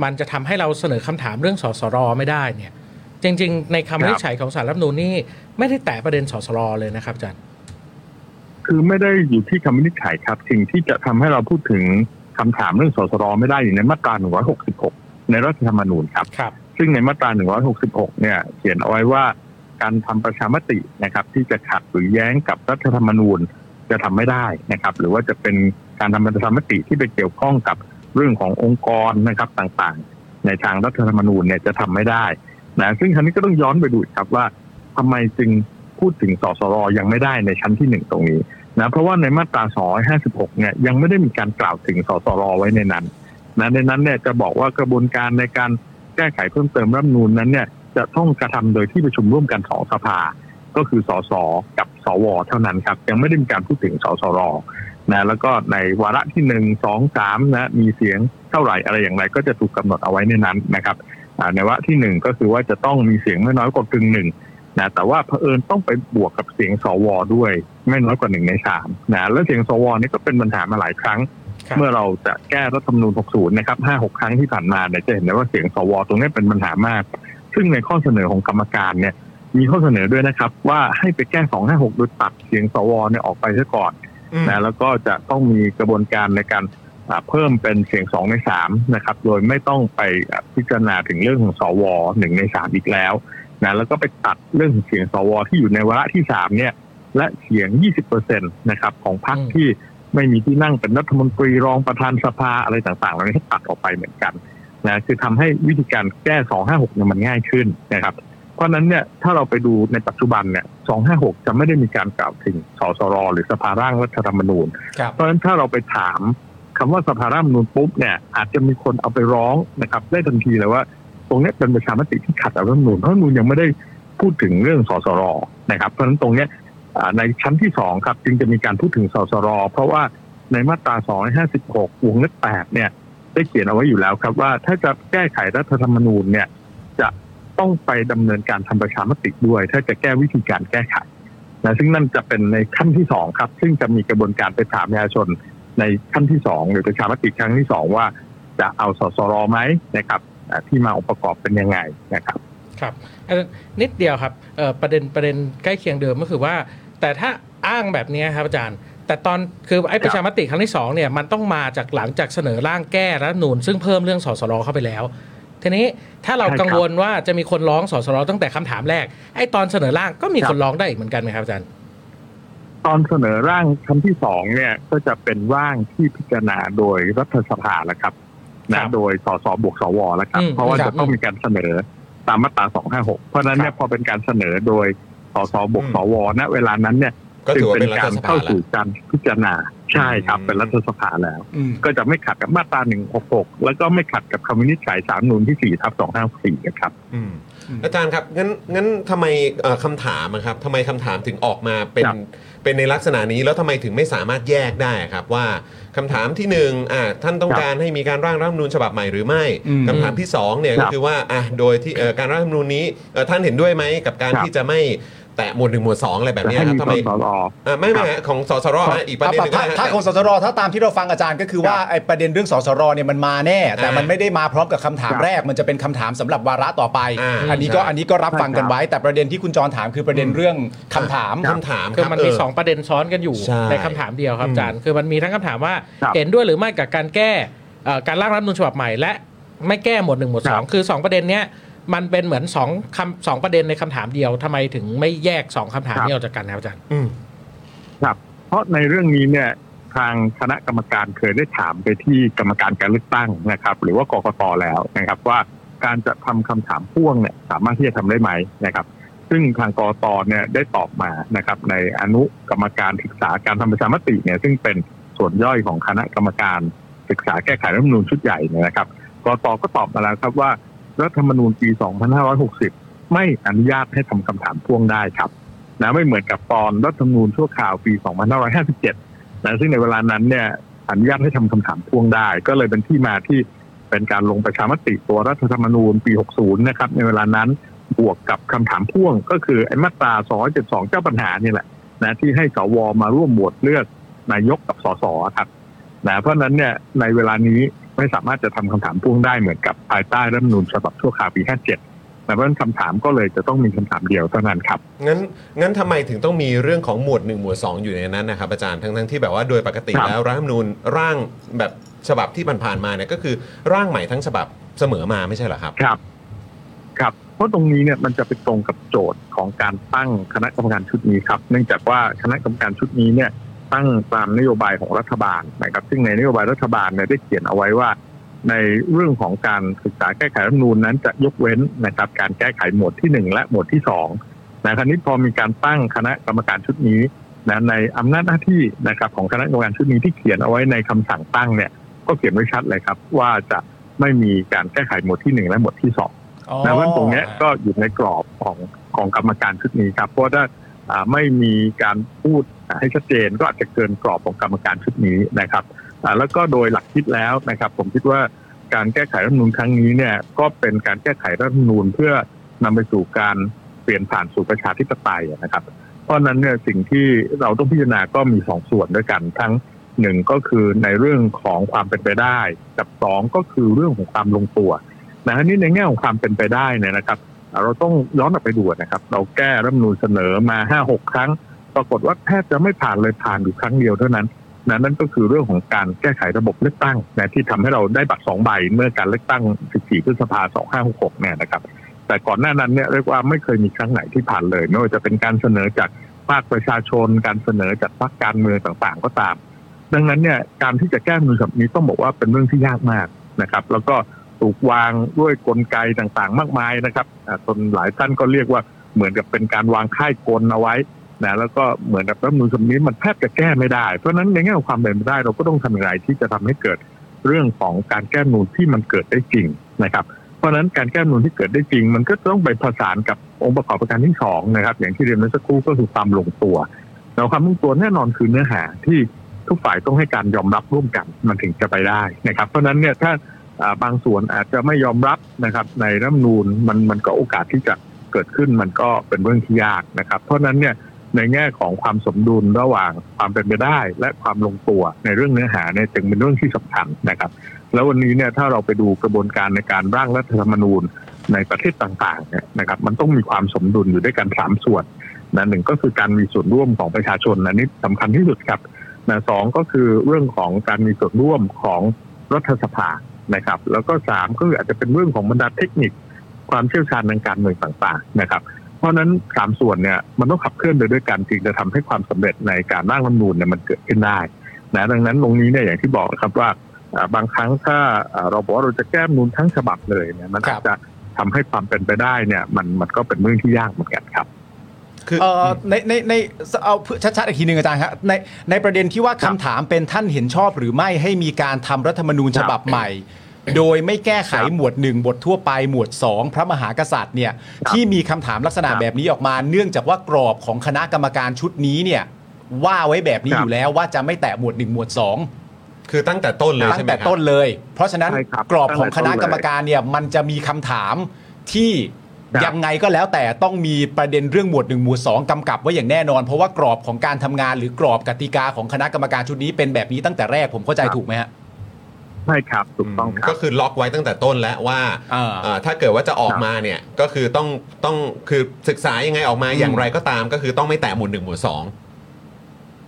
มันจะทำให้เราเสนอคำถามเรื่องสสรไม่ได้เนี่ยจริง ๆ ในคำวินิจฉัยของสารรัฐธรรมนูญนี่ไม่ได้แตะประเด็นสสรเลยนะครับอาจารย์ คือไม่ได้อยู่ที่คำวินิจฉัยครับ สิ่งที่จะทำให้เราพูดถึงคำถามเรื่องสสรไม่ได้อยู่ในมาตรา 166 ในรัฐธรรมนูญครับ ครับ ซึ่งในมาตรา 166 เนี่ยเขียนเอาไว้ว่าการทำประชามตินะครับ ที่จะขัดหรือแย้งกับรัฐธรรมนูญจะทำไม่ได้นะครับ หรือว่าจะเป็นการทำประชามติที่ไปเกี่ยวข้องกับเรื่องขององค์กรนะครับต่างๆ ในทางรัฐธรรมนูญเนี่ยจะทำไม่ได้นะซึ่งครั้นี้ก็ต้องย้อนไปดูอีกครับว่าทำไมจึงพูดถึงสสรยังไม่ได้ในชั้นที่หนึ่งตรงนี้นะเพราะว่าในมาตรา 256 เนี่ยยังไม่ได้มีการกล่าวถึงสสรไว้ในนั้นนะในนั้นเนี่ยจะบอกว่ากระบวนการในการ แก้ไขเพิ่มเติมรัฐธรรมนูญนั้นเนี่ยจะต้องกระทำโดยที่ประชุมร่วมกันสองสภา ก็คือสสกับสว เท่านั้นครับ ยังไม่ได้มีการพูดถึงสสรนะแล้วก็ในวาระที่หนึ่งสองสามนะมีเสียงเท่าไหร่อะไรอย่างไร ก็จะถูกกำหนดเอาไว้ในนั้นนะครับอ่าในวาระที่หนึ่งก็คือว่าจะต้องมีเสียงไม่น้อยกว่ากึ่งหนึ่งนะแต่ว่าเผอิญต้องไปบวกกับเสียงสว ด้วยไม่น้อยกว่าหนึ่งในสามนะและเสียงสวนี่ก็เป็นปัญหามาหลายครั้ง ครับ เมื่อเราจะแก้รัฐธรรมนูญ 60 นะครับ 5-6 ครั้งที่ผ่านมาเนี่ยจะเห็นได้ว่าเสียงสวตรงนี้เป็นปัญหามาก ซึ่งในข้อเสนอของกรรมการเนี่ย มีข้อเสนอด้วยนะครับว่าให้ไปแก้ 256 โดยตัดเสียงสวเนี่ยออกไปซะก่อนนะแล้วก็จะต้องมีกระบวนการในการอ่าเพิ่มเป็นเสียง 2 ใน 3 นะครับ โดยไม่ต้องไปอ่าพิจารณาถึงเรื่องของสว 1 ใน 3 อีกแล้วนะแล้วก็ไปตัดเรื่องของเสียงสว ที่อยู่ในวาระที่ 3 เนี่ยและเสียง 20%นะครับของพรรค อืม ที่ไม่มีที่นั่งเป็นรัฐมนตรีรองประธานสภาอะไรต่างๆเหล่านี้ตัดออกไปเหมือนกันนะคือทำให้วิธีการแก้ 256เนี่ยมันง่ายขึ้นนะครับ เพราะฉะนั้นเนี่ยถ้าเราไปดูในปัจจุบันเนี่ย 256 จะไม่ได้มีการกล่าวถึงสสรหรือสภาร่างรัฐธรรมนูญ ครับ เพราะฉะนั้นถ้าเราไปถามคำว่าสภาร่างรัฐธรรมนูญปุ๊บเนี่ยอาจจะมีคนเอาไปร้องนะครับ ได้ทันทีเลยว่า ตรงเนี้ยเป็นประชามติที่ขัดกับรัฐธรรมนูญเพราะรัฐธรรมนูญยังไม่ได้พูดถึงเรื่องสสรนะครับ เพราะฉะนั้นตรงเนี้ยอ่าในชั้นที่สองครับจึงจะมีการพูดถึงสสรเพราะว่าในมาตรา 256 วงเล็บ8เนี่ยได้เขียนเอาไว้อยู่แล้วครับว่าถ้าจะแก้ไขรัฐธรรมนูญเนี่ยจะต้องไปดำเนินการทำประชามติด้วย ถ้าจะแก้วิธีการแก้ไขนะซึ่งนั่นจะเป็นในขั้นที่สองครับ ซึ่งจะมีกระบวนการไปถามประชาชน ในขั้นที่สองหรือประชามติครั้งที่สองว่าจะเอาสสรไหมนะครับอ่าที่มาองค์ประกอบเป็นยังไงนะครับ ครับเอ่อนิดเดียวครับเอ่อประเด็นประเด็นใกล้เคียงเดิมก็คือว่า แต่ถ้าอ้างแบบเนี้ยครับอาจารย์ แต่ตอนคือไอ้ประชามติครั้งที่สองเนี่ยมันต้องมาจากหลังจากเสนอร่างแก้รัฐธรรมนูนซึ่งเพิ่มเรื่องสสรเข้าไปแล้ว ทีนี้ถ้าเรา ใช่ครับ กังวลว่าจะมีคนร้องสสรตั้งแต่คำถามแรกไอ้ตอนเสนอร่างก็มีคนร้องได้อีกเหมือนกันไหมครับอาจารย์ ตอนเสนอร่างครั้งที่สองเนี่ยก็จะเป็นร่างที่พิจารณาโดยรัฐสภาแล้วครับ ค นะ รับ โดยสสบวกสวแล้วครับ อืม เพราะว่า ครับ จะต้องมีการเสนอตามมาตรา 256 เพราะฉะนั้นเนี่ยพอเป็นการเสนอโดยสสบวกสวณเวลานั้นเนี่ย ก็ถือว่า จึ เป็ ง นรัฐ การ สภา เข้า ละ สู่การพิจารณาใช่ครับ เป็นรัฐสภาแล้ว ก็จะไม่ขัดกับมาตรา 166 แล้วก็ไม่ขัดกับคำวินิจฉัยสามนูนที่4ทับ254นะครับ อืมอาจารย์ครับงั้นงั้นทำไมเอ่อคำถามอะครับทำไมคำถามถึงออกมาเป็น ครับ เป็นในลักษณะนี้แล้วทำไมถึงไม่สามารถแยกได้อะครับว่าคำถามที่หนึ่งอ่ะท่านต้องการให้มีการร่างรัฐธรรมนูญฉบับใหม่หรือไม่คำถามที่สองเนี่ยก็คือว่าอ่ะโดยที่เอ่อการร่างรัฐธรรมนูญนี้เอ่อท่านเห็นด้วยไหมกับการที่จะไม่แตะหมวดหนึ่งหมวดสองอะไรแบบ จะ เนี้ย ให้ ครับ มี ทำไมสสร อ่ะไม่ไม่ฮะของสสรฮะอีกประเด็นหนึ่ง ถ้า นะฮะ ถ้าของสสรถ้าตามที่เราฟังอาจารย์ก็คือว่าไอประเด็นเรื่องสสรเนี่ยมันมาแน่ แต่ อ่ามั มันไม่ได้มาพร้อมกับคำถาม ครับ แรก มันจะเป็นคำถามสำหรับวาระต่อไป อ่า นี้ก็ ใช่ อันนี้ก็รับฟังกันไว้ แต่ประเด็นที่คุณจรถามคือประเด็นเรื่องคำถาม คำถาม คื รั อบมันมี เ สองประเด็นซ้อนกันอยู่ ใช่ ในคำถามเดียวครับอาจารย์คือมันมีทั้งคำถามว่า ครับ เห็นด้วยหรือไม่กับการแก้เอ่อการร่างรัฐธรรมนูญฉบับใหม่และไม่แก้หมวดหนึ่งหมวดสองคือสองประเด็นเนี้ยมันเป็นเหมือนสองคำสองประเด็นในคำถามเดียวทำไมถึงไม่แยกสองคำถาม ครับ นี้ออกจากกันครับอาจารย์ ครับเพราะในเรื่องนี้เนี่ยทางคณะกรรมการเคยได้ถามไปที่กรรมการการเลือกตั้งนะครับ หรือว่ากกตแล้วนะครับ ว่าการจะทำคำถามพ่วงเนี่ยสามารถที่จะทำได้ไหมนะครับ ซึ่งทางกกตเนี่ยได้ตอบมานะครับ ในอนุกรรมการศึกษาการทำประชามติเนี่ยซึ่งเป็นส่วนย่อยของคณะกรรมการศึกษาแก้ไขรัฐธรรมนูญชุดใหญ่เนี่ยนะครับกกตก็ตอบมาแล้วครับว่ารัฐธรรมนูญปี 2560 ไม่อนุญาตให้ทำคำถามพ่วงได้ครับ นะไม่เหมือนกับตอนรัฐธรรมนูญชั่วคราวปี 2557 นะซึ่งในเวลานั้นเนี่ยอนุญาตให้ทำคำถามพ่วงได้ ก็เลยเป็นที่มาที่เป็นการลงประชามติตัวรัฐธรรมนูญปี 60 นะครับ ในเวลานั้นบวกกับคำถามพ่วงก็คือไอ้มาตรา 272 เจ้าปัญหานี่แหละนะที่ให้สวมาร่วมโหวตเลือกนายกกับสสครับนะเพราะฉะนั้นเนี่ยในเวลานี้ไม่สามารถจะทำคำถามพ่วงได้เหมือนกับภายใต้รัฐธรรมนูญฉบับชั่วคราวปี 57นะเพราะฉะนั้นคำถามก็เลยจะต้องมีคำถามเดียวเท่านั้นครับ งั้นงั้นทำไมถึงต้องมีเรื่องของหมวด 1 หมวด 2 อยู่ในนั้นนะครับอาจารย์ทั้งทั้งที่แบบว่าโดยปกติ ครับ แล้วรัฐธรรมนูญร่างแบบฉบับที่ผ่านๆมาเนี่ยก็คือร่างใหม่ทั้งฉบับเสมอมาไม่ใช่เหรอครับ ครับ ครับ เพราะตรงนี้เนี่ยมันจะไปตรงกับโจทย์ของการตั้งคณะกรรมการชุดนี้ครับ เนื่องจากว่าคณะกรรมการชุดนี้เนี่ยตั้งตามนโยบายของรัฐบาลนะครับ ซึ่งในนโยบายรัฐบาลเนี่ยได้เขียนเอาไว้ว่า ในเรื่องของการศึกษาแก้ไขรัฐธรรมนูญนั้นจะยกเว้นนะครับ การแก้ไขหมวดที่หนึ่งและหมวดที่สองนะคราวนี้พอมีการตั้งคณะกรรมการชุดนี้นะในอำนาจหน้าที่นะครับของคณะกรรมการชุดนี้ที่เขียนเอาไว้ในคำสั่งตั้งเนี่ย ก็เขียนไว้ชัดเลยครับ ว่าจะไม่มีการแก้ไขหมวดที่หนึ่งและหมวดที่สอง นะว่าตรงเนี้ยก็อยู่ในกรอบของของกรรมการชุดนี้ครับ เพราะถ้าอ่าไม่มีการพูดอ่าให้ชัดเจนก็อาจจะเกินกรอบของกรรมการชุดนี้นะครับอ่าแล้วก็โดยหลักคิดแล้วนะครับ ผมคิดว่าการแก้ไขรัฐธรรมนูญครั้งนี้เนี่ยก็เป็นการแก้ไขรัฐธรรมนูญเพื่อนำไปสู่การเปลี่ยนผ่านสู่ประชาธิปไตยนะครับ เพราะฉะนั้นเนี่ยสิ่งที่เราต้องพิจารณาก็มีสองส่วนด้วยกันทั้งหนึ่งก็คือในเรื่องของความเป็นไปได้ กับสองก็คือเรื่องของความลงตัว นะฮะนี่ในแง่ของความเป็นไปได้เนี่ยนะครับอ่าเราต้องย้อนกลับไปดูนะครับ เราแก้รัฐธรรมนูญเสนอมาห้าหกครั้ง ปรากฏว่าแทบจะไม่ผ่านเลยผ่านอยู่ครั้งเดียวเท่านั้นนะนั่นก็คือเรื่องของการแก้ไขระบบเลือกตั้งนะที่ทำให้เราได้บัตรสองใบเมื่อการเลือกตั้ง 14 พฤษภา2566เนี่ยนะครับ แต่ก่อนหน้านั้นเนี่ยเรียกว่าไม่เคยมีครั้งไหนที่ผ่านเลยไม่ว่าจะเป็นการเสนอจากภาคประชาชน การเสนอจากพรรคการเมืองต่างๆ ก็ตาม ดังนั้นเนี่ยการที่จะแก้รัฐธรรมนูญฉบับนี้ต้องบอกว่าเป็นเรื่องที่ยากมากนะครับ แล้วก็ ถูกวางด้วยกลไกต่างๆ มากมายนะครับอ่าคนหลายท่านก็เรียกว่าเหมือนกับเป็นการวางค่ายกลเอาไว้นะแล้วก็เหมือนกับรัฐธรรมนูญฉบับนี้มันแทบจะแก้ไม่ได้ เพราะฉะนั้นในแง่ของความเป็นไปได้ เราก็ต้องทำอย่างไรที่จะทำให้เกิดเรื่องของการแก้รัฐธรรมนูญที่มันเกิดได้จริงนะครับ เพราะฉะนั้นการแก้รัฐธรรมนูญที่เกิดได้จริง มันก็ต้องไปผสานกับองค์ประกอบประการที่สองนะครับ อย่างที่เรียนเมื่อสักครู่ก็คือความลงตัวแล้วความลงตัวแน่นอนคือเนื้อหาที่ทุกฝ่ายต้องให้การยอมรับร่วมกันมันถึงจะไปได้นะครับ เพราะฉะนั้นเนี่ยถ้า อ่าบางส่วนอาจจะไม่ยอมรับนะครับ ในรัฐธรรมนูญมันมันก็โอกาสที่จะเกิดขึ้นมันก็เป็นเรื่องที่ยากนะครับ เพราะฉะนั้นเนี่ยในแง่ของความสมดุลระหว่างความเป็นไปได้ และความลงตัวในเรื่องเนื้อหาเนี่ยจึงเป็นเรื่องที่สำคัญนะครับ แล้ววันนี้เนี่ยถ้าเราไปดูกระบวนการในการร่างรัฐธรรมนูญในประเทศต่างๆเนี่ยนะครับมันต้องมีความสมดุลอยู่ด้วยกันสามส่วนนะหนึ่งก็คือการมีส่วนร่วมของประชาชนนะนี่สำคัญที่สุดครับ นะสองก็คือเรื่องของการมีส่วนร่วมของรัฐสภานะครับ แล้วก็สามก็คืออาจจะเป็นเรื่องของบรรดาเทคนิค ความเชี่ยวชาญทางการเมืองต่างๆนะครับ เพราะฉะนั้นสามส่วนเนี่ยมันต้องขับเคลื่อนไปด้วยกันจึงจะทำให้ความสำเร็จในการร่างรัฐธรรมนูญเนี่ยมันเกิดขึ้นได้นะดังนั้นตรงนี้เนี่ยอย่างที่บอกนะครับว่าอ่าบางครั้งถ้าอ่าเราบอกว่าเราจะแก้รัฐธรรมนูนทั้งฉบับเลยเนี่ยมันอาจจะทำให้ความเป็นไปได้เนี่ยมันมันก็เป็นเรื่องที่ยากเหมือนกันครับ เอ่อในในในเอาเพื่อชัดๆอีกทีหนึ่งอาจารย์ครับในในประเด็นที่ว่าคำถามเป็นท่านเห็นชอบหรือไม่ให้มีการทำรัฐธรรมนูญฉบับใหม่ โดยไม่แก้ไข ครับ หมวด 1 บททั่วไปหมวด 2 พระมหากษัตริย์เนี่ย ครับ ที่มีคำถามลักษณะ ครับ แบบนี้ออกมา เนื่องจากว่ากรอบของคณะกรรมการชุดนี้เนี่ยว่าไว้แบบนี้ ครัอบยู่แล้วว่าจะไม่แตะหมวด 1 หมวด 2 คือตั้งแต่ต้นเลย ตั้ ใช่ ง ไหม แต่ ครับ ต้นเลย เพราะฉะนั้น ใช่ครับ กรอบของ ตั้ ค งแต่ต้น ณะกรรมการเนี่ยมันจะมีคำถามที่ ครับ ยังไงก็แล้วแต่ต้องมีประเด็นเรื่องหมวด1หมวด2กำกับไว้อย่างแน่นอน เพราะว่ากรอบของการทำงานหรือกรอบกติกาของคณะกรรมการชุดนี้เป็นแบบนี้ตั้งแต่แรกผมเข้าใจ ครับ ถูกไหมฮะ ใช่ครับถูกต้องครั ก็ บ คือล็อกไว้ตั้งแต่ต้นแล้วว่า อ่า เอ่อถ้าเกิดว่าจะออกมาเนี่ยก็คือต้องต้องคือศึกษายังไงออกมา อืม อย่างไรก็ตามก็คือต้องไม่แตะหมวดหนึ่งหมวดสอง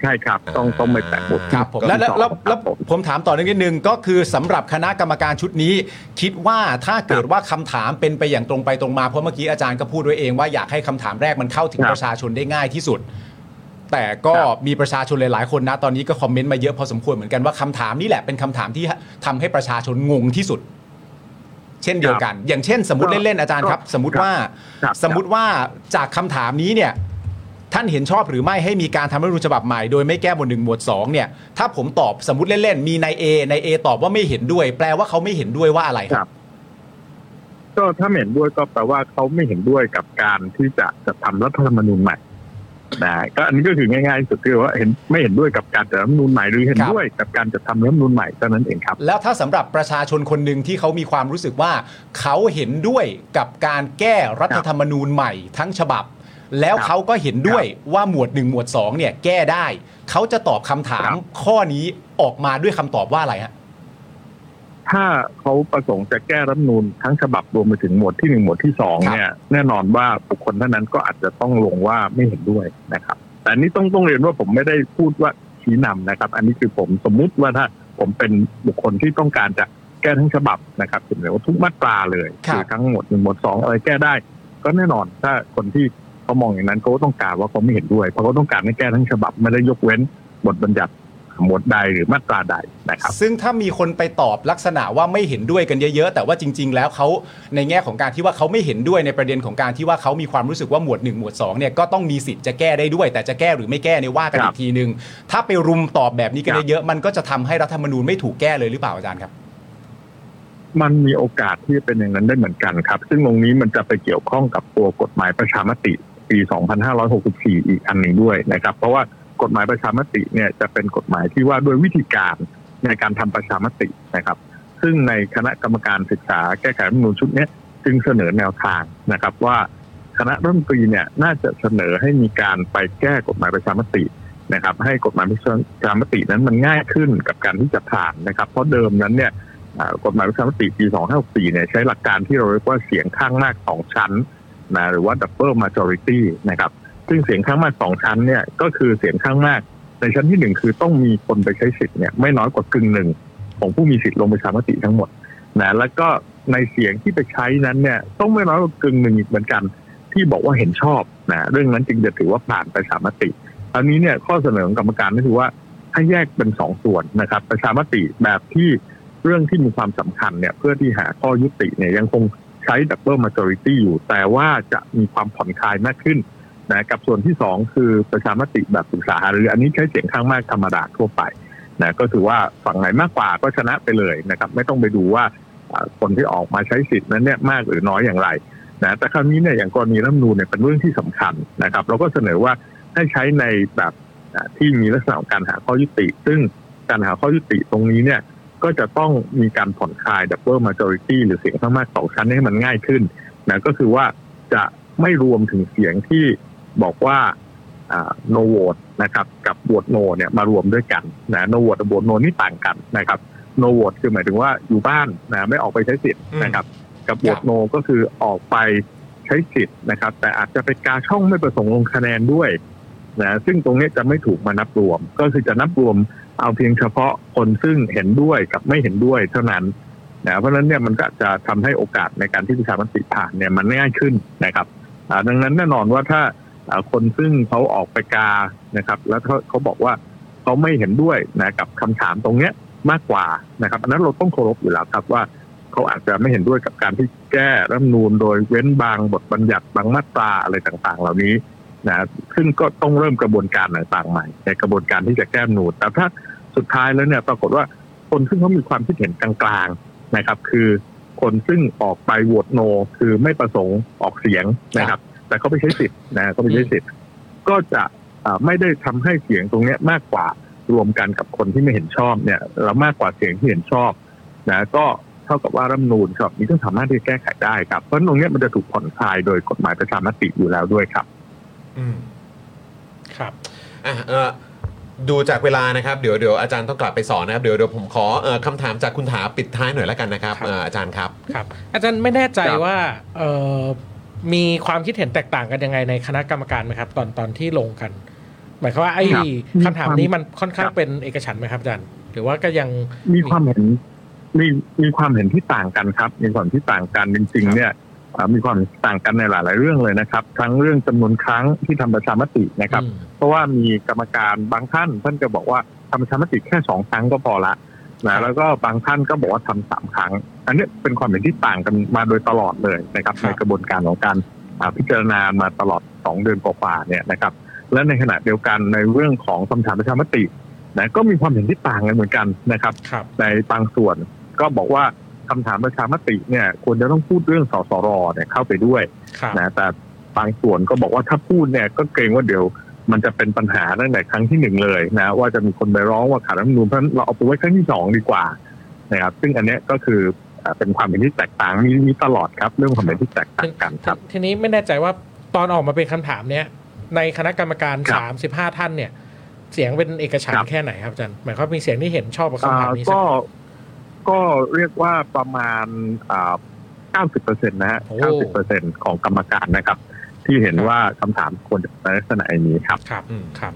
ใช่ครับ ต้องต้องไม่แตะบท ครับผม ก็ แล้วแล้วแล้ว ครับ แล้ว ผม ผมถามต่อเนื่องนิดนึงก็คือสำหรับคณะกรรมการชุดนี้ คิดว่าถ้าเกิดว่าคำถามเป็นไปอย่างตรงไปตรงมาเพราะเมื่อกี้อาจารย์ก็พูดไว้เองว่าอยากให้คำถามแรกมันเข้าถึง ครับ ประชาชนได้ง่ายที่สุด แต่ก็ ครับ มีประชาชนหลายๆ คนนะตอนนี้ก็คอมเมนต์มาเยอะพอสมควรเหมือนกันว่าคำถามนี่แหละเป็นคำถามที่ทำให้ประชาชนงงที่สุด เช่นเดียวกัน อย่างเช่น สมมติเล่นๆอาจารย์ครับ สมมติว่า ครับ สมมุติว่าจากคำถามนี้เนี่ยท่านเห็นชอบหรือไม่ให้มีการทำรัฐธรรมนูญฉบับใหม่ โดยไม่แก้หมวดหนึ่งหมวดสองเนี่ยถ้าผมตอบสมมติเล่นๆ มีนายเอนายเอตอบว่าไม่เห็นด้วย แปลว่าเขาไม่เห็นด้วยว่าอะไรค ครับ รับ ก็ถ้าไม่เห็นด้วยก็แปลว่าเขาไม่เห็นด้วยกับการที่จะจะทำรัฐธรรมนูญใหม่นะก็อันนี้ก็คือง่ายๆที่สุดคือว่าเห็นไม่เห็นด้วยกับการจัดรัฐธรรมนูญใหม่หรือเห็น ครับ ด้วยกับการจัดทำรัฐธรรมนูญใหม่เท่านั้นเองครับ แล้วถ้าสำหรับประชาชนคนหนึ่งที่เขามีความรู้สึกว่า เขาเห็นด้วยกับการแก้รัฐธรรมนูญใหม่ทั้งฉบับ แล้ว ครับ เขาก็เห็นด้วยว่าหมวดหนึ่งหมวดสองเนี่ยแก้ได้ เขาจะตอบคำถา ค ม รับ ข้อนี้ออกมาด้วยคำตอบว่าอะไรฮะ ถ้าเขาประสงค์จะแก้รัฐธรรมนูญทั้งฉบับรวมไปถึงหมวดที่หนึ่งหมวดที่สอง ครับ เนี่ยแน่นอนว่าบุคคลท่านนั้นก็อาจจะต้องลงว่าไม่เห็นด้วยนะครับ แต่อันนี้ต้องต้องเรียนว่าผมไม่ได้พูดว่าชี้นำนะครับ อันนี้คือผมสมมุติว่าถ้าผมเป็นบุคคลที่ต้องการจะแก้ทั้งฉบับนะครับถึงแม้ว่าทุกมาตราเลย ครับ ทั้งหมวดหนึ่งหมวดสองอะไรแก้ได้ ก็แน่นอนถ้าคนที่เขามองอย่างนั้นเขาก็ต้องการว่าเขาไม่เห็นด้วยเพราะเขาต้องการให้แก้ทั้งฉบับไม่ได้ยกเว้นบทบัญญัติหมวดใดหรือมาตราใดนะครับ ซึ่งถ้ามีคนไปตอบลักษณะว่าไม่เห็นด้วยกันเยอะๆ แต่ว่าจริง ๆ แล้วเขาในแง่ของการที่ว่าเขาไม่เห็นด้วยในประเด็นของการที่ว่าเขามีความรู้สึกว่าหมวด 1 หมวด2เนี่ยก็ต้องมีสิทธิ์จะแก้ได้ด้วย แต่จะแก้หรือไม่แก้เนี่ยว่ากัน ครั อี บ กทีนึง ถ้าไปรุมตอบแบบนี้กัน ครับ เยอะๆมันก็จะทำให้รัฐธรรมนูญไม่ถูกแก้เลยหรือเปล่าอาจารย์ครับ มันมีโอกาสที่จะเป็นอย่างนั้นได้เหมือนกันครับ ซึ่งตรงนี้มันจะไปเกี่ยวข้องกับตัวกฎหมายประชามติปี 2564 อีกอันหนึ่งด้วยนะครับ เพราะว่ากฎหมายประชามติเนี่ยจะเป็นกฎหมายที่ว่าด้วยวิธีการในการทำประชามตินะครับ ซึ่งในคณะกรรมการศึกษาแก้ไขรัฐธรรมนูญชุดเนี้ยจึงเสนอแนวทางนะครับ ว่าคณะรัฐมนตรีเนี่ยน่าจะเสนอให้มีการไปแก้กฎหมายประชามติ นะครับให้กฎหมายประชามตินั้นมันง่ายขึ้นกับการที่จะผ่านนะครับ เพราะเดิมนั้นเนี่ยอ่ากฎหมายประชามติปี 2564 เนี่ยใช้หลักการที่เราเรียกว่าเสียงข้างมากสองชั้นนะหรือว่า double majority นะครับซึ่งเสียงข้างมากสองชั้นเนี่ยก็คือเสียงข้างมากในชั้นที่หนึ่งคือต้องมีคนไปใช้สิทธิ์เนี่ยไม่น้อยกว่ากึ่งหนึ่งของผู้มีสิทธิ์ลงประชามติทั้งหมดนะแล้วก็ในเสียงที่ไปใช้นั้นเนี่ยต้องไม่น้อยกว่ากึ่งหนึ่งอีกเหมือนกัน ที่บอกว่าเห็นชอบนะเรื่องนั้นจึงจะถือว่าผ่านประชามติ คราวนี้เนี่ยข้อเสนอของกรรมการก็คือว่าให้แยกเป็นสองส่วนนะครับ ประชามติแบบที่เรื่องที่มีความสำคัญเนี่ยเพื่อที่หาข้อยุติเนี่ยยังคงใช้ดับเบิลมาจอริตี้อยู่ แต่ว่าจะมีความผ่อนคลายมากขึ้นนะกับส่วนที่สองคือประชามติแบบปรึกษาหารืออันนี้ใช้เสียงข้างมากธรรมดาทั่วไปนะก็คือว่าฝั่งไหนมากกว่าก็ชนะไปเลยนะครับ ไม่ต้องไปดูว่าอ่าคนที่ออกมาใช้สิทธิ์นั้นเนี่ยมากหรือน้อยอย่างไรนะแต่คราวนี้เนี่ยอย่างกรณีรัฐธรรมนูญเนี่ยเป็นเรื่องที่สำคัญนะครับเราก็เสนอว่า ให้ใช้ในแบบอ่าที่มีลักษณะของการหาข้อยุติ ซึ่งการหาข้อยุติตรงนี้เนี่ยก็จะต้องมีการผ่อนคลาย double majority หรือเสียงข้างมากสองชั้นให้มันง่ายขึ้นนะก็คือว่าจะไม่รวมถึงเสียงที่บอกว่าอ่า no vote นะครับกับ vote no เนี่ยมารวมด้วยกันนะ no vote กับ vote no นี่ต่างกันนะครับ no vote คือหมายถึงว่าอยู่บ้านนะไม่ออกไปใช้สิทธิ์นะครับ กับ vote no ก็คือออกไปใช้สิทธิ์นะครับ แต่อาจจะไปกาช่องไม่ประสงค์ลงคะแนนด้วย นะซึ่งตรงเนี้ยจะไม่ถูกมานับรวม ก็คือจะนับรวมเอาเพียงเฉพาะคนซึ่งเห็นด้วยกับไม่เห็นด้วยเท่านั้นนะเพราะฉะนั้นเนี่ยมันก็จะทำให้โอกาสในการที่ประชามติผ่านเนี่ยมันง่ายขึ้นนะครับอ่าดังนั้นแน่นอนว่าถ้าอ่าคนซึ่งเขาออกไปกานะครับ แล้วเขาเขาบอกว่าเขาไม่เห็นด้วยนะกับคำถามตรงเนี้ยมากกว่านะครับอันนั้นเราต้องเคารพอยู่แล้วครับว่า เขาอาจจะไม่เห็นด้วยกับการที่แก้รัฐธรรมนูญโดยเว้นบางบทบัญญัติบางมาตราอะไรต่างๆ เหล่านี้นะซึ่งก็ต้องเริ่มกระบวนการต่างๆใหม่ในกระบวนการที่จะแก้รัฐธรรมนูญแต่ถ้าสุดท้ายแล้วเนี่ยปรากฏว่าคนซึ่งเขามีความคิดเห็นกลางๆนะครับ คือคนซึ่งออกไปโหวตโน คือไม่ประสงค์ออกเสียงนะครับ แต่เขาไปใช้สิทธิ์นะเขาไปใช้สิทธิ์ก็จะอ่าไม่ได้ทำให้เสียงตรงเนี้ยมากกว่ารวมกันกับคนที่ไม่เห็นชอบเนี่ยแล้วมากกว่าเสียงที่เห็นชอบ นะก็เท่ากับว่ารัฐธรรมนูญฉบับนี้ก็สามารถที่จะแก้ไขได้ครับเพราะตรงเนี้ยมันจะถูกผ่อนคลายโดยกฎหมายประชามติอยู่แล้วด้วยครับ อืม ครับ อ่ะเอ่อดูจากเวลานะครับเดี๋ยวเดี๋ยวอาจารย์ต้องกลับไปสอนนะครับเดี๋ยวเดี๋ยวผมขอเอ่อคำถามจากคุณถาปิดท้ายหน่อยแล้วกันนะครับเอ่ออาจารย์ครับ ครับ อาจารย์ไม่แน่ใจ ครับ ว่าเอ่อมีความคิดเห็นแตกต่างกันยังไงในคณะกรรมการไหมครับ ตอนตอนที่ลงกัน หมายความว่าไอ้ ครับ คำถามนี้มันค่อนข้าง ครับ เป็นเอกฉันท์ไหมครับอาจารย์หรือว่าก็ยัง มีความเห็นมีมีความเห็นที่ต่างกันครับ มีความที่ต่างกันจริงๆเนี่ยอ่ามีความต่างกันในหลาย ๆ เรื่องเลยนะครับ ทั้งเรื่องจำนวนครั้งที่ทำประชามตินะครับ อืม เพราะว่ามีกรรมการบางท่าน ท่านก็บอกว่าทำประชามติแค่สองครั้งก็พอละนะแล้วก็บางท่านก็บอกว่าทำสามครั้ง อันเนี้ยเป็นความเห็นที่ต่างกันมาโดยตลอดเลยนะครับ ครับ ในกระบวนการของการอ่าพิจารณามาตลอดสองเดือนกว่าๆเนี่ยนะครับ และในขณะเดียวกันในเรื่องของคำถามประชามตินะก็มีความเห็นที่ต่างกันเหมือนกันนะครับ ครับ ในบางส่วนก็บอกว่าคำถามประชามติเนี่ยควรจะต้องพูดเรื่องสสรเนี่ยเข้าไปด้วย ครับ นะแต่บางส่วนก็บอกว่าถ้าพูดเนี่ยก็เกรงว่าเดี๋ยวมันจะเป็นปัญหาตั้งแต่ครั้งที่หนึ่งเลยนะว่าจะมีคนไปร้องว่าขาดรัฐธรรมนูลเพราะฉะนั้นเราเอาไปไว้ครั้งที่สองดีกว่านะครับซึ่งอันเนี้ยก็คืออ่าเป็นความเห็นที่แตกต่างมีมีตลอดครับเรื่องความเห็นที่แตกต่างกันครับ ทีนี้ไม่แน่ใจว่าตอนออกมาเป็นคำถามเนี้ยในคณะกรรมการ ครับ 35 ท่านเนี่ย เสียงเป็นเอกฉัน ครั ท์ บ แค่ไหนครับอาจารย์หมายความว่ามีเสียงที่เห็นชอบกับคำถามนี้สั ก็ ก ก็เรียกว่าประมาณอ่า90%นะฮะ โอ้ 90%ของกรรมการนะครับ ที่เห็นว่าคำถามควรจะเป็นลักษณะอย่างนี้ครับ ครับ อืม ครับ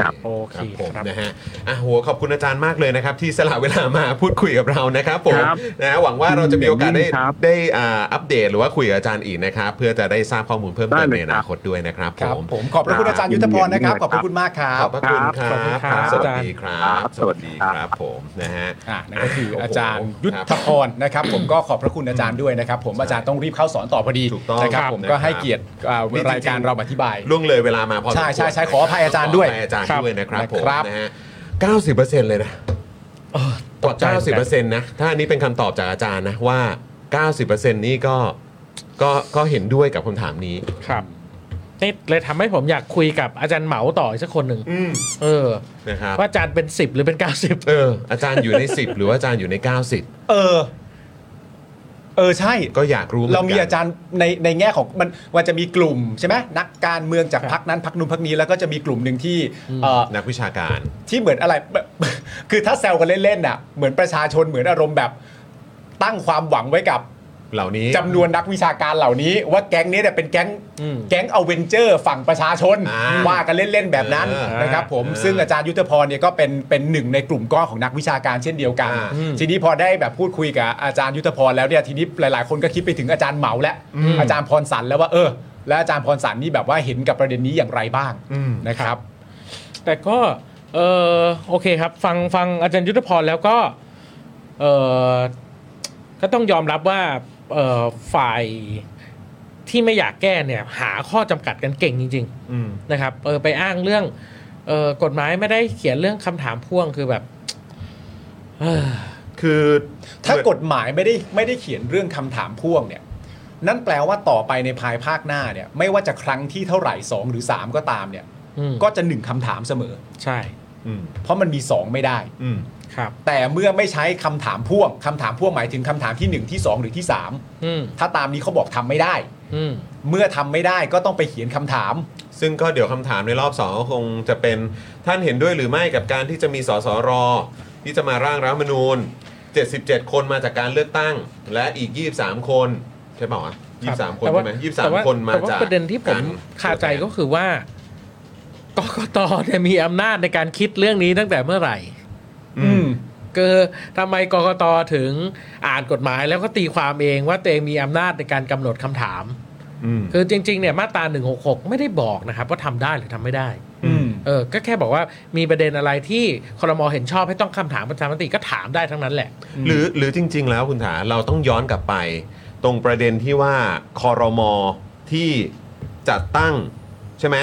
ครับ โอคเครับผม ครับ นะฮะอ่ะโหัวขอบคุณอาจารย์มากเลยนะครับ ที่สละเวลามาพูดคุยกับเรานะครับผม ครับ นะหวังว่าเราจะมีโอกาสได้ ยินดีครับ ได้อ่าอัปเดตหรือว่าคุยกับอาจารย์อีกนะครับ เพื่อจะได้ทราบข้อมูลเพิ่มเติมในอนาคตด้วยนะครับ ครับ ผม ผมขอบพระคุณอาจารย์ยุทธพรนะครับ ขอบพระคุณมากครั ขอ บบ พระคุณค ขอบคุ รั ณ บ ครับ สวัสดีครับ สวัสดีครับผมนะฮะ อ่านั่นก็คืออาจารย์ โอ้โห ยุทธพรนะครับ ผมก็ขอบพระคุณอาจารย์ด้วยนะครับ ผมอาจารย์ต้องรีบเข้าสอนต่อพอดี ถูกต้อง นะครับ ครับ ผมนะคก็รับ ให้เกียรติอ่ารายการเราอธิบาย ล่วงเลยเวลามาพอสมควร ใช่ใช่ใช่ขออภัยอาจารย์ด้วย ขออภัอาจารย์ด้วยนะครับผม ครับ นะฮะ90%เลยนะกว่า 90%นะถ้าอันนี้เป็นคำตอบจากอาจารย์นะว่า 90%นี่ก็ก็ก็เห็นด้วยกับคำถามนี้ ครับนี่เลยทำให้ผมอยากคุยกับอาจารย์เหมาต่ออีกสักคนหนึ่ง อืม เออ นะครับ ว่าอาจารย์เป็นสิบหรือเป็นเก้าสิบ เอออาจารย์อยู่ใน 10 หรือว่าอาจารย์อยู่ใน เออ เออใช่ 90 ก็อยากรู้หนกัน เรามีอาจารย์ในในแง่ของมันมันจะมีกลุ่มใช่ไหมนักการเมืองจากพักนั้นพักนู้นพักนี้แล้วก็จะมีกลุ่มหนึ่งที่เอ่อ นักวิชาการ ที่เหมือนอะไร [laughs] คือถ้าแซวกันเล่นๆน่ะเหมือนประชาชนเหมือนอารมณ์แบบ ตั้งความหวังไว้กับ เหล่านี้ จำนวนนักวิชาการเหล่านี้ ว่าแก๊งนี้เนี่ยเป็นแก๊งแก๊งอเวนเจอร์ ฝั่งประชาชน อ่า ว่ากันเล่นๆแบบนั้น เออ นะครับ ผม เออ ซึ่งอาจารย์ยุทธพรเนี่ยก็เป็นเป็นหนึ่งในกลุ่มก้อนของนักวิชาการเช่นเดียวกัน อ่า ทีนี้พอได้แบบพูดคุยกับอาจารย์ยุทธพรแล้วเนี่ยทีนี้หลาย ๆ คนก็คิดไปถึงอาจารย์เหมาและอาจารย์พรสันแล้วว่าเออ แล้วอาจารย์พรสันนี่แบบว่าเห็นกับประเด็นนี้อย่างไรบ้างนะครับ แต่ก็เออโอเคครับ ฟังฟังอาจารย์ยุทธพรแล้วก็เออก็ต้องยอมรับว่าเออฝ่ายที่ไม่อยากแก้เนี่ย หาข้อจำกัดกันเก่งจริง ๆ อืม นะครับเออไปอ้างเรื่องเออกฎหมายไม่ได้เขียนเรื่องคำถามพ่วงคือแบบเอ่อ คือ ถ้ากฎหมายไม่ได้ไม่ได้เขียนเรื่องคำถามพ่วงเนี่ย นั่นแปลว่าต่อไปในภายภาคหน้าเนี่ย ไม่ว่าจะครั้งที่เท่าไหร่ 2 หรือ 3 ก็ตามเนี่ย อืม ก็จะหนึ่งคำถามเสมอ ใช่ อืม เพราะมันมี 2 ไม่ได้ อืม ครับ แต่เมื่อไม่ใช้คำถามพ่วงคำถามพ่วงหมายถึงคำถามที่ 1 ที่ 2 หรือที่ อืม 3 ถ้าตามนี้เขาบอกทำไม่ได้ อืม เมื่อทำไม่ได้ก็ต้องไปเขียนคำถาม ซึ่งก็เดี๋ยวคำถามในรอบสองก็คงจะเป็นท่านเห็นด้วยหรือไม่กับการที่จะมีสสร ที่จะมาร่างรัฐธรรมนูญ 77 คนมาจากการเลือกตั้ง และอีก 23 คนใช่เปล่าวะ รับ 23 คน แต่ว่า ใช่ไหม แต่ว่ 23 คนมา แต่ว่ จาก ประเด็นที่ผกมร คาใจก็คือว่า กกตเนี่ยมีอำนาจในการคิดเรื่องนี้ตั้งแต่เมื่อไหร่ อืมก็ทำไมกกตถึงอ่านกฎหมายแล้วก็ตีความเองว่าตัวเองมีอำนาจในการกำหนดคำถาม คือจริงๆเนี่ยมาตรา166 ไม่ได้บอกนะครับ ว่าทำได้หรือทำไม่ได้เออ ก็แค่บอกว่ามีประเด็นอะไรที่คอรมอเห็นชอบให้ต้องคำถามประชามติก็ถามได้ทั้งนั้นแหละ หรือหรือจริง ๆ แล้วคุณถาเราต้องย้อนกลับไป ตรงประเด็นที่ว่าคอรมอที่จัดตั้งใช่ไหม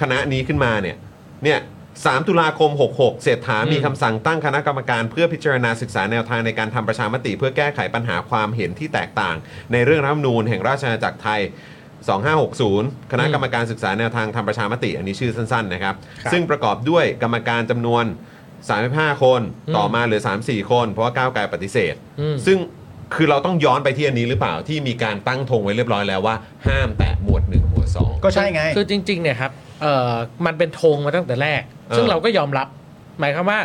คณะนี้ขึ้นมาเนี่ยเนี่ยสามตุลาคม 66 เศรษฐามีคำสั่งตั้งคณะกรรมการเพื่อพิจารณาศึกษาแนวทางในการทำประชามติ เพื่อแก้ไขปัญหาความเห็นที่แตกต่าง ในเรื่องรัฐธรรมนูญแห่งราชอาณาจักรไทย 2560 คณะกรรมการศึกษาแนวทางทำประชามติ อันนี้ชื่อสั้นๆนะครับ ซึ่งประกอบด้วยกรรมการจำนวน 35 คน อืม ต่อมาเหลือ 34 คน เพราะว่าก้าวไกลปฏิเสธ อืม ซึ่งคือเราต้องย้อนไปที่อันนี้หรือเปล่าที่มีการตั้งธงไว้เรียบร้อยแล้วว่า ห้ามแตะหมวด 1 หมวด 2 ก็ใช่ไง คือจริงๆเนี่ยครับเอ่อมันเป็นธงมาตั้งแต่แรก ซึ่ง เออ เราก็ยอมรับ หมายความว่า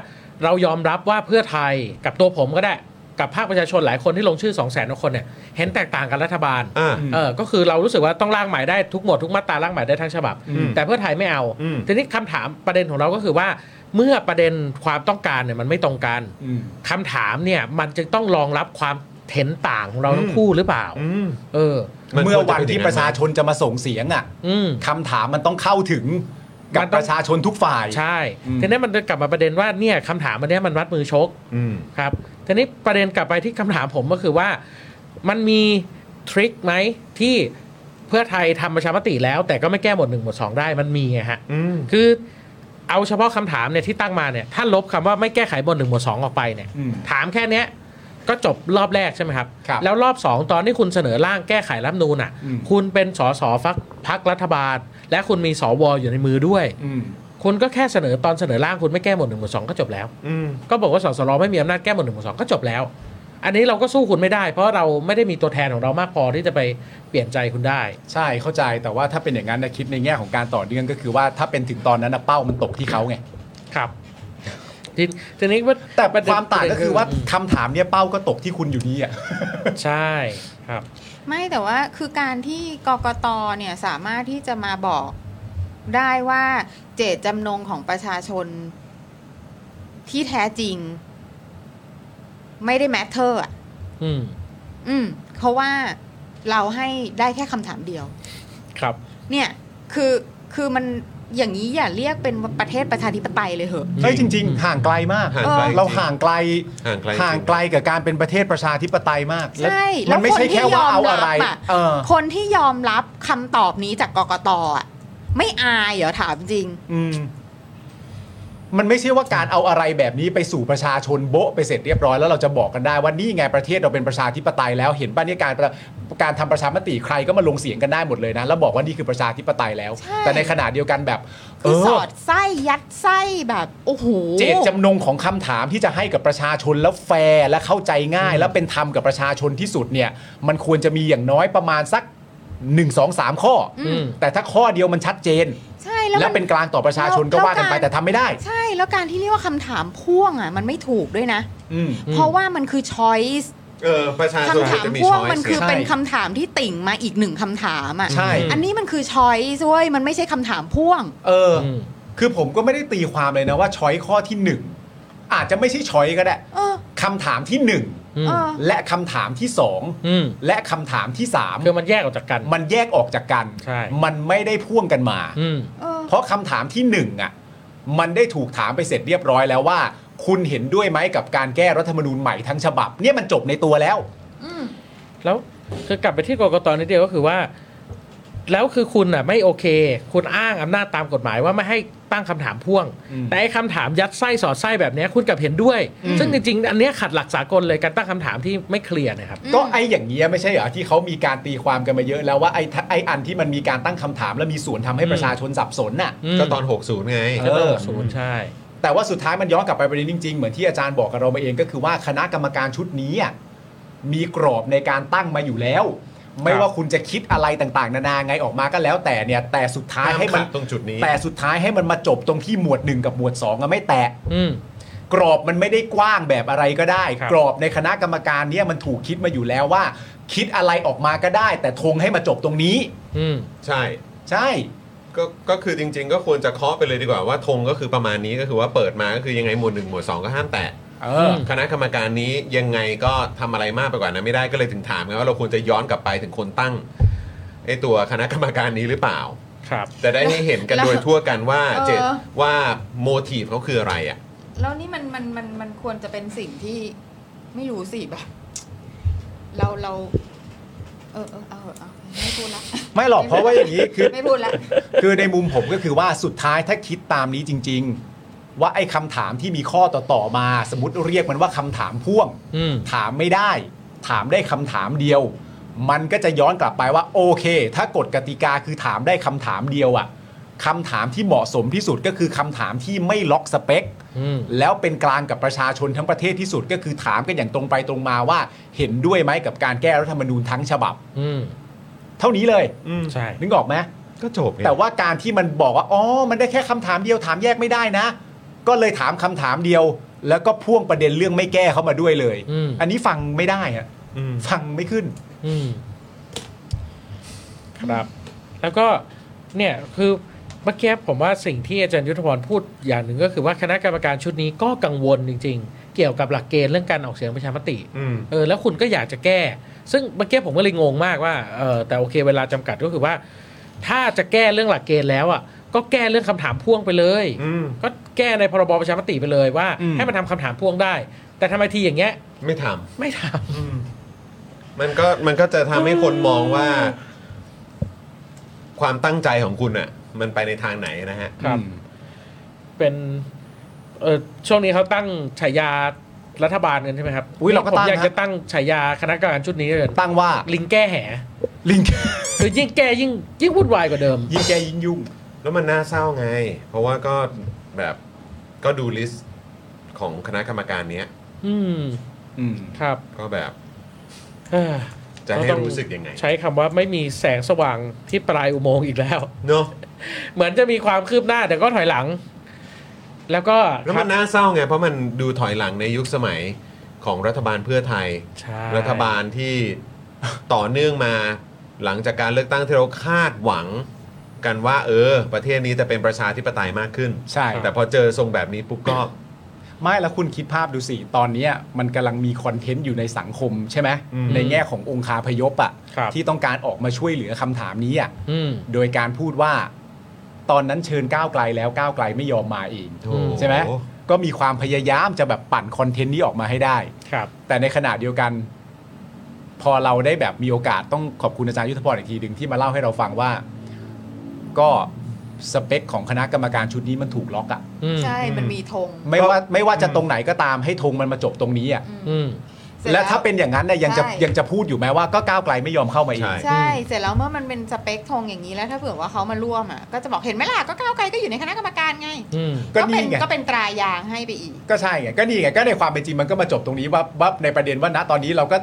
เรายอมรับว่าเพื่อไทยกับตัวผมก็ได้กับภาคประชาชนหลายคนที่ลงชื่อ 2 0 0แสนคนเนี่ยเห็นแตกต่างกับรัฐบาล อ่า เออก็คือเรารู้สึกว่าต้องร่างใหม่ได้ทุกหมวดทุกมาตราร่างใหม่ได้ทั้งฉบับ อืม แต่เพื่อไทยไม่เอา อืม ทีนี้คำถามประเด็นของเราก็คือว่า เมื่อประเด็นความต้องการเนี่ยมันไม่ตรงกันคำถามเนี่ยมันจะต้องรองรับความเห็นต่างของเราทั้งคู่หรือเปล่า อืม เออ เมื่อวันที่ประชาชนจะมาส่งเสียงอ่ะ อืม คำถามมันต้องเข้าถึงกั มั บ นต้อปงระชาชนทุกฝ่าย ใช่ทีนี้มันจะกลับมาประเด็นว่าเนี่ยคำถามมันเนี้ยมันวัดมือชก อืม ครับทีนี้ประเด็นกลับไปที่คำถามผมก็คือว่า มันมีทริคไหมที่เพื่อไทยทำประชามติแล้ว แต่ก็ไม่แก้หมวดหนึ่งหมวดสองได้มันมีไงฮะ อืม คือเอาเฉพาะคำถามเนี่ยที่ตั้งมาเนี่ยถ้าลบคำว่าไม่แก้ไขหมวดหนึ่งหมวดสองออกไปเนี่ยถามแค่เนี้ยก็จบรอบแรกใช่ไหมครับ ครับ แล้วรอบสองตอนที่คุณเสนอร่างแก้ไขรัฐธรรมนูนอ่ะ คุณเป็นสสพักพักรัฐบาล และคุณมีสวอยู่ในมือด้วย คุณก็แค่เสนอตอนเสนอร่างคุณไม่แก้หมวดหนึ่งหมวดสองก็จบแล้ว อืม ก็บอกว่าสสรไม่มีอำนาจแก้หมวดหนึ่งหมวดสองก็จบแล้ว อันนี้เราก็สู้คุณไม่ได้ เพราะเราไม่ได้มีตัวแทนของเรามากพอที่จะไปเปลี่ยนใจคุณได้ ใช่เข้าใจแต่ว่าถ้าเป็นอย่างนั้นนะคิดในแง่ของการต่อเนื่องก็คือว่าถ้าเป็นถึงตอนนั้นนะเป้ามันตกที่เขาไง ครับทีทีนี้ว่า แต่ ประเด็น ความต่างก็คือว่าคำถามเนี่ยเป้าก็ตกที่คุณอยู่ดีอ่ะ ใช่ครับ ไม่แต่ว่าคือการที่กกตเนี่ยสามารถที่จะมาบอกได้ว่าเจตจำนงของประชาชนที่แท้จริง ไม่ได้แมทเทอร์อ่ะ อืม อืมเพราะว่าเราให้ได้แค่คำถามเดียว ครับ เนี่ยคือคือมันอย่างนี้อย่าเรียกเป็นประเทศประชาธิปไตยเลยเหอะ เฮ้ยจริง ๆ ห่างไกลมาก ห่างไกลจริง เราห่างไกล ห่างไกลจริ ห่างไกลกับการเป็นประเทศประชาธิปไตยมาก ใช่ มันไม่ใช่แค่ว่าเอาอะไร แล้วคนที่ยมบะคนเออที่ยอมรับคำตอบนี้จากกกตอ่ะไม่อายเหรอถามจริง อืมมันไม่ใช่ว่าการเอาอะไรแบบนี้ไปสู่ประชาชนโบะไปเสร็จเรียบร้อยแล้วเราจะบอกกันได้ว่านี่ไงประเทศเราเป็นประชาธิปไตยแล้วเห็นบ้านนี่ยการประการทำประชามติใครก็มาลงเสียงกันได้หมดเลยนะแล้วบอกว่านี่คือประชาธิปไตยแล้ว ใช่ แต่ในขณะเดียวกันแบบ คือ เ สอดไส้ยัดไส้แบบโอ้โห เจตจำนงของคำถามที่จะให้กับประชาชนแล้วแฟร์และเข้าใจง่าย และเป็นธรรมกับประชาชนที่สุดเนี่ย มันควรจะมีอย่างน้อยประมาณสัก 1 2 3 ข้ออ ม แต่ถ้าข้อเดียวมันชัดเจน ใช่แล้ว และ มัน เป็นกลางต่อประชาชนก็ว่ากันไป แล้วการ แต่ทำไม่ได้ ใช่แล้วการที่เรียกว่าคำถามพ่วงอ่ะ มันไม่ถูกด้วยนะ อืม เพราะว่ามันคือ choice เออ ประชาชน คำถาม จะมี พ่วง ช้อย มันคือ ใช่ เป็นคำถามที่ติ่งมาอีกหนึ่งคำถามอ่ะ ใช่ อันนี้มันคือ choice เว้ยมันไม่ใช่คำถามพ่วง เอออ ม คือผมก็ไม่ได้ตีความเลยนะว่าช้อยข้อที่หนึ่งอาจจะไม่ใช่ช้อยก็ได้ เออ คำถามที่หนึ่ง อืม เออ และคำถามที่สอง อืม และคำถามที่สาม คือมันแยกออกจากกัน มันแยกออกจากกัน ใช่ มันไม่ได้พ่วงกันมา อืม เออ เพราะคำถามที่หนึ่งอ่ะมันได้ถูกถามไปเสร็จเรียบร้อยแล้วว่า คุณเห็นด้วยไหมกับการแก้รัฐธรรมนูญใหม่ทั้งฉบับ เนี่ยมันจบในตัวแล้ว อืม แล้วคือกลับไปที่กรกตนิดเดียวก็คือว่า แล้วคือคุณอ่ะไม่โอเค คุณอ้างอำนาจตามกฎหมายว่าไม่ให้ตั้งคำถามพ่วง แต่ไอ้คำถามยัดไส้สอดไส้แบบเนี้ยคุณกลับเห็นด้วย ซึ่งจริงๆ อันเนี้ยขัดหลักสากลเลยการตั้งคำถามที่ไม่เคลียร์เนะครับ ก็ไอ้อย่างเงี้ยไม่ใช่เหรอที่เขามีการตีความกันมาเยอะแล้วว่าไอ้ถ้าไอ้อันที่มันมีการตั้งคำถาม และมีส่วนทำให้ประชาชนสับสนน่ะ ม ก็ตอน 60 ไง เออ ศูนย์ใช่ แต่ว่าสุดท้ายมันย้อนกลับไปประเด็นจริงๆ เหมือนที่อาจารย์บอกกับเรามาเองก็คือว่าคณะกรรมการชุดนี้อ่ะมีกรอบในการตั้งมาอยู่แล้ว ไม่ว่าคุณจะคิดอะไรต่างๆ นานาไงออกมาก็แล้วแต่เนี่ย แต่สุดท้ายให้มัน ห้ามขัดตรงจุดนี้ แต่สุดท้ายให้มันมาจบตรงที่หมวดหนึ่งกับหมวดสองอะไม่แตะ อืม กรอบมันไม่ได้กว้างแบบอะไรก็ได้ ครับ กรอบในคณะกรรมการเนี่ยมันถูกคิดมาอยู่แล้วว่า คิดอะไรออกมาก็ได้ แต่ธงให้มาจบตรงนี้ อืม ใช่ ใช่ ก็ก็คือจริง ๆ ก็ควรจะเคาะไปเลยดีกว่าว่าธงก็คือประมาณนี้ก็คือว่าเปิดมาก็คือยังไงหมวดหนึ่งหมวดสองก็ห้ามแตะ เออ คณะกรรมการนี้ยังไงก็ทำอะไรมากไปกว่านั้นไม่ได้ก็เลยถึงถามไงว่าเราควรจะย้อนกลับไปถึงคนตั้งไอตัวคณะกรรมการนี้หรือเปล่า ครับ จะได้ให้เห็นกันโดยทั่วกันว่า เออ เจตว่าโมทีฟเขาคืออะไรอ่ะ แล้วนี่มันมันมันมันควรจะเป็นสิ่งที่ไม่รู้สิแบบ เราเรา เออเออเอาเหอะเอาไม่พูดละ ไม่หรอกเพราะว่าอย่างนี้คือ ไม่พูดละ คือในมุมผมก็คือว่าสุดท้ายถ้าคิดตามนี้จริง ๆ ว่าไอ้คำถามที่มีข้อต่อๆมา สมมติเรียกมันว่าคำถามพ่วง อืม ถามไม่ได้ ถามได้คำถามเดียว มันก็จะย้อนกลับไปว่าโอเค ถ้ากฎกติกาคือถามได้คำถามเดียวอะคำถามที่เหมาะสมที่สุดก็คือคำถามที่ไม่ล็อกสเปค อืม แล้วเป็นกลางกับประชาชนทั้งประเทศที่สุดก็คือถามกันอย่างตรงไปตรงมาว่า เห็นด้วยไหมกับการแก้รัฐธรรมนูญทั้งฉบับ อืม เท่านี้เลย ใช่ นึกออกไหม ก็จบไง แต่ว่าการที่มันบอกว่า อ๋อ มันได้แค่คำถามเดียวถามแยกไม่ได้นะ ก็เลยถามคำถามเดียว แล้วก็พ่วงประเด็นเรื่องไม่แก้เข้ามาด้วยเลย อืม นนี้ฟังไม่ได้อะ อืม ฟังไม่ขึ้น อืมครับ แล้วก็เนี่ยคือเมื่อกี้ผมว่าสิ่งที่อาจารย์ยุทธพรพูดอย่างหนึ่งก็คือว่าคณะกรรมการชุดนี้ก็กังวลจริง ๆ เกี่ยวกับหลักเกณฑ์เรื่องการออกเสียงประชามติเออแล้วคุณก็อยากจะแก้ ซึ่งเมื่อกี้ผมก็เลยงงมากว่าเออแต่โอเคเวลาจำกัดก็คือว่า ถ้าจะแก้เรื่องหลักเกณฑ์แล้วอ่ะก็แก้เรื่องคำถามพ่วงไปเลย อืม ก็แก้ในพรบประชามติไปเลยว่า อืม ให้มันทำคำถามพ่วงได้ แต่ทำไมทีอย่างเงี้ย ไม่ทำ ไม่ทำ มันก็มันก็จะทำให้คนมองว่า ความตั้งใจของคุณอ่ะ มันไปในทางไหนนะฮะ ครับ เป็นเออช่วงนี้เขาตั้งฉายารัฐบาลกันใช่ไหมครับ อุ๊ยเราก็ ผม ตั้ง อยาก นะ จะตั้งฉายาคณะกรรมการชุดนี้เลย ตั้งว่า ลิงแก้แห ลิง คือยิ่งแก้ยิ่งยิ่งวุ่นวายกว่าเดิม ยิ่งแกยิ่งยุ่ง แล้วมันน่าเศร้าไง เพราะว่าก็แบบก็ดูลิสต์ของคณะกรรมการเนี้ย อืม อืม ครับ ก็แบบ เอ้อ จะให้ เาต้อง รู้สึกยังไง ใช้คำว่าไม่มีแสงสว่างที่ปลายอุโมงค์อีกแล้ว เนอะ เหมือนจะมีความคืบหน้าแต่ก็ถอยหลัง แล้วก็ แล้วมัน ครับ น่าเศร้าไง เพราะมันดูถอยหลังในยุคสมัยของรัฐบาลเพื่อไทย ใช่ รัฐบาลที่ ต่อเนื่องมา หลังจากการเลือกตั้งที่เราคาดหวังกันว่า เออ ประเทศนี้จะเป็นประชาธิปไตยมากขึ้น ใช่ แต่พอเจอทรงแบบนี้ปุ๊บก็ ไม่แล้วคุณคิดภาพดูสิ ตอนเนี้ยมันกำลังมีคอนเทนต์อยู่ในสังคมใช่ไหมในแง่ขององคาพยพอะ ครับ ที่ต้องการออกมาช่วยเหลือคำถามนี้อะ อืม โดยการพูดว่า ตอนนั้นเชิญก้าวไกลแล้วก้าวไกลไม่ยอมมาเอง โถ่ ใช่ไหมก็มีความพยายามจะแบบปั่นคอนเทนต์นี้ออกมาให้ได้ ครับ แต่ในขณะเดียวกัน พอเราได้แบบมีโอกาสต้องขอบคุณอาจารย์ยุทธพรอีกทีหนึ่งที่มาเล่าให้เราฟังว่า ก็สเปคของคณะกรรมการชุดนี้มันถูกล็อกอะ อืม ใช่ มันมีธง ไม่ว่าไม่ว่าจะตรงไหนก็ตามให้ธงมันมาจบตรงนี้อะ อืม สร็จ และถ้าเป็นอย่างนั้นเนี่ยยังจะ ใช่ ยังจะพูดอยู่ไหมว่าก็ก้าวไกลไม่ยอมเข้ามาอีก ใช่ ใช่ เสร็จแล้วเมื่อมันเป็นสเปคธงอย่างนี้แล้ว ถ้าเผื่อว่าเขามาร่วมอ่ะ ก็จะบอกเห็นไหมล่ะ ก็ก้าวไกลก็อยู่ในคณะกรรมการไง อืม ก็ เป็ นี่ น ไง ก็เป็นตรายางให้ไปอีก ก็ใช่ไงก็นี่ไงก็ในความเป็นจริงมันก็มาจบตรงนี้ว่าว่าในประเด็นว่าณตอนนี้เราก็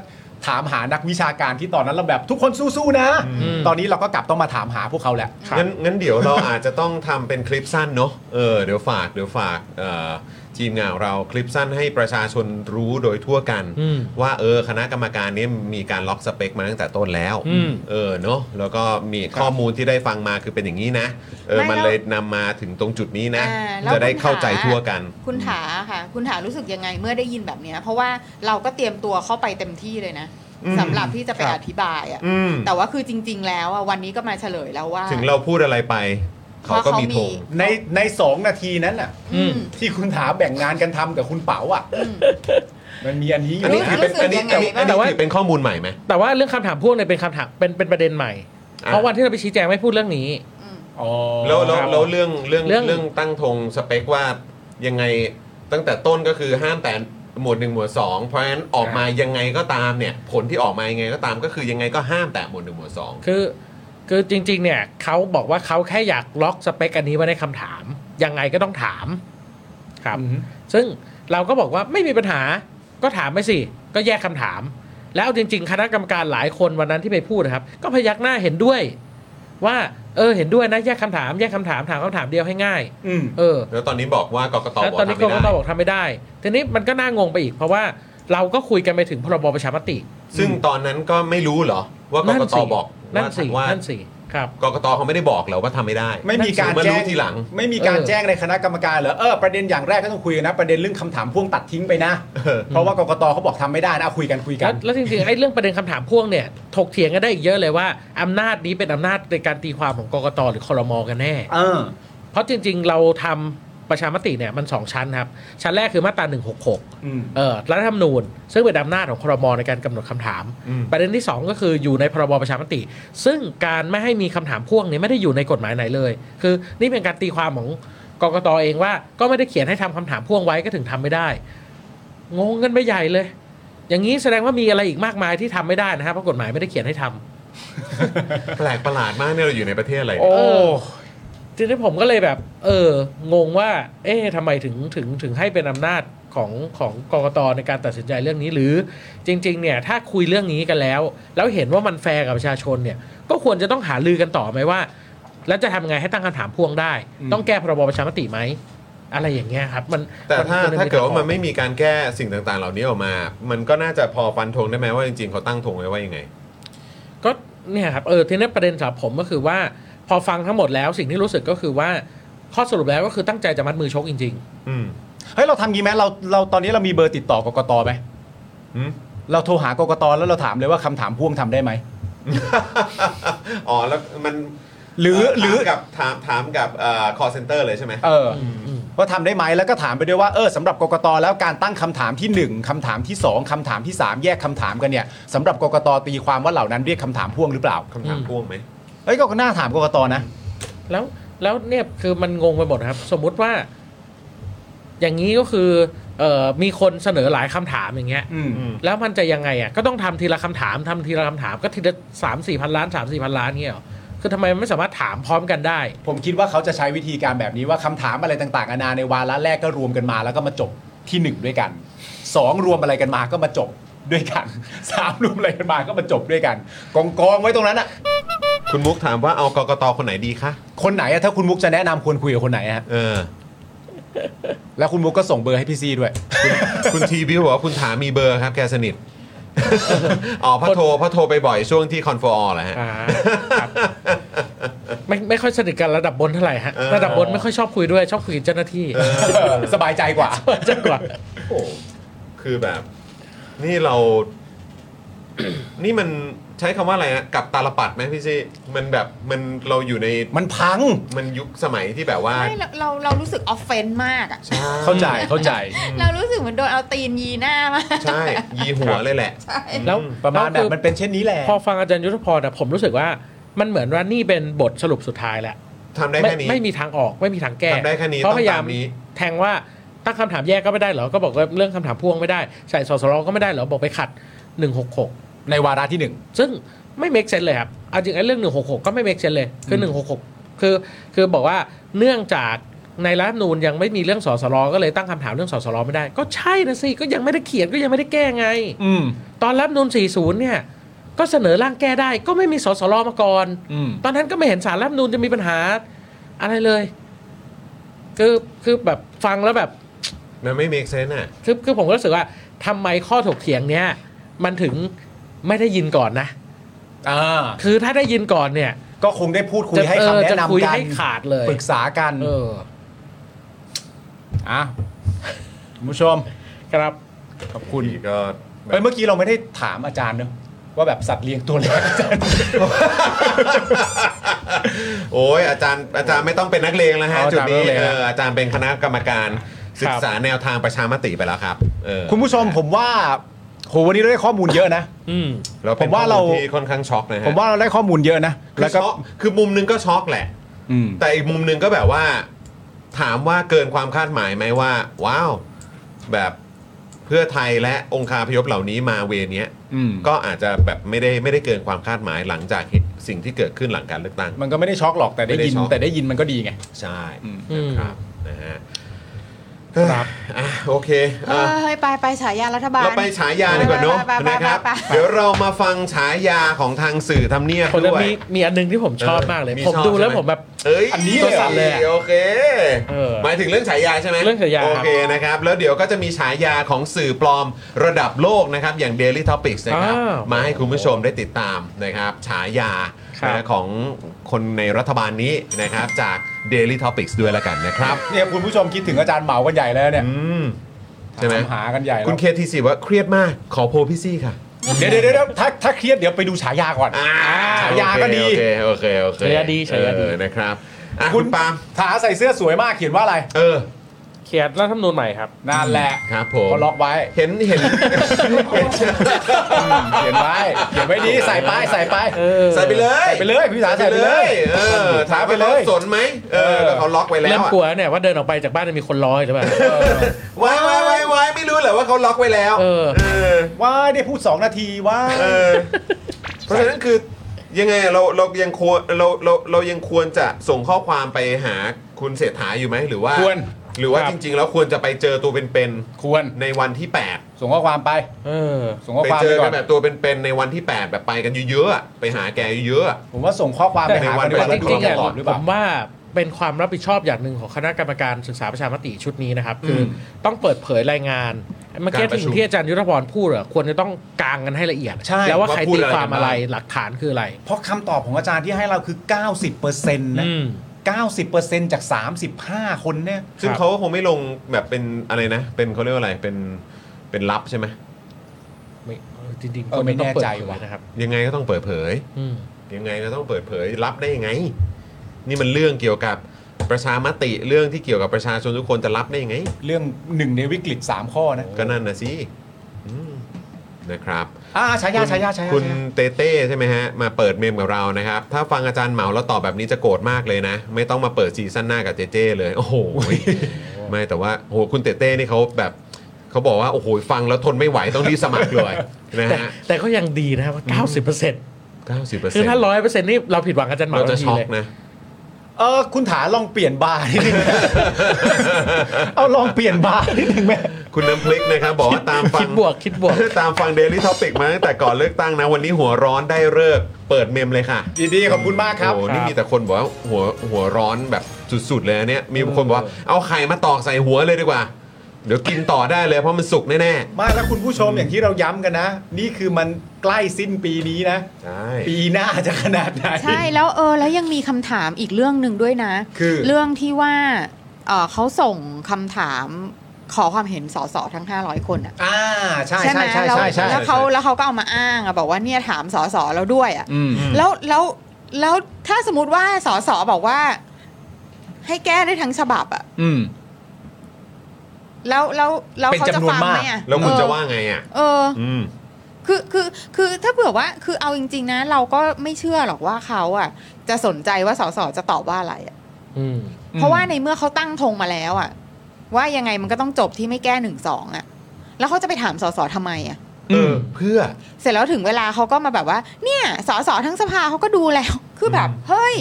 ถามหานักวิชาการที่ตอนนั้นเราแบบทุกคนสู้ๆนะ อืม ตอนนี้เราก็กลับต้องมาถามหาพวกเขาแหละ งั้นงั้นเดี๋ยวเรา อาจจะต้องทำเป็นคลิปสั้นเนาะเออเดี๋ยวฝากเดี๋ยวฝากเอ่อทีมงานของเราคลิปสั้นให้ประชาชนรู้โดยทั่วกัน อืม ว่าเออคณะกรรมการเนี้มีการล็อกสเปคมาตั้งแต่ต้นแล้ว อืม เออเนาะแล้วก็มีข้อมูลที่ได้ฟังมาคือเป็นอย่างนี้นะเออ ไม่ มัน แล้ว เลยนำมาถึงตรงจุดนี้นะ อ่าแล้ว จะได้ คุณ เข้าใจ ถา ทั่วกัน คุณถาค่ะ คุณถารู้สึกยังไงเมื่อได้ยินแบบเนี้ยเพราะว่าเราก็เตรียมตัวเข้าไปเต็มที่เลยนะ อืม สำหรับที่จะไป ครับ อธิบายอ่ะ อืม แต่ว่าคือจริง ๆ แล้วอะวันนี้ก็มาเฉลยแล้วว่า ถึงเราพูดอะไรไป เขาก็มีธง ในในสองนาทีนั้นน่ะ อืม ที่คุณถาแบ่งงานกันทำกับคุณเป๋าอ่ะ มันมีอันนี้อยู่ อันนี้ถือเป็น รู้สึก อันนี้ ยังไง อันนี้ บ้าอังนนี้ถือเป็นข้อมูลใหม่ไหม แต่ว่าเรื่องคำถามพ่วงเนี่ยเป็นคำถามเป็นเป็นประเด็นใหม่ อ่ะ เพราะวันที่เราไปชี้แจงไม่พูดเรื่องนี้ อืม อ๋อ แล้วแล้ว ครับ แล้วเรื่องเรื่อง เรื่อง เรื่องตั้งธงสเปคว่ายังไงตั้งแต่ต้นก็คือห้ามแต่หมวดหนึ่งหมวดสองเพราะฉะนั้นออกมายังไงก็ตามเนี่ย ผลที่ออกมายังไงก็ตามก็คือยังไงก็ห้ามแต่หมวดหนึ่งหมวดสอง คือคือจริง ๆ เนี่ยเขาบอกว่าเขาแค่อยากล็อกสเปคอันนี้ไว้ในคำถาม ยังไงก็ต้องถามครับ อืม ซึ่งเราก็บอกว่าไม่มีปัญหาก็ถามไปสิ ก็แยกคำถาม แล้วจริง ๆ คณะกรรมการหลายคนวันนั้นที่ไปพูดนะครับ ก็พยักหน้าเห็นด้วย ว่า เออเห็นด้วยนะแยกคำถามแยกคำถามถามคำถามเดียวให้ง่าย อืม เออ แล้วตอนนี้บอกว่ากกต แล้ว บอก ตอนนี้ ทำ กร ไม่ ก ได้ ตบอกทำไม่ได้ ทีนี้มันก็น่างงไปอีก เพราะว่าเราก็คุยกันไปถึงพรบประชามติ ซึ่งตอนนั้นก็ไม่รู้เหรอ ว่าก นั่น กต สิ บอก นั่น ว่า สิ ว่า นั่นสิ ครับ กกตเขาไม่ได้บอกเหรอว่าทำไม่ได้ ไม่มีการ มา แจ้ รู้ ง ทีหลัง [laughs] ไม่มีการ เออ แจ้งในคณะกรรมการเหรอเออประเด็นอย่างแรกก็ต้องคุยกันนะ ประเด็นเรื่องคำถามพ่วงตัดทิ้งไปนะ เออ เพราะว่ากกตเขาบอกทำไม่ได้นะเอาคุยกันคุยกั แล้ น วแล้วจริงๆไอ้เรื่องประเด็นคำถามพ่วงเนี่ยถกเถียงกันได้อีกเยอะเลยว่าอำนาจนี้เป็นอำนาจในการตีความของกกตหรือคอรมอกันแน่ เออ เพราะจริงๆ เราทำประชามติเนี่ยมันสองชั้นครับ ชั้นแรกคือมาตรา อืม 166เออรัฐธรรมนูญ ซึ่งเป็นอำนาจของครมในการกำหนดคำถาม ประเด็นที่ 2 ก็คืออยู่ในพรบประชามติ ซึ่งการไม่ให้มีคำถามพ่วงเนี่ยไม่ได้อยู่ในกฎหมายไหนเลย คือนี่เป็นการตีความของกกตเองว่าก็ไม่ได้เขียนให้ทำคำถามพ่วงไว้ก็ถึงทำไม่ได้ งงกันไปใหญ่เลย อย่างนี้แสดงว่ามีอะไรอีกมากมายที่ทำไม่ได้นะครับเพราะกฎหมายไม่ได้เขียนให้ทำ แปลกประหลาดมากเนี่ยเราอยู่ในประเทศอะไรเนี่ย โอ้ทีนี้ผมก็เลยแบบ เออ งงว่า เอ๊ะทำไมถึงถึงถึงให้เป็นอำนาจของของกกตในการตัดสินใจเรื่องนี้ หรือจริง ๆ เนี่ย ถ้าคุยเรื่องนี้กันแล้ว แล้วเห็นว่ามันแฟร์กับประชาชนเนี่ย ก็ควรจะต้องหาลือกันต่อไหมว่า แล้วจะทำไงให้ตั้งคำถามพ่วงได้ ต้องแก้พรบประชามติไหม อะไรอย่างเงี้ยครับ มัน แต่ถ้า ควรจะ ถ้าเกิดว่า ทงออ มันไม่มีการแก้สิ่งต่างๆ เหล่านี้ออกมา มันก็น่าจะพอฟันธงได้ไหมว่าจริงๆเขาตั้งธงไว้ว่ายังไง ก็เนี่ยครับเออทีนี้ประเด็นสำหรับผมก็คือว่า พอฟังทั้งหมดแล้วสิ่งที่รู้สึกก็คือว่าข้อสรุปแล้วก็คือตั้งใจจะมัดมือชกจริง อืม [laughs] เฮ้ยเราทำงี้ไหมเราเราตอนนี้เรามีเบอร์ติดต่อกกตไหม หืม เราโทรหากกตแล้วเราถามเลยว่าคำถามพ่วงทำได้ไหม อ๋อแล้วมัน หรือหรือ ถามกับถามถามกับเอ่อ call center เลยใช่ไหม เอออว่าทำได้ไหมแล้วก็ถามไปด้วยว่าเออสำหรับกกตแล้วการตั้งคำถามที่หนึ่งคำถามที่สองคำถามที่สามแยกคำถามกันเนี่ยสำหรับกกตตีความว่าเหล่านั้นเรียกคำถามพ่วงหรือเปล่า คำถามพ่วงไหม เอ้ยก็น่าถามกกตนะ ๆ แล้วแล้วเนี่ยคือมันงงไปหมดครับ สมมุติว่า อย่างนี้ก็คือเอ่อมีคนเสนอหลายคำถามอย่างเงี้ย อืม แล้วมันจะยังไงอ่ะก็ต้องทำทีละคำถามทำทีละคำถามก็ทีละสามสี่พันล้านสามสี่พันล้านเงี้ยเหรอคือทำไมมันไม่สามารถถามพร้อมกันได้ ผมคิดว่าเขาจะใช้วิธีการแบบนี้ว่าคำถามอะไรต่างๆนานาในวาระแรกก็รวมกันมา แล้วก็มาจบที่หนึ่งด้วยกันสองรวมอะไรกันมาก็มาจบด้วยกัน [laughs] สามรวมอะไรกันมาก็มาจบด้วยกัน กองกองๆไว้ตรงนั้นอะ คุณมุกถามว่าเอากกตคนไหนดีคะ คนไหนอะถ้าคุณมุกจะแนะนำควรคุยกับคนไหนอะฮะ เออ แล้วคุณมุกก็ส่งเบอร์ให้พี่ซีด้วย [laughs] คุณทีบิวบอกว่าคุณถามมีเบอร์ครับแกสนิท [laughs] อ๋อเพราะโทรเพราะโทรไปบ่อยช่วงที่คอนฟอร์แหละฮะ อ่าครับไม่ไม่ค่อยสนิทกันระดับบนเท่าไหร่ฮะ เออ ระดับบนไม่ค่อยชอบคุยด้วยชอบคุยกับเจ้าหน้าที่ สบายใจกว่า [laughs] จะกว่า โอ้โหคือแบบ นี่เรา [coughs] นี่มันใช้คำว่าอะไรนะกับตาลปัดไหมพี่ซี่มันแบบมันเราอยู่ใน มันพัง มันยุคสมัยที่แบบว่า ไม่เราเราเรารู้สึกออฟเฟนมากอะ เข้าใจเข้าใจ เรารู้สึกเหมือนโดนเอาตีนยีหน้ามาก ใช่ [laughs] ยีหัวเลยแหละ ใช่ แล้ว ประมาณแบแล้วคื บ อ มันเป็นเช่นนี้แหละ พอฟังอาจารย์ยุทธพรอะผมรู้สึกว่ามันเหมือนว่านี่เป็นบทสรุปสุดท้ายแล้ว ทำได้ ไม่ แค่นี้ ไม่มีทางออกไม่มีทางแก้ ทำได้แค่นี้ เพราะพยายาต้อมงตามนี้ แทงว่าตั้งคำถามแยกก็ไม่ได้เหรอก็บอกว่าเรื่องคำถามพ่วงไม่ได้ใส่สสรก็ไม่ได้เหรอบอกไปขัด 166 ในวาระที่หนึ่ง ซึ่งไม่ make sense เลยครับเอาจริงไอ้เรื่อง 166 ก็ไม่ make sense เลยคือ 166 คือคือบอกว่าเนื่องจากในรัฐธรรมนูญยังไม่มีเรื่องสสรก็เลยตั้งคำถามเรื่องสสรไม่ได้ ก็ใช่นะสิก็ยังไม่ได้เขียนก็ยังไม่ได้แก้ไง อืม ตอนรับนูน40 เนี่ย ก็เสนอร่างแก้ได้ ก็ไม่มีสสรมาก่อน อืม ตอนนั้นก็ไม่เห็นสารรับนูนจะมีปัญหาอะไรเลย คือคือแบบฟังแล้วแบบ มันไม่ make sense อ่ะ คือคือผมก็รู้สึกว่าทำไมข้อถกเถียงเนี้ย มันถึงไม่ได้ยินก่อนนะ อ่า คือถ้าได้ยินก่อนเนี่ย ก็คงได้พูดคุย จะ ให้ เอคำอแนะ จะคุย นำกัน ให้ขาดเลย ปรึกษากัน เออ อ่ะคุณผู้ชม ครับ ขอบคุณ ก็ [laughs] เอ้ยเมื่อกี้เราไม่ได้ถามอาจารย์เนอะว่าแบบสัตว์เลี้ยงตัวเล็กอาจารย์ [laughs] โอ้ยอาจารย์อาจารย์ไม่ต้องเป็นนักเลงแล้วฮะ อ๋ออา จุด จารย์ นี้ ไม่ต้องเลง เอ แล้ว ออาจารย์เป็นคณะกรรมการศึกษาแนวทางประชามติไปแล้วครับเออ คุณผู้ชมผมว่าโหวันนี้เราได้ข้อมูลเยอะนะ อืม เราเป็น ผมว่าเรา ข้อมูลที่ค่อนข้างช็อกนะฮะ ผมว่าเราได้ข้อมูลเยอะนะ แล้ แล้ว ว ก็ ก็ คือมุมหนึงก็ช็อกแหละ อืม แต่อีกมุมหนึงก็แบบว่า ถามว่าเกินความคาดหมายไหมว่า ว้าว แบบเพื่อไทยและองค์คาพยพเหล่านี้มาเวเนี้ย อืม ก็อาจจะแบบไม่ได้ไม่ได้เกินความคาดหมายหลังจากเหตุสิ่งที่เกิดขึ้นหลังการเลือกตั้ง มันก็ไม่ได้ช็อกหรอกแต่ได้ยิน ไม่ได้ช็อก แต่ได้ยินมันก็ดีไง ใช่ อืม นะครับนะฮะ ครับ อ่ะโอเค เ อ่ะ ฮ้ยไปไปฉายารัฐบาล เราไปฉายาดีกว่าเนอะ ไปไปไป นะครับ ไปไปไป เดี๋ยวเรามาฟังฉายาของทางสื่อทำเนียบ ผมจะ ด้วย มีมีอันหนึงที่ผมชอบมากเลย ออ ผมดู ชอบ แล้ว ใช่ไห ผมแบบ เอ้ย อันนี้เลยเหรอ โอเค เออ หมายถึงเรื่องฉายาใช่ไหม เรื่องฉายาครับ โอเคนะครับ แล้วเดี๋ยวก็จะมีฉายาของสื่อปลอมระดับโลกนะครับ อย่าง Daily Topics นะครับ อ้าว มาให้คุณผู้ชมได้ติดตามนะครับ ฉายา ครับ นะของคนในรัฐบาลนี้นะครับจาก Daily Topics ด้วยละกันนะครับ เนี่ยคุณผู้ชมคิดถึงอาจารย์เหมากันใหญ่แล้วเนี่ย อืม ใช่ไหม ถาหากันใหญ่แล้ว คุณเคทีสิว่าเครียดมากขอโพลพี่ซี่ค่ะ เดี๋ยวเดี๋ยวเดี๋ยวถ้าถ้าเครียดเดี๋ยวไปดูฉายาก่อน อ่า ฉายาก็ดี โอเค โอเค โอเค ฉายาดีฉายาเอดีอนะครับอ่ะคุณปาล์ม ถาใส่เสื้อสวยมากเขียนว่าอะไร เออ เขียนรัฐธรรมนูญใหม่ครับ นั่นแหละ ครับผม เขาล็อกไว้ เห็นเห็นเห็น เขียนไว้เขียนไว้ดีใส่ไปใส่ไป [laughs] ใส่ไปเลย ใส่ไปเลยพี่ถาใส่ไปเลย เออถามไปเลยสนไหมเออก็เขาล็อกไว้แล้ เริ่ ว ม อะ กลัวเนี่ยว่าเดินออกไปจากบ้านจะมีคนร้อยหรือเปล่า ว้ายว้ายว้ายว้ายไม่รู้เหรอว่าเขาล็อกไว้แล้ว เออ เออ ว้ายได้พูด 2 นาทีว้าย เออเพราะฉะนั้นคือยังไงเราเรายังควรเราเราเรายังควรจะส่งข้อความไปหาคุณเศรษฐาอยู่ไหมหรือว่า ควร หรือว่า ครับ จริง ๆ แล้วควรจะไปเจอตัวเป็น ควร ๆในวันที่ ส่งข้อความไป เออ ส่ง 8 ข้อ ไป ความ เจ ไป อ ก่ กั อน น แบบตัวเป็นๆในวันที่ 8 แบบไปกันเยอะๆอะไปหาแกเยอะๆอะ ผมว่าส่งข้อความไปหา วัน ดีกว่า ไปวัแล้วจน ดู ริงๆ คำ อ่ะ ตอบหรือเป ผ ล่า มว่าเป็นความรับผิดชอบอย่างหนึ่งของคณะกรรมการศึกษาประชามติชุดนี้นะครับ คือต้องเปิดเผยรายงานเมื่อกี้ การประชุ ถึ ม งที่อาจารย์ยุทธพรพูดอะควรจะต้องกางกันให้ละเอียด ใช่ แล้วว่าใครตีความอะไรหลักฐานคืออะไร เพราะคำตอบของอาจารย์ที่ให้เราคือ 90%นะ อืม 90%จาก 35 คนเนี่ย ซึ่ง ครับ เขาก็คงไม่ลงแบบเป็นอะไรนะ เป็นเขาเรียกว่าอะไรเป็นเป็นลับใช่ไหม ไม่เออจริงๆ เอ ค อนไม่ ต้องเปิด แน่ใจ เผย ว่ะ นะครับ ยังไงก็ต้องเปิดเผย อืม ยังไงก็ต้องเปิดเผยรับได้ยังไง นี่มันเรื่องเกี่ยวกับประชามติเรื่องที่เกี่ยวกับประชาชนทุกคนจะรับได้ยังไง เรื่องหนึ่งในวิกฤต 3 ข้อนะ ก็นั่นนะสิอืมนะครับ อ่าฉายาฉายาฉายา คุณ ฉายา เต้เต้ใช่ไหมฮะ มาเปิดเมมกับเรานะครับ ถ้าฟังอาจารย์เหมาแล้วตอบแบบนี้จะโกรธมากเลยนะ ไม่ต้องมาเปิดซีซั่นหน้ากับเจเจ้เลย โอ้โห ไม่แต่ว่าโอ้โหคุณเต้เต้นี่เขาแบบเขาบอกว่า โอ้โห ฟังแล้วทนไม่ไหวต้องรีบสมัครเลยนะ แต่ [laughs] ฮะ แต่ก็ยังดีนะครับว่า 90% 90% คือถ้า 100%นี่เราผิดหวังอาจารย์หมา เรา ทั จะ นที ช็อก เลย นะ เออคุณถาลองเปลี่ยนบาร์นิดนึ [laughs] ง เอาลองเปลี่ยนบาร์นิดนึงไหม คุณน้ำพลิกนะครับบอกว่าตามฟั คิ ง ดบวกคิดบวก ตามฟัง Daily Topic มาตั้งแต่ก่อนเลือกตั้งนะ วันนี้หัวร้อนได้เลิกษ์เปิดเมมเลยค่ะ ดีๆขอบคุณมากครับ โอ้โหนี่มีแต่คนบอกว่าหัวหัวร้อนแบบสุดๆเลยอันเนี่ยมีบางคนบอกว่าเอาไข่มาตอกใส่หัวเลยดีกว่า เดี๋ยวกินต่อได้เลยเพราะมันสุกแน่ ไมาแล้วคุณผู้ชมอย่างที่เราย้ำกันนะ นี่คือมันใกล้สิ้นปีนี้นะ ๆใช่ ปีหน้าจะขนาดไหน ใช่แล้วเออแล้วยังมีคำถามอีกเรื่องหนึ่งด้วยนะ คือ เรื่องที่ว่าเออเขาส่งคำถามขอความเห็นสสทั้ง 500 คนอะ อ่าใช่ ไหม ใช่ใช่ แล้ว ใช่ใช่ แล้วเขาแล้วเขาก็เอามาอ้างอะบอกว่าเนี่ยถามสสแล้วด้วยอะ อืม แล้วแล้วแล้วถ้าสมมติว่าสสบอกว่า ให้แก้ได้ทั้งฉบับอะ อืม แล้วแล้วแล้ว เป็น เขาจะ จำนวน ฟัง มาก ไหมอะ แล้วคุณ เออ จะว่าไงอ่ะ เออ อืม คือคือคือถ้าเผื่อว่าคือเอาจริง ๆ นะ เราก็ไม่เชื่อหรอกว่าเขาอ่ะ จะสนใจว่าสสจะตอบว่าอะไรอะ อืม เพราะว่าในเมื่อเขาตั้งธงมาแล้วอ่ะ ว่ายังไงมันก็ต้องจบที่ไม่แก้หนึ่งสองอ่ะ แล้วเขาจะไปถามสสทำไมอ่ะ เออ เพื่อ เสร็จแล้วถึงเวลาเขาก็มาแบบว่า เนี่ยสสทั้งสภาเขาก็ดูแล้ว คือแบบ เฮ้ย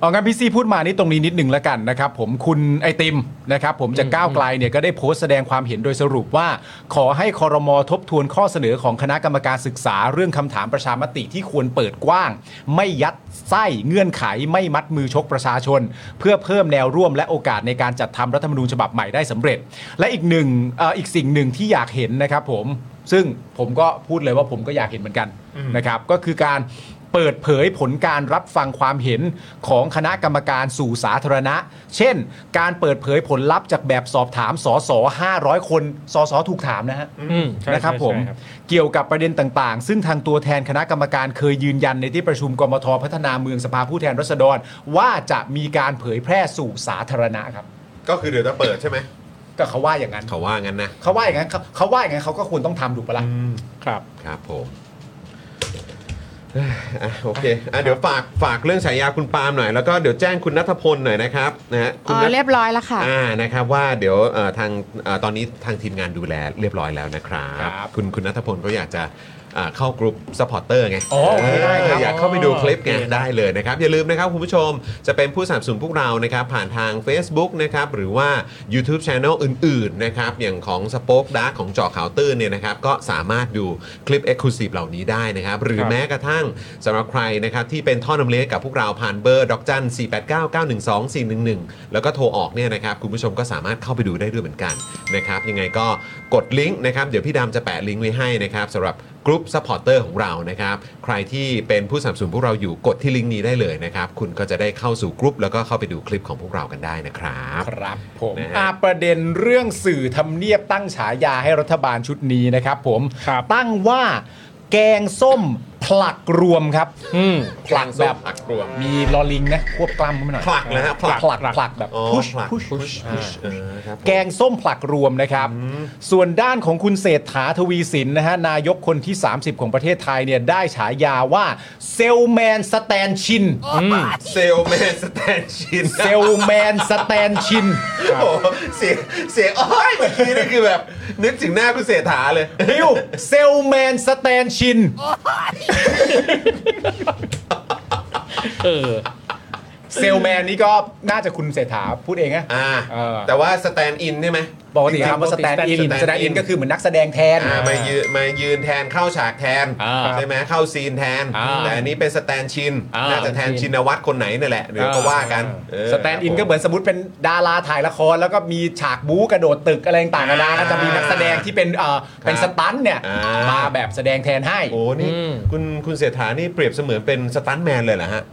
เอางั้นพี่ซี่พูดมานี่ตรงนี้นิดหนึ่งแล้วกันนะครับผมคุณไอติมนะครับผมจากก้าวไกลเนี่ยก็ได้โพสต์แสดงความเห็นโดยสรุปว่า ขอให้คอรมอทบทวนข้อเสนอของคณะกรรมการศึกษา เรื่องคำถามประชามติที่ควรเปิดกว้าง ไม่ยัดไส้เงื่อนไขไม่มัดมือชกประชาชน เพื่อเพิ่มแนวร่วมและโอกาสในการจัดทำรัฐธรรมนูญฉบับใหม่ได้สำเร็จ และอีกหนึ่งเอ่ออีกสิ่งหนึ่งที่อยากเห็นนะครับผมซึ่งผมก็พูดเลยว่าผมก็อยากเห็นเหมือนกันนะครับก็คือการ เปิดเผยผลการรับฟังความเห็นของคณะกรรมการสู่สาธารณะ เช่น การเปิดเผยผลลัพธ์จากแบบสอบถามสส500 คนสสถูกถามนะฮะ อืมใช่ นะครับ ใช่ ผม ใช่ครับ เกี่ยวกับประเด็นต่างๆ ซึ่งทางตัวแทนคณะกรรมการเคยยืนยันในที่ประชุมกมทพัฒนาเมืองสภาผู้แทนราษฎร ว่าจะมีการเผยแพร่สู่สาธารณะครับ ก็คือเดี๋ยวจะเปิดใช่ไหม ก็เขาว่าอย่างนั้น เขาว่างั้นนะ เขาว่าอย่างนั้นเขาเขาว่าอย่างนั้นเขาก็ควรต้องทำถูกปะล่ะ ครับ ครับผมเอ้ยอ่ะโอเคอ่ะเดี๋ยวฝากฝากเรื่องฉายาคุณปาล์มหน่อยแล้วก็เดี๋ยวแจ้งคุณนัทพลหน่อยนะครับนะฮะคุ อ๋ ณ อ นัท เรียบร้อยแล้วค่ะ อ่านะครับว่าเดี๋ยวเอ่อทางเอ่อตอนนี้ทางทีมงานดูแลเรียบร้อยแล้วนะครับ คุณคุณนัทพลก็อยากจะอ่าเข้ากลุ่มซัพพอร์เตอร์ไง อ๋อโอเคได้ครัเอบออยากเข้าไปดูคลิปไงได้เลยนะครับ อย่าลืมนะครับคุณผู้ชมจะเป็นผู้สนับสนุนพวกเรานะครับ ผ่านทาง Facebook นะครับหรือว่า YouTube Channel อื่น ๆ นะครับ อย่างของ Spoke Dark ของเจอข่าวตื้นเนี่ยนะครับ ก็สามารถดูคลิป Exclusive เหล่านี้ได้นะครับ หรือแม้กระทั่งสำหรับใครนะครับ ที่เป็นท่อนำเลี้ยงให้กับพวกเราผ่านเบอร์ดอกจัน 489912411 แล้วก็โทรออกเนี่ยนะครับ คุณผู้ชมก็สามารถเข้าไปดูได้ด้วยเหมือนกันนะครับ ยังไงก็กดลิงก์นะครับ เดี๋ยวพี่ดำจะแปะลิงก์ไว้ให้นะครับสำหรับ กรุ๊ปซัพพอร์เตอร์ของเรานะครับ ใครที่เป็นผู้สนับสนุนพวกเราอยู่กดที่ลิงก์นี้ได้เลยนะครับ คุณก็จะได้เข้าสู่กรุ๊ปแล้วก็เข้าไปดูคลิปของพวกเรากันได้นะครับ ครับผม นะฮะ อ่ะประเด็นเรื่องสื่อทำเนียบตั้งฉายาให้รัฐบาลชุดนี้นะครับผม ครับ ตั้งว่าแกงส้มผลักรวมครับ อืม ผลักแบบ ผลักรวม มีลอลิงนะ ควบกล้ำขึ้นมาหน่อย ผลักนะฮะผลัก ผลักผลักแบบ อ๋อ push ผลัก push push push push เออครับ แกงส้มผลักรวมนะครับ ส่วนด้านของคุณเศรษฐาทวีสินนะฮะ นายกคนที่ 30 ของประเทศไทยเนี่ย ได้ฉายาว่าเซลแมนสแตนชิน เซลแมนสแตนชิน เซลแมนสแตนชิน โอ้โหเสียงเสียงอ้อยเมื่อกี้นี่คือแบบ นึกถึงหน้าคุณเศรษฐาเลย นิวเซลแมนสแตนชิน เออ เซลแมนนี่ก็น่าจะคุณเศรษฐาพูดเองนะ อ่า เออ แต่ว่าสแตนอินใช่ไหม ปกติคำว่าสแตนอิน Stand in สแตนอินก็คือเหมือนนักแสดงแทน อ่ามายืนมายืนแทนเข้าฉากแทน อ่า ใช่ไหมเข้าซีนแทน อ่า แต่อันนี้เป็นสแตนชิน อ่า น่าจะแทนชินวัตรคนไหนนี่นแหละเดี๋ยวก็ว่ากันเ สแตนอินก็เหมือนสมมติเป็นดาราถ่ายละคร แล้วก็มีฉากบู๊กระโดดตึกอะไรต่างๆนานาก็จะมีนักแสดงที่เป็นเอ่อเป็นสตันท์เนี่ย อ่าม มาแบบแสดงแทนให้ โอ้นี่ อืม คุณคุณเศรษฐานี่เปรียบเสมือนเป็นสตันท์แมนเลยเหรอฮะ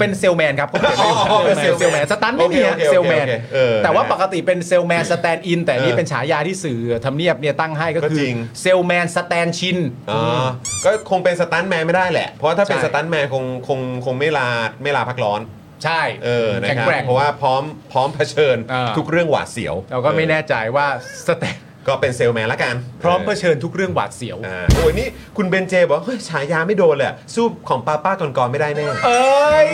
เป็นเซลแมนครับผม อ๋อเป็ เป็น น เซ เซ ล ล แมน แมนสตันท์ไม่มี โอ ฮะ เคโอเค เซลแมน โอเคเออ แต่ว่า นะฮะ ปกติเป็นเซลแมนสแตนอินแต่นี่ เออ เป็นฉายาที่สื่อทำเนียบเนี่ยตั้งให้ก็ ก็ คื จ อ ริง เซลแมนสแตนชิน อ๋อก็คงเป็นสตันท์แมนไม่ได้แหละ เพราะถ้าเป็น ใช่ สตันท์แมนคงคงคงไม่ลาไม่ลาพักร้อน ใช่ เออนะ แข็ง ครับ แกร่ง เพราะว่าพร้อมพร้อมเผชิญ อ่า ทุกเรื่องหวาดเสียว เราก็ไม่แน่ใจว่าสแตน ออก็เป็นเซลแมนละกัน พร้อมเผชิญทุกเรื่องหวาดเสียว อ่าโอ้ยนี่คุณเบนเจบอกว่าเฮ้ยฉายาไม่โดนเลยอะสู้ของป้าป้าก่อนๆไม่ได้แน่ เอ้ย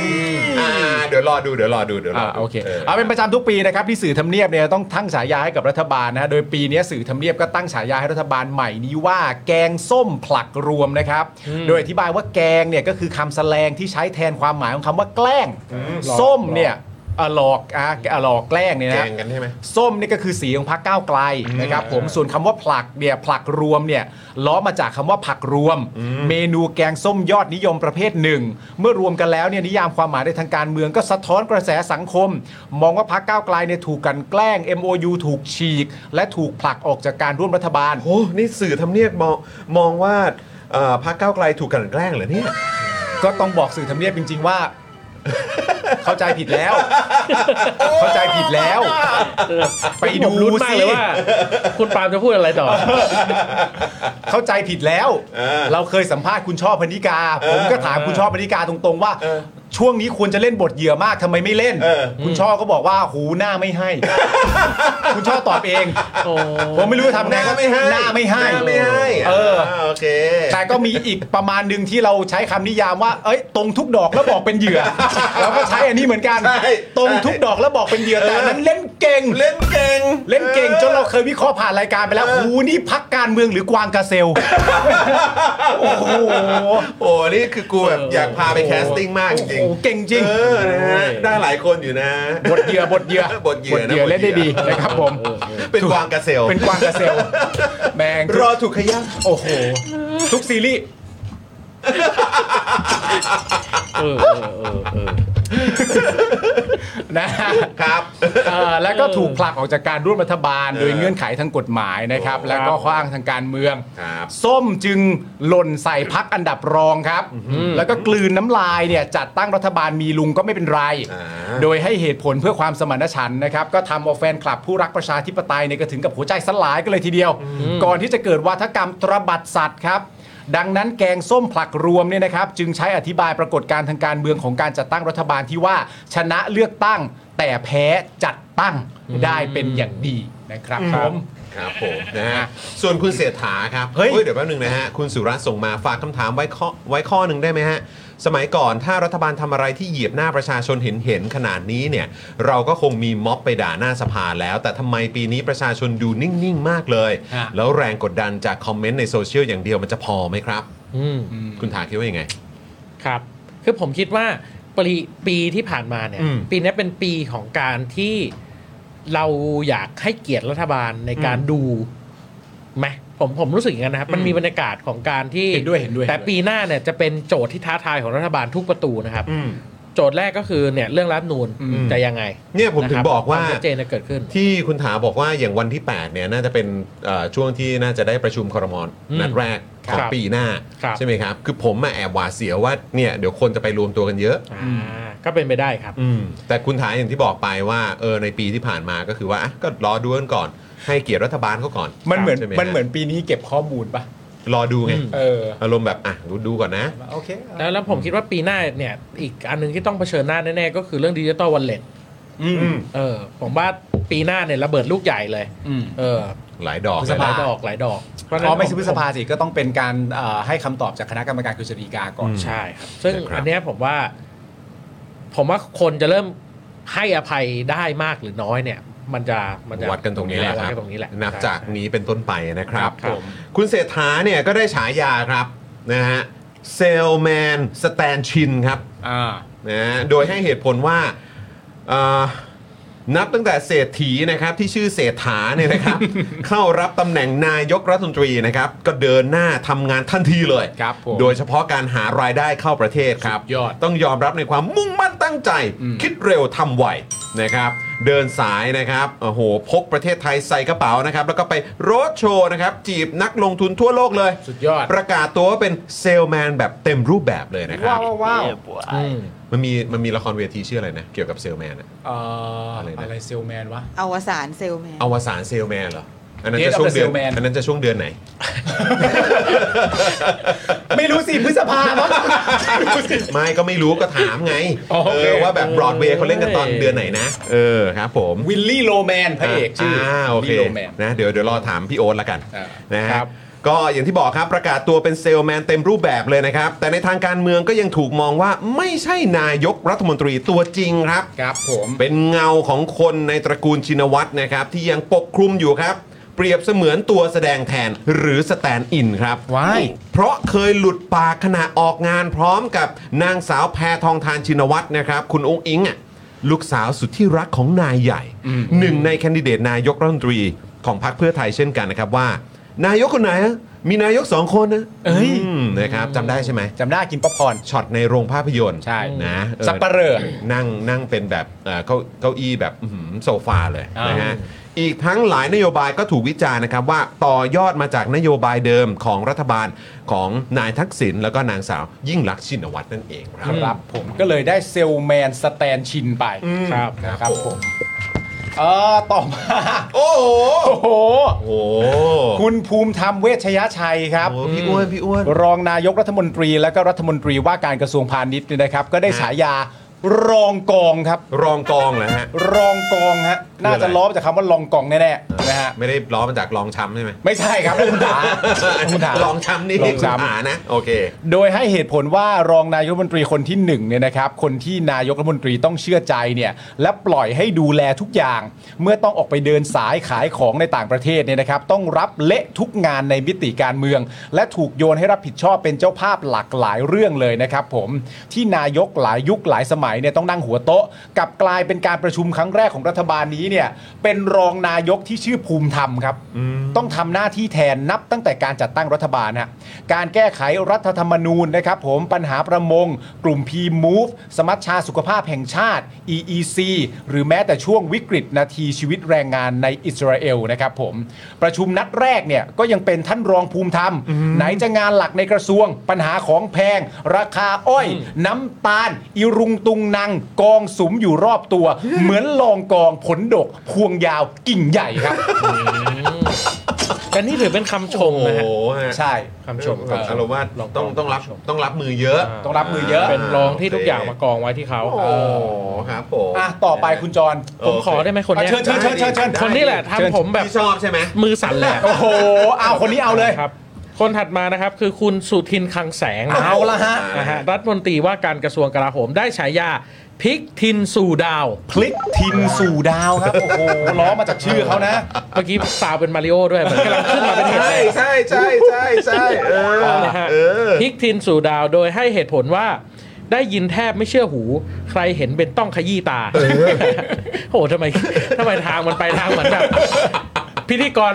อ่าเดี๋ยวรอดูเดี๋ยวรอดูเดี๋ยวรอ อ่า ดู โอเค เออ เอาเป็นประจำทุกปีนะครับที่สื่อทำเนียบเนี่ยต้องตั้งฉายาให้กับรัฐบาลนะฮะโดยปีนี้สื่อทำเนียบก็ตั้งฉายาให้รัฐบาลใหม่นี้ว่าแกงส้มผลักรวมนะครับ โดยอธิบายว่าแกงเนี่ยก็คือคำแสลงที่ใช้แทนความหมายของคำว่าแกล้ง ส้มเนี่ยเอ่อหลอกอ่ะเอ่อหลอกแกล้งเนี่ยนะ แกงกันใช่ไหม ส้มนี่ก็คือสีของพรรคก้าวไกลนะครับผมส่วนคำว่าผลักเนี่ยผลักรวมเนี่ยล้อมาจากคำว่าผักรวม เมนูแกงส้มยอดนิยมประเภทหนึ่ง เมื่อรวมกันแล้วเนี่ยนิยามความหมายในทางการเมืองก็สะท้อนกระแสสังคม มองว่าพรรคก้าวไกลเนี่ยถูกกลันแกล้ง MOU ถูกฉีก และถูกผลักออกจากการร่วมรัฐบาล โอ้นี่สื่อทำเนียบมองมองว่าเอ่อพรรคก้าวไกลถูกกลั่นแกล้งเหรอเนี่ย ก็ต้องบอกสื่อทำเนียบจริง ๆ ว่า เข้าใจผิดแล้ว เข้าใจผิดแล้ว ไปดู ผมรุ้นมาก สิ เลยว่า คุณปาล์มจะพูดอะไรต่อ เข้าใจผิดแล้ว เออ เราเคยสัมภาษณ์คุณช่อพนิกา ผมก็ถามคุณช่อพนิกาตรงๆว่า เออ ช่วงนี้ควรจะเล่นบทเหยื่อมากทำไมไม่เล่น เออ คุณช่อก็บอกว่าหูหน้าไม่ [laughs] ให้ คุณช่อตอบเอง โอ้ ผม [laughs] ไม่รู้จะทำไงก็หน้าไม่ให้ หน้าไม่ให้ เออ าโอเค แต่ก็มีอีกประมาณหนึ่งที่เราใช้คำนิยามว่า เอ้ย ตรงทุกดอกแล้วบอกเป็นเหยื่อ เราก็ใช้อันนี้เหมือนกัน ใช่ ตรงทุกดอกแล้วบอกเป็นเหยื่อแต่อันนั้นเล่นเก่ง เล่นเก่ง เล่นเก่งจนเราเคยวิเคราะห์ผ่านรายการไปแล้วหูนี่พักการเมืองหรือกวางกาเซล โอ้โห โอ้นี่คือกูแบบอยากพาไปแคสติ้งมากจริง โอ้โหเก่งจริง เออนะฮะได้หลายคนอยู่นะ บทเหยื่อบทเหยื่อบ ทเหยื่อนะบทเหยื่อ เล่นได้ดีนะครับผม เป็นกวางกระเซล เป็นกวางกาเซลแมง รอถูกขย้ำ โอ้โห ทุกซีรีส์ เออเออเออเออ นะฮะ ครับ เอ่อแล้วก็ถูกผลักออกจากการร่วมรัฐบาล โดยเงื่อนไขทางกฎหมายนะครับ แล้วก็ข้ออ้างทางการเมือง ครับ ส้มจึงหล่นใส่พักอันดับรองครับ แล้วก็กลืนน้ำลายเนี่ยจัดตั้งรัฐบาลมีลุงก็ไม่เป็นไร อ่า โดยให้เหตุผลเพื่อความสมานฉันท์นะครับ ก็ทำเอาแฟนคลับผู้รักประชาธิปไตยในยกระถึงกับหัวใจสลายกันเลยทีเดียว ก่อนที่จะเกิดวาทกรรมตระบัดสัตว์ครับ ดังนั้นแกงส้มผลักรวมเนี่ยนะครับ จึงใช้อธิบายปรากฏการณ์ทางการเมืองของการจัดตั้งรัฐบาลที่ว่า ชนะเลือกตั้ง แต่แพ้จัดตั้งได้เป็นอย่างดีนะครับผม ครับผมนะฮะส่วนคุณเศรษฐาครับเฮ้ยเดี๋ยวแป๊บหนึงนะฮะคุณสุรัตน์ส่งมาฝากคำถามไว้ข้อไว้ข้อหนึ่งได้ไหมฮะ สมัยก่อนถ้ารัฐบาลทำอะไรที่เหยียบหน้าประชาชนเห็นเห็นขนาดนี้เนี่ย เราก็คงมีม็อบไปด่าหน้าสภาแล้ว แต่ทำไมปีนี้ประชาชนดูนิ่ง ๆ มากเลย ฮะ แล้วแรงกดดันจากคอมเมนต์ในโซเชียลอย่างเดียวมันจะพอไหมครับ อืม คุณถาคิดว่ายังไง ครับ คือผมคิดว่าปีปีที่ผ่านมาเนี่ย อืม ปีนี้เป็นปีของการที่เราอยากให้เกียรติรัฐบาลในการดูไหมผมผมรู้สึกอย่างนั้นนะครับ มันมีบรรยากาศของการที่ เห็นด้วยเห็นด้วย แต่ปีหน้าเนี่ยจะเป็นโจทย์ที่ท้าทายของรัฐบาลทุกประตูนะครับ โจทย์แรกก็คือเนี่ยเรื่องรัฐธรรมนูนจะยังไง เนี่ยผมถึง ะครั บอกว่า คมชัดเจนจะเกิดขึ้น ที่คุณถามบอกว่าอย่างวันที่ 8 เนี่ยน่าจะเป็นเอ่อช่วงที่น่าจะได้ประชุมครมอน อืม นัดแรกของ ครับ ปีหน้า ครับ ใช่ไหมครับ คือผมมาแอบหวาดเสียวว่าเนี่ยเดี๋ยวคนจะไปรวมตัวกันเยอะ ่าก็เป็นไปได้ครับ อืมแต่คุณถายอย่างที่บอกไปว่าเออในปีที่ผ่านมาก็คือว่าอ่ะก็รอดูกันก่อน ให้เกียรติรัฐบาลเขาก่อน มันเหมือน ใช่ไ มันเหมือนปีนี้เก็บข้อมูลปะ รอดูไง อืม เออ อารมณ์แบบอ่ะดูดูก่อนนะ โอเคอ่ะ แล้วแล้วผมคิดว่าปีหน้าเนี่ยอีกอันหนึงที่ต้องเผชิญหน้าแน่ๆก็คือเรื่องดิจิตอลวอลเล็ต อืม เออผมว่าปีหน้าเนี่ยระเบิดลูกใหญ่เลย อืม เออ หลายดอก พฤ ห ษภ ลายดอกหลายดอกเพราะฉะ อ๋ นั้ อน ไม่ใช่พฤษภาสิก็ต้องเป็นการเอ่อให้คำตอบจากคณะกรรมการกฤษฎีกาก่อน ใช่ครับซึ่งอันเนี้ยผมว่า ผมว่าคนจะเริ่มให้อภัยได้มากหรือน้อยเนี่ย มันจะมันจะ วัดกันตรงนี้แหละควัด รับ กันตรงนี้แหละ นับจากนี้เป็นต้นไปนะค ค รั รับ บผม คุณเศรษฐาเนี่ยก็ได้ฉายาครับนะฮะเซลแมนสแตนชินครับ อ่า นะฮะโดยให้เหตุผลว่าเอ่อนับตั้งแต่เศรษฐีนะครับที่ชื่อเศรษฐาเนี่ยนะครับ [laughs] เข้ารับตำแหน่งนายกรัฐมนตรีนะครับก็เดินหน้าทำงานทันทีเลย ครับผม โดยเฉพาะการหารายได้เข้าประเทศครับ ยอด ต้องยอมรับในความมุ่งมั่นตั้งใจ คิดเร็วทำไวนะครับ เดินสายนะครับโอ้โหพกประเทศไทยใส่กระเป๋านะครับ แล้วก็ไปโรดโชว์นะครับ จีบนักลงทุนทั่วโลกเลย สุดยอด ประกาศตัวว่าเป็นเซลแมนแบบเต็มรูปแบบเลยนะครับ ว้าว อืม มันมีมันมีละครเวทีชื่ออะไรนะ เกี่ยวกับเซลแมนอะ เอ่อ อะ อะไร นะ ไรเซลแมนวะ อวสานเซลแมน อวสานเซลแมนเหรออันนั้น Death จะช่วงเดือน of the Salesman อันนั้นจะช่วงเดือนไหน [laughs] ไม่รู้สิพฤษภามั้ง ไม่ก็ไม่รู้ก็ถามไง อ๋อโอเอเคอว่าแบบบรอดเวย์เขาเล่นกันตอนเดือนไหนนะ เออครับผม วิลลี่โลแมนพระเอกชื่ออ อ่าโอ วิล เค ลี่โลแมน นะเดี๋ยวเดี๋ยวรอถามพี่โอ๊ตละกัน อ่า นะฮะ ครับ ก็อย่างที่บอกครับประกาศตัวเป็นเซลแมนเต็มรูปแบบเลยนะครับ แต่ในทางการเมืองก็ยังถูกมองว่าไม่ใช่นายกรัฐมนตรีตัวจริงครับ ครับผม เป็นเงาของคนในตระกูลชินวัตรนะครับ ที่ยังปกคลุมอยู่ครับ เปรียบเสมือนตัวแสดงแทนหรือสแตนด์อินครับ ว้าย เพราะเคยหลุดปากขณะออกงานพร้อมกับนางสาวแพทองทานชินวัตรนะครับ คุณองค์อิงอ่ะลูกสาวสุดที่รักของนายใหญ่ หนึ่งในแคนดิเดตนายกรัฐมนตรีของพรรคเพื่อไทยเช่นกันนะครับว่า นายกคนไหนอะมีนายกสองคนนะ เอ้ย มนะครับจำได้ใช่ไหม จำได้กินป๊อปคอร์น ช็อตในโรงภาพยนตร์ ใช่ นะ สัปเหร่อ นั่งนั่งเป็นแบบเอ่อเก้าเก้าอี้แบบอื้อหือโซฟาเลยนะฮะอีกทั้งหลายนโยบายก็ถูกวิจารณ์นะครับว่าต่อยอดมาจากนโยบายเดิมของรัฐบาลของนายทักษิณแล้วก็นางสาวยิ่งลักษณ์ชินวัตรนั่นเองครับ ครับผมก็เลยได้เซลแมนสแตนชินไป ครับ ครับผมเออต่อมา โอ้โห โอ้โห โอ้โห คุณภูมิธรรมเวชยชัยครับ โอ้พี่อ้วนพี่อ้วน รองนายกรัฐมนตรีและก็รัฐมนตรีว่าการกระทรวงพาณิชย์เนี่ยนะครับ ก็ได้ ฮะ ฉายารองกองครับ รองกองเหรอฮะ รองกองฮะน่าจะล้อมาจากคำว่ารองกองแน่ๆนะฮะ ไม่ได้ล้อมาจากรองช้ำใช่ไหม ไม่ใช่ [laughs] ครับคุณถาคุณถา รองช้ำนี่ รองช้ำ คุณหานะ โอเค โดยให้เหตุผลว่ารองนายกรัฐมนตรีคนที่หนึ่งเนี่ยนะครับ คนที่นายกรัฐมนตรีต้องเชื่อใจเนี่ยและปล่อยให้ดูแลทุกอย่าง เมื่อต้องออกไปเดินสายขายของในต่างประเทศเนี่ยนะครับ ต้องรับเละทุกงานในมิติการเมือง และถูกโยนให้รับผิดชอบเป็นเจ้าภาพหลากหลายเรื่องเลยนะครับ ผมที่นายกหลายยุคหลายสมัยเนี่ยต้องนั่งหัวโต๊ะกลับกลายเป็นการประชุมครั้งแรกของรัฐบาลนี้เนี่ยเป็นรองนายกที่ชื่อภูมิธรรมครับ ต้องทำหน้าที่แทนนับตั้งแต่การจัดตั้งรัฐบาลฮะการแก้ไขรัฐธรรมนูญนะครับผมปัญหาประมง กลุ่ม P-Move สมัชชาสุขภาพแห่งชาติ EEC หรือแม้แต่ช่วงวิกฤตนาทีชีวิตแรงงานในอิสราเอลนะครับผมประชุมนัดแรกเนี่ยก็ยังเป็นท่านรองภูมิธรรม ไหนจะงานหลักในกระทรวง ปัญหาของแพง ราคาอ้อย น้ำตาล อิรุงตุงนางกองสุมอยู่รอบตัว เหมือนลองกองผลดก พวงยาวกิ่งใหญ่ครับ แต่นี่ถือเป็นคำชม โอ้ นะ โห ฮะ ฮะ ใช่ คำชม แบบอารมณ์ว่า ลองกอง ต้องต้องรับ ชม ต้องรับมือเยอะ ต้องรับมือเยอะ เป็นรองที่ทุกอย่างมากองไว้ที่เขา โอ้โหครับผม อ่ะ ต่อไปคุณจร ผมขอได้ไหมคนเนี้ย เชิญเชิญเชิญเชิญเชิญ คนนี้แหละทำผมแบบ ที่ชอบใช่ไหม มือสั่นเลย โอ้โห เอาคนนี้เอาเลย ครับคนถัดมานะครับคือคุณสุทินคลังแสงนะครั เอา บ ละฮะ นะฮะรัฐมนตรีว่าการกระทรวงกลาโหมได้ฉายาพลิกทินสู่ดาว พลิกทินสู่ดาวครับ โอ้โห ล้อมาจากชื่อเขานะ เมื่อกี้ซาวเป็นมาริโอด้วยเหมือนกำลังขึ้นมาเป็นเห็ด ใช่ เลย ใช่ใช่ใช่ใช่เออ นะฮะ เออ พลิกทินสู่ดาวโดยให้เหตุผลว่า ได้ยินแทบไม่เชื่อหู ใครเห็นเป็นต้องขยี้ตาโอ้โหทำไมทำไมทางมันไปทางเหมือนแบบ พิธีกร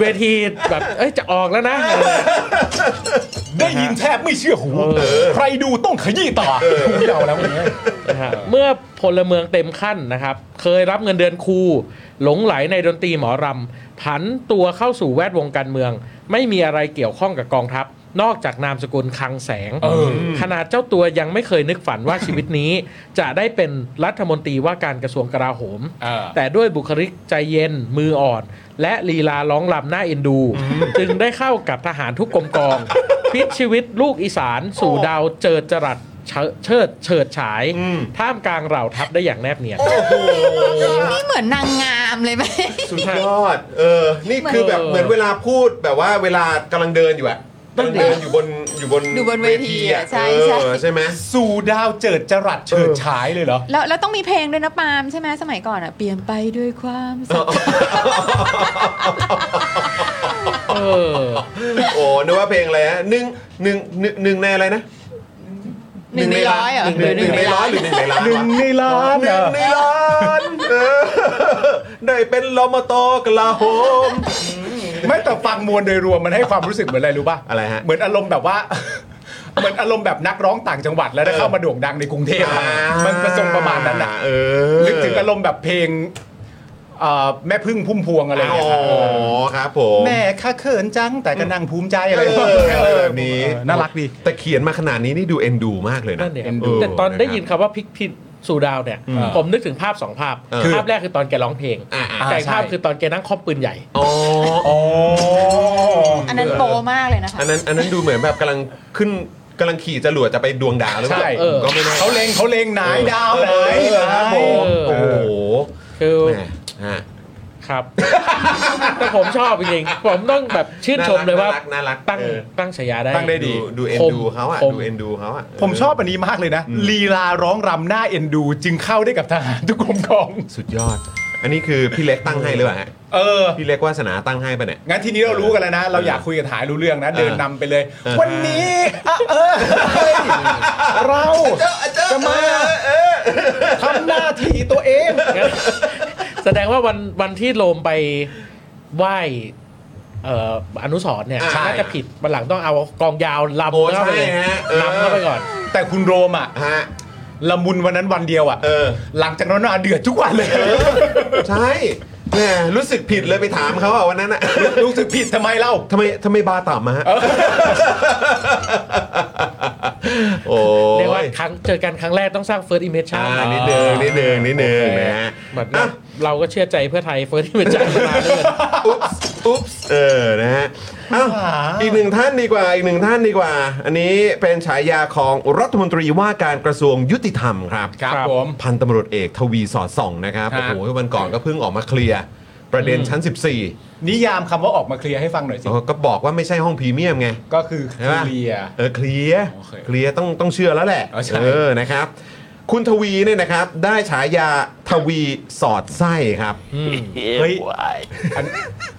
เวทีแบบเอ้ยจะออกแล้วนะ ได้ยินแทบไม่เชื่อหู เออ ใครดูต้องขยี้ตาคุยเอาแล้ววันนี้ นะฮะเมื่อพลเมืองเต็มขั้นนะครับ เคยรับเงินเดือนครูหลงไหลในดนตรีหมอรำผันตัวเข้าสู่แวดวงการเมือง ไม่มีอะไรเกี่ยวข้องกับกองทัพ นอกจากนามสกุลคลังแสง ขนาดเจ้าตัวยังไม่เคยนึกฝันว่าชีวิตนี้ จะได้เป็นรัฐมนตรีว่าการกระทรวงกลาโหม เออ แต่ด้วยบุคลิกใจเย็นมืออ่อน และลีลาร้องรำหน้าเอ็นดู จึงได้เข้ากับทหารทุกกรมกอง พลิกชีวิตลูกอีสานสู่ดาวเจิดจรัสเชิดเชิดเฉิดฉาย ท่ามกลางเหล่าทัพได้อย่างแนบเนียน นี่เหมือนนางงามเลยไหม สุดยอด เออ นี่คือแบบเหมือนเวลาพูดแบบว่าเวลากำลังเดินอยู่อะกำลังเดินอยู่บนอยู่บน อยู่บนเวทีอะใช่ใช่ เออใช่ไหม สู่ดาวเจิดจรัสเฉิดฉายเลยเหรอ แล้วแล้วต้องมีเพลงด้วยนะปาล์มใช่ไหมสมัยก่อนอ่ะ เปลี่ยนไปด้วยความสัตย์ เออ โอ้นึกว่าเพลงอะไรฮะหนึ่งหนึ่งหนึ่งหนึ่งในอะไรนะ หนึ่งในร้อยเหรอ หนึ่งหนึ่งในร้อยหรือหนึ่งในล้าน หนึ่งในล้าน หนึ่งในล้านเออได้เป็นลมตกลาโหม ไม่แต่ฟังมวลโดยรวมมันให้ความรู้สึกเหมือนอะไรรู้ป่ะ อะไรฮะ เหมือนอารมณ์แบบว่า [laughs] เหมือนอารมณ์แบบนักร้องต่างจังหวัดแล้วได้เข้ามาโด่งดังในกรุงเทพอะมันประสงประมาณนั้นนะ เออ นึกถึงอารมณ์แบบเพลงเอ่อแม่พึ่งพุ่มพวงอะไรอย่าง อ๋ เงี้ อย ครับผม แม่ข้าเขินจังแต่ก็นั่งภูมิใจอะไร เอออะไรแบบนี้ เออน่ารักดี แต่เขียนมาขนาดนี้นี่ดูเอ็นดูมากเลยนะ นั่นเนี่ย เอ็นดู แต่ตอนได้ยินคำว่าพลิกพินสู่ดาวเนี่ย อืม ผมนึกถึงภาพสองภาพ เออ ภาพแรกคือตอนแกร้องเพลง อ่าอ่า แต่อีกภาพ ใช่ คือตอนแกนั่งคอบปืนใหญ่ อ๋อ อ๋อ อันนั้นโปมากเลยนะคะ อันนั้นอันนั้นดูเหมือนแบบกำลังขึ้นกำลังขี่จรวดจะไปดวงดาวหรือเปล่า ใช่ เออ ก็ไม่แน่ เขาเลงเขาเลงไหนายดาวไหน เออครับผมโอ้โห คือ แหมฮะ ครับ [laughs] แต่ผมชอบจริงๆผมต้องแบบชื่นชมเลยว่า น่ารักน่ารัก ตั้ง เออ ตั้งฉายาได้ ตั้งได้ ดูดูเอ็นดูเขาอะ คม ดูเอ็นดูเขาอะเ ผมชอบอันนี้มากเลยนะลีลาร้องรำหน้าเอ็นดู จึงเข้าได้กับทหารทุกกรมกอง สุดยอด อันนี้คือพี่เล็กตั้งให้หรือเปล่าฮะ เออ พี่เล็กวาสนาตั้งให้ปะเนี่ย งั้นทีนี้เรารู้กันแล้วนะ เราอยากคุยกับถายรู้เรื่องนะ เดินนำไปเลย เออ วันนี้อะเออเฮ้ยเราจะมาทำหน้าที่ตัวเอง งั้นแสดงว่าวันวันที่โลมไปไหว้เอ่ออนุสรณ์เนี่ย ใช่ น่าจะผิดวันหลังต้องเอากองยาวลำ โอ้ เข้าไปเลย ใช่ฮะเออ ลำเข้าไปก่อน แต่คุณโรมอ่ะ ฮะ ละมุนวันนั้นวันเดียวอ่ะ เออ หลังจากนั้นมาเดือดทุกวันเลย ใช่แหมรู้สึกผิดเลยไปถามเขาอะวันนั้นอะ รู้สึกผิดทำไมเล่า ทำไมทำไมบาร์ต่ำมา [laughs] ฮะโอ้ เรียกว่าย ครั้งเจอกันครั้งแรกต้องสร้าง first impression อ่านิดนึงนิดนึงนิดนึง โอเค นะฮะ แบบ อ่ะ นั้นเราก็เชื่อใจเพื่อไทย first impression มาเลย อุ๊บส์อุ๊บส์เออ นะฮะเอ้าอีกหนึ่งท่านดีกว่า อีกหนึ่งท่านดีกว่า อันนี้เป็นฉายาของรัฐมนตรีว่าการกระทรวงยุติธรรมครับ ครับผม พันตำรวจเอกทวีสอดส่องนะครับ ฮะ โอ้โห วันก่อนก็เพิ่งออกมาเคลียร์ประเด็นชั้น 14 นิยามคำว่าออกมาเคลียร์ให้ฟังหน่อยสิ เออก็บอกว่าไม่ใช่ห้องพรีเมียมไง ก็คือเค ใช่ปะ ลียร์ เออเคลียร์ โอเค เคลียร์ต้องต้องเชื่อแล้วแหละ อ๋อใช่ เออนะครับ คุณทวีเนี่ยนะครับ ได้ฉายาทวีสอดไส้ครับ เฮ้ยอัน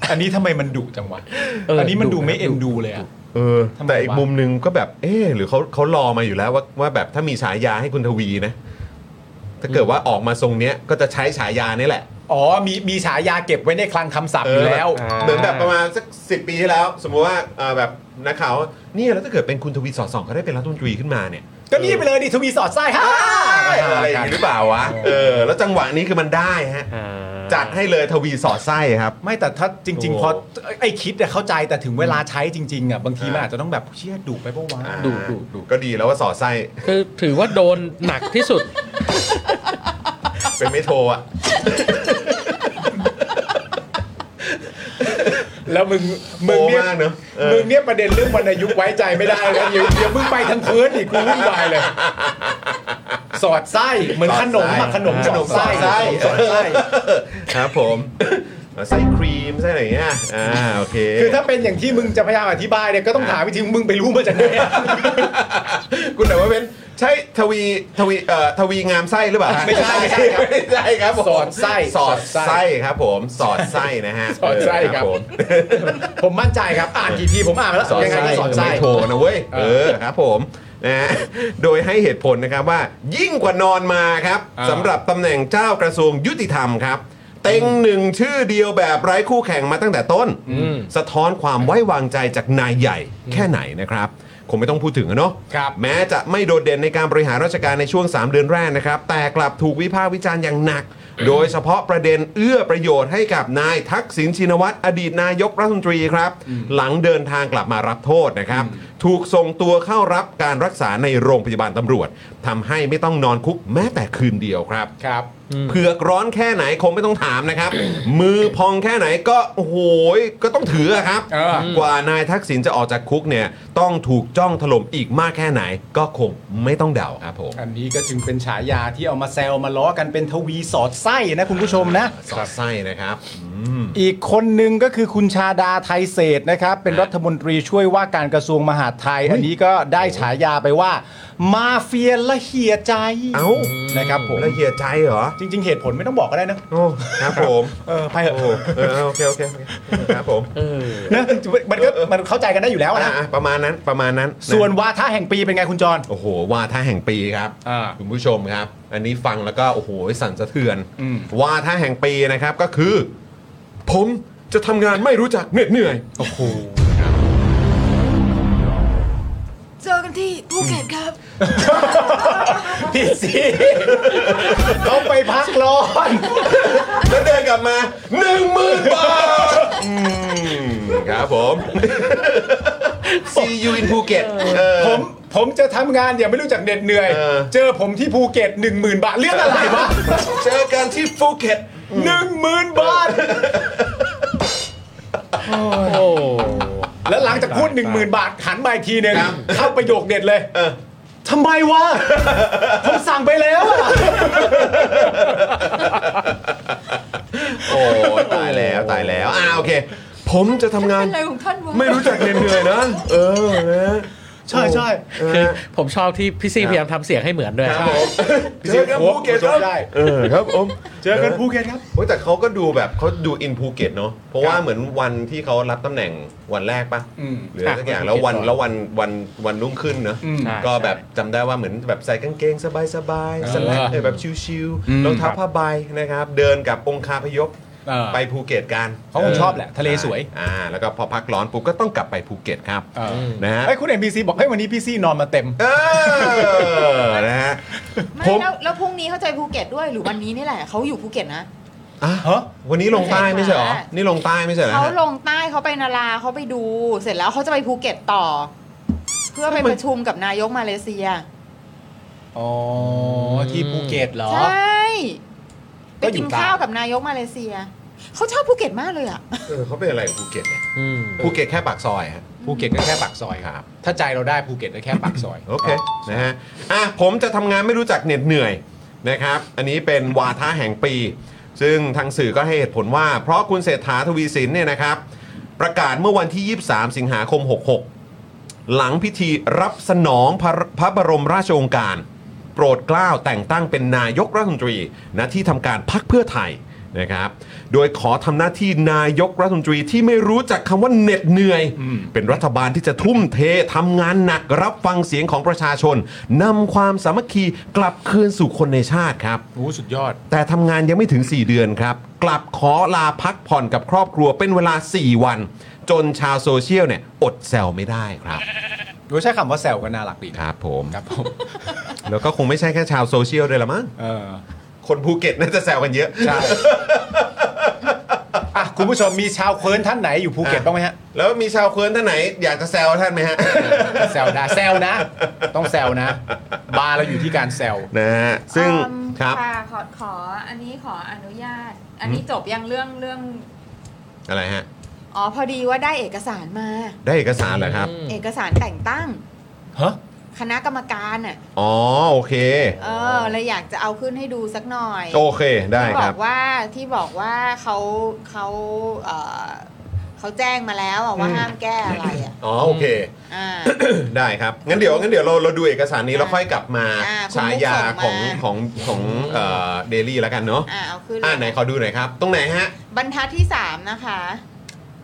อันนี้ทำไมมันดุจังวะ เ อันนี้มันดูไม่เอ็นดูเลยอะ เออ ทำไม แต่อีก วะ มุมหนึ่งก็แบบ เออหรือเขาเขารอมาอยู่แล้วว่าว่าแบบถ้ามีฉายาให้คุณทวีนะ ถ้าเกิดว่าออกมาทรงเนี้ยก็จะใช้ฉายานี่แหละ อ๋อมีมีฉายาเก็บไว้ในคลังคำศัพท์อยู่แล้ว เออบบเหมือนแบบประมาณสักสิปีที่แล้ว สมมติว่าเอ่อแบบนักข่าวว่าเนี่ยแล้วถ้าเกิดเป็นคุณทวีสอดส่องเขาได้เป็นรัฐมนตรีขึ้นมาเนี่ย ก็นี่ไปเลยดิทวีสอดไส้ฮะ อะไรอย่างนี้หรือเปล่าวะเออแล้วจังหวะนี้คือมันได้ฮะ อ่า จัดให้เลยทวีสอดไส้ครับ ไม่แต่ถ้าจริง ๆ โอ้ พอไอ้คิดเนี่ยเข้าใจแต่ถึงเวลาใช้จริง ๆอ่ะบางที อ่ามั มันอาจจะต้องแบบเชี่ยดุไปปะวะ อ่า ดุดุดุ ก็ดีแล้วว่าสอดไส้ คือถือว่าโดนหนักที่สุด เป็นไม่โทรอ่ะ แล้วมึงมึงเนี่ย โอ้มากเนอะเออ มึงเนี่ยประเด็นเรื่องวรรณยุกต์ไว้ใจไม่ได้แล้วเดี๋ยวเดี๋ยวมึงไปทางพื้นอีกกูวุ่นวายเลย สอดไส้เหมือนขนมอะขนมสอดไส้สอดไส้ ครับผม ไส้ครีมไส้อะไรอย่างเงี้ยอ่าโอเค คือถ้าเป็นอย่างที่มึงจะพยายามอธิบายเนี่ยก็ต้องถามวิธีมึงไปรู้มาจากไหนอะ [laughs] คุณแต่ว่าเป็นใช่ทวีทวีเอ่อทวีงามไส้หรือเปล่าฮะ ไม่ใช่ไม่ใช่ครับ ไม่ใช่ครับผม สอดไส้ สอด สอดไส้ ไส้ครับผมสอดไส้นะฮะ สอดไส้ครับ ผม ผมมั่นใจครับ อ่านกี่ทีผมอ่านมาแล้ว สอด ยังไง ไส้ ก็สอดไส้ ไม่โทรนะเว้ยเออครับผมนะฮะโดยให้เหตุผลนะครับว่า ยิ่งกว่านอนมาครับ อ่า สำหรับตำแหน่งเจ้ากระทรวงยุติธรรมครับ เต็งหนึ่งชื่อเดียวแบบไร้คู่แข่งมาตั้งแต่ต้น สะท้อนความไว้วางใจจากนายใหญ่แค่ไหนนะครับคงไม่ต้องพูดถึงอะเนาะ ครับ แม้จะไม่โดดเด่นในการบริหารราชการในช่วง 3 เดือนแรกนะครับ แต่กลับถูกวิพากษ์วิจารณ์อย่างหนัก โดยเฉพาะประเด็นเอื้อประโยชน์ให้กับนายทักษิณชินวัตรอดีตนายกรัฐมนตรีครับ หลังเดินทางกลับมารับโทษนะครับ ถูกส่งตัวเข้ารับการรักษาในโรงพยาบาลตำรวจทำให้ไม่ต้องนอนคุกแม้แต่คืนเดียวครับ ครับ เผือกร้อนแค่ไหนคงไม่ต้องถาม [coughs] นะครับ มือพองแค่ไหนก็โอ้โหยก็ต้องถืออะครับ เออ กว่านายทักษิณจะออกจากคุกเนี่ย ต้องถูกจ้องถล่มอีกมากแค่ไหน ก็คงไม่ต้องเดาครับผม อันนี้ก็จึงเป็นฉายาที่เอามาแซวมาล้อกันเป็นทวีสอดไส้นะคุณผู้ชมนะ สอดไส้นะครับอืม อีกคนหนึ่งก็คือคุณชาดาไทยเศษนะครับ เป็นรัฐมนตรีช่วยว่าการกระทรวงมหาดไทย อันนี้ก็ได้ฉายาไปว่า มาเฟียละเหียใจ เอ้า นะครับผม แล้วเหียใจเหรอ จริง ๆ เหตุผลไม่ต้องบอกก็ได้นะ โอ้ครับ [laughs] ผม เออไปเถ โอ้ อะ เออโอเคโอเคโอเคครับผม นะมันก็มันเข้าใจกันได้อยู่แล้วอะนะ อ่ะอ่ะประมาณนั้นประมาณนั้น ส่วนะ วาทะแห่งปีเป็นไงคุณจร โอ้โหวาทะแห่งปีครับ อ่า คุณผู้ชมครับ อันนี้ฟังแล้วก็โอ้โหสั่นสะเทือน อืม วาทะแห่งปีนะครับก็คือ ผมจะทำงานไม่รู้จักเหน็ดเหนื่อย โอ้โห เจอกันที่ภูเก็ตครับ พี่ [laughs] สิต้องไปพักร้อน แล้วเดินกลับมาหนึ่งหมื่นบาทอืมครับผม [laughs] See you in Phuket เออ ผมผมจะทำงานอย่าไม่รู้จักเหน็ดเหนื่อย เออ เจอผมที่ภูเก็ต1 0,000 บาทเรื่องอะไรวะ เจอกันที่ภูเก็ต หนึ่งหมื่นบาท แล้วหลังจากพูด 1 0,000 บาทหันมาอีกทีหนึงเข้าประโยคเด็ดเลยทำไมวะ ผมสั่งไปแล้วอะ โอ้ยตายแล้วตายแล้วอ่าโอเค ผมจะทำงาน อะไรของท่านวะ ไม่รู้จักเหน็ดเหนื่อยนะ เออนะ ใช่ใช่ คือผมชอบที่พี่ซี่พยายามทำเสียงให้เหมือนด้วย เจอกันภูเก็ตครับเออครับผม เจอกันภูเก็ตครับ โอ้ยแต่เขาก็ดูแบบเขาดูอินภูเก็ตเนาะเพราะว่าเหมือนวันที่เขารับตำแหน่งวันแรกปะ อืม หรืออะไรสักอย่างแล้ววันแล้ววันวันวันรุ่งขึ้นเนาะ อืม ก็แบบจำได้ว่าเหมือนแบบใส่กางเกงสบายสบายๆสแลกเออแบบชิว อืม ๆรองเท้าผ้าใบนะครับ เดินกับองคาพยพ เออ ไปภูเก็ตกัน เขาคงชอบแหละทะเลสวย อ่าแล้วก็พอพักร้อนปุ๊บก็ต้องกลับไปภูเก็ตครับนะฮะ ไอ้ยคุณเอ็มบีซีบอกให้ยวันนี้พี่ซี่นอนมาเต็ม เออนะฮะ ไม่ ผม แล้วแล้วพรุ่งนี้เขาจะไปภูเก็ตด้วยหรือวันนี้นี่แหละเขาอยู่ภูเก็ตนะ อ่ะ ฮะ วันนี้ลงใต้ไม่ใช่เหรอนี่ลงใต้ไม่ใช่เหรอฮะ เขาลงใต้เขาไปนาราเขาไปดู เสร็จแล้วเขาจะไปภูเก็ตต่อ เพื่อไปประชุมกับนายกมาเลเซีย อ๋อที่ภูเก็ตเหรอ ใช่ไป ก็อยู่ กิน ตาม ข้าวกับนายกมาเลเซีย เขาชอบภูเก็ตมากเลยอ่ะ เออเขาเป็นอะไรกับภูเก็ตเนี่ยภูเก็ตแค่ปากซอยฮะ ภูเก็ตก็แค่ปากซอยครับ ถ้าใจเราได้ภูเก็ตก็แค่ปากซอย โอเคนะฮะอ่ะผมจะทำงานไม่รู้จักเหน็ดเหนื่อยนะครับ อันนี้เป็นวาทะแห่งปี ซึ่งทางสื่อก็ให้เหตุผลว่า เพราะคุณเศรษฐาทวีสินเนี่ยนะครับ ประกาศเมื่อวันที่ 23 สิงหาคม 66 หลังพิธีรับสนองพระพระบรมราชโองการ โปรดเกล้าแต่งตั้งเป็นนายกรัฐมนตรีณที่ทำการพักเพื่อไทยนะครับ โดยขอทำหน้าที่นายกรัฐมนตรีที่ไม่รู้จักคำว่าเหน็ดเหนื่อย เป็นรัฐบาลที่จะทุ่มเททำงานหนักรับฟังเสียงของประชาชนนำความสามัคคีกลับคืนสู่คนในชาติครับ โอ้สุดยอด แต่ทำงานยังไม่ถึง 4 เดือนครับ กลับขอลาพักผ่อนกับครอบครัวเป็นเวลา 4 วัน จนชาวโซเชียลเนี่ยอดแซวไม่ได้ครับ โดยใช้คำว่าแซวก็น่ารักดี ค นะ รับผม ครับผม แล้วก็คงไม่ใช่แค่ชาวโซเชียลด้วยละมั้ง เออ คนภูเก็ตน่าจะแซวกันเยอะ [laughs] ใช่อ่ะคุณผู้ชมมีชาวเคิร์นท่านไหนอยู่ภูเก็ตบ้างไหมฮะ แล้วมีชาวเคิร์นท่านไหนอยากจะแซวท่านไหมฮะ [laughs] แซวนะแซวนะ ต้องแซวนะ บาร์เราอยู่ที่การแซว นะฮะ ซึ่ง อืม ครับ ะขอขออันนี้ขออนุญาต อันนี้จบยังเรื่องเรื่อง อะไรฮะ อ๋อพอดีว่าได้เอกสารมา ได้เอกสารเหรอครับ เอกสารแต่งตั้ง ฮะ คณะกรรมการอ่ะ อ๋อ โอเค เออเลยอยากจะเอาขึ้นให้ดูสักหน่อย โอเค ได้ ที่ ค บ รั อบ กว่าที่บอกว่าเขาเขาเออเขาแจ้งมาแล้วอะว่าห้ามแก้อะไรอะ อ๋อ โอเค อ่า ได้ครับ งั้นเดี๋ยว งั้นเดี๋ยวเราเราดูเอกสารนี้แล้วค่อยกลับมา อ่าคุณ ฉา มุก ยา ส่ง ของ มา ของของเอ่อเดลี่แล้วกันเนาะ อ่าเอาขึ้น อ่าไหนขอดูหน่อยครับ ตรงไหนฮะ บรรทัดที่สามนะคะ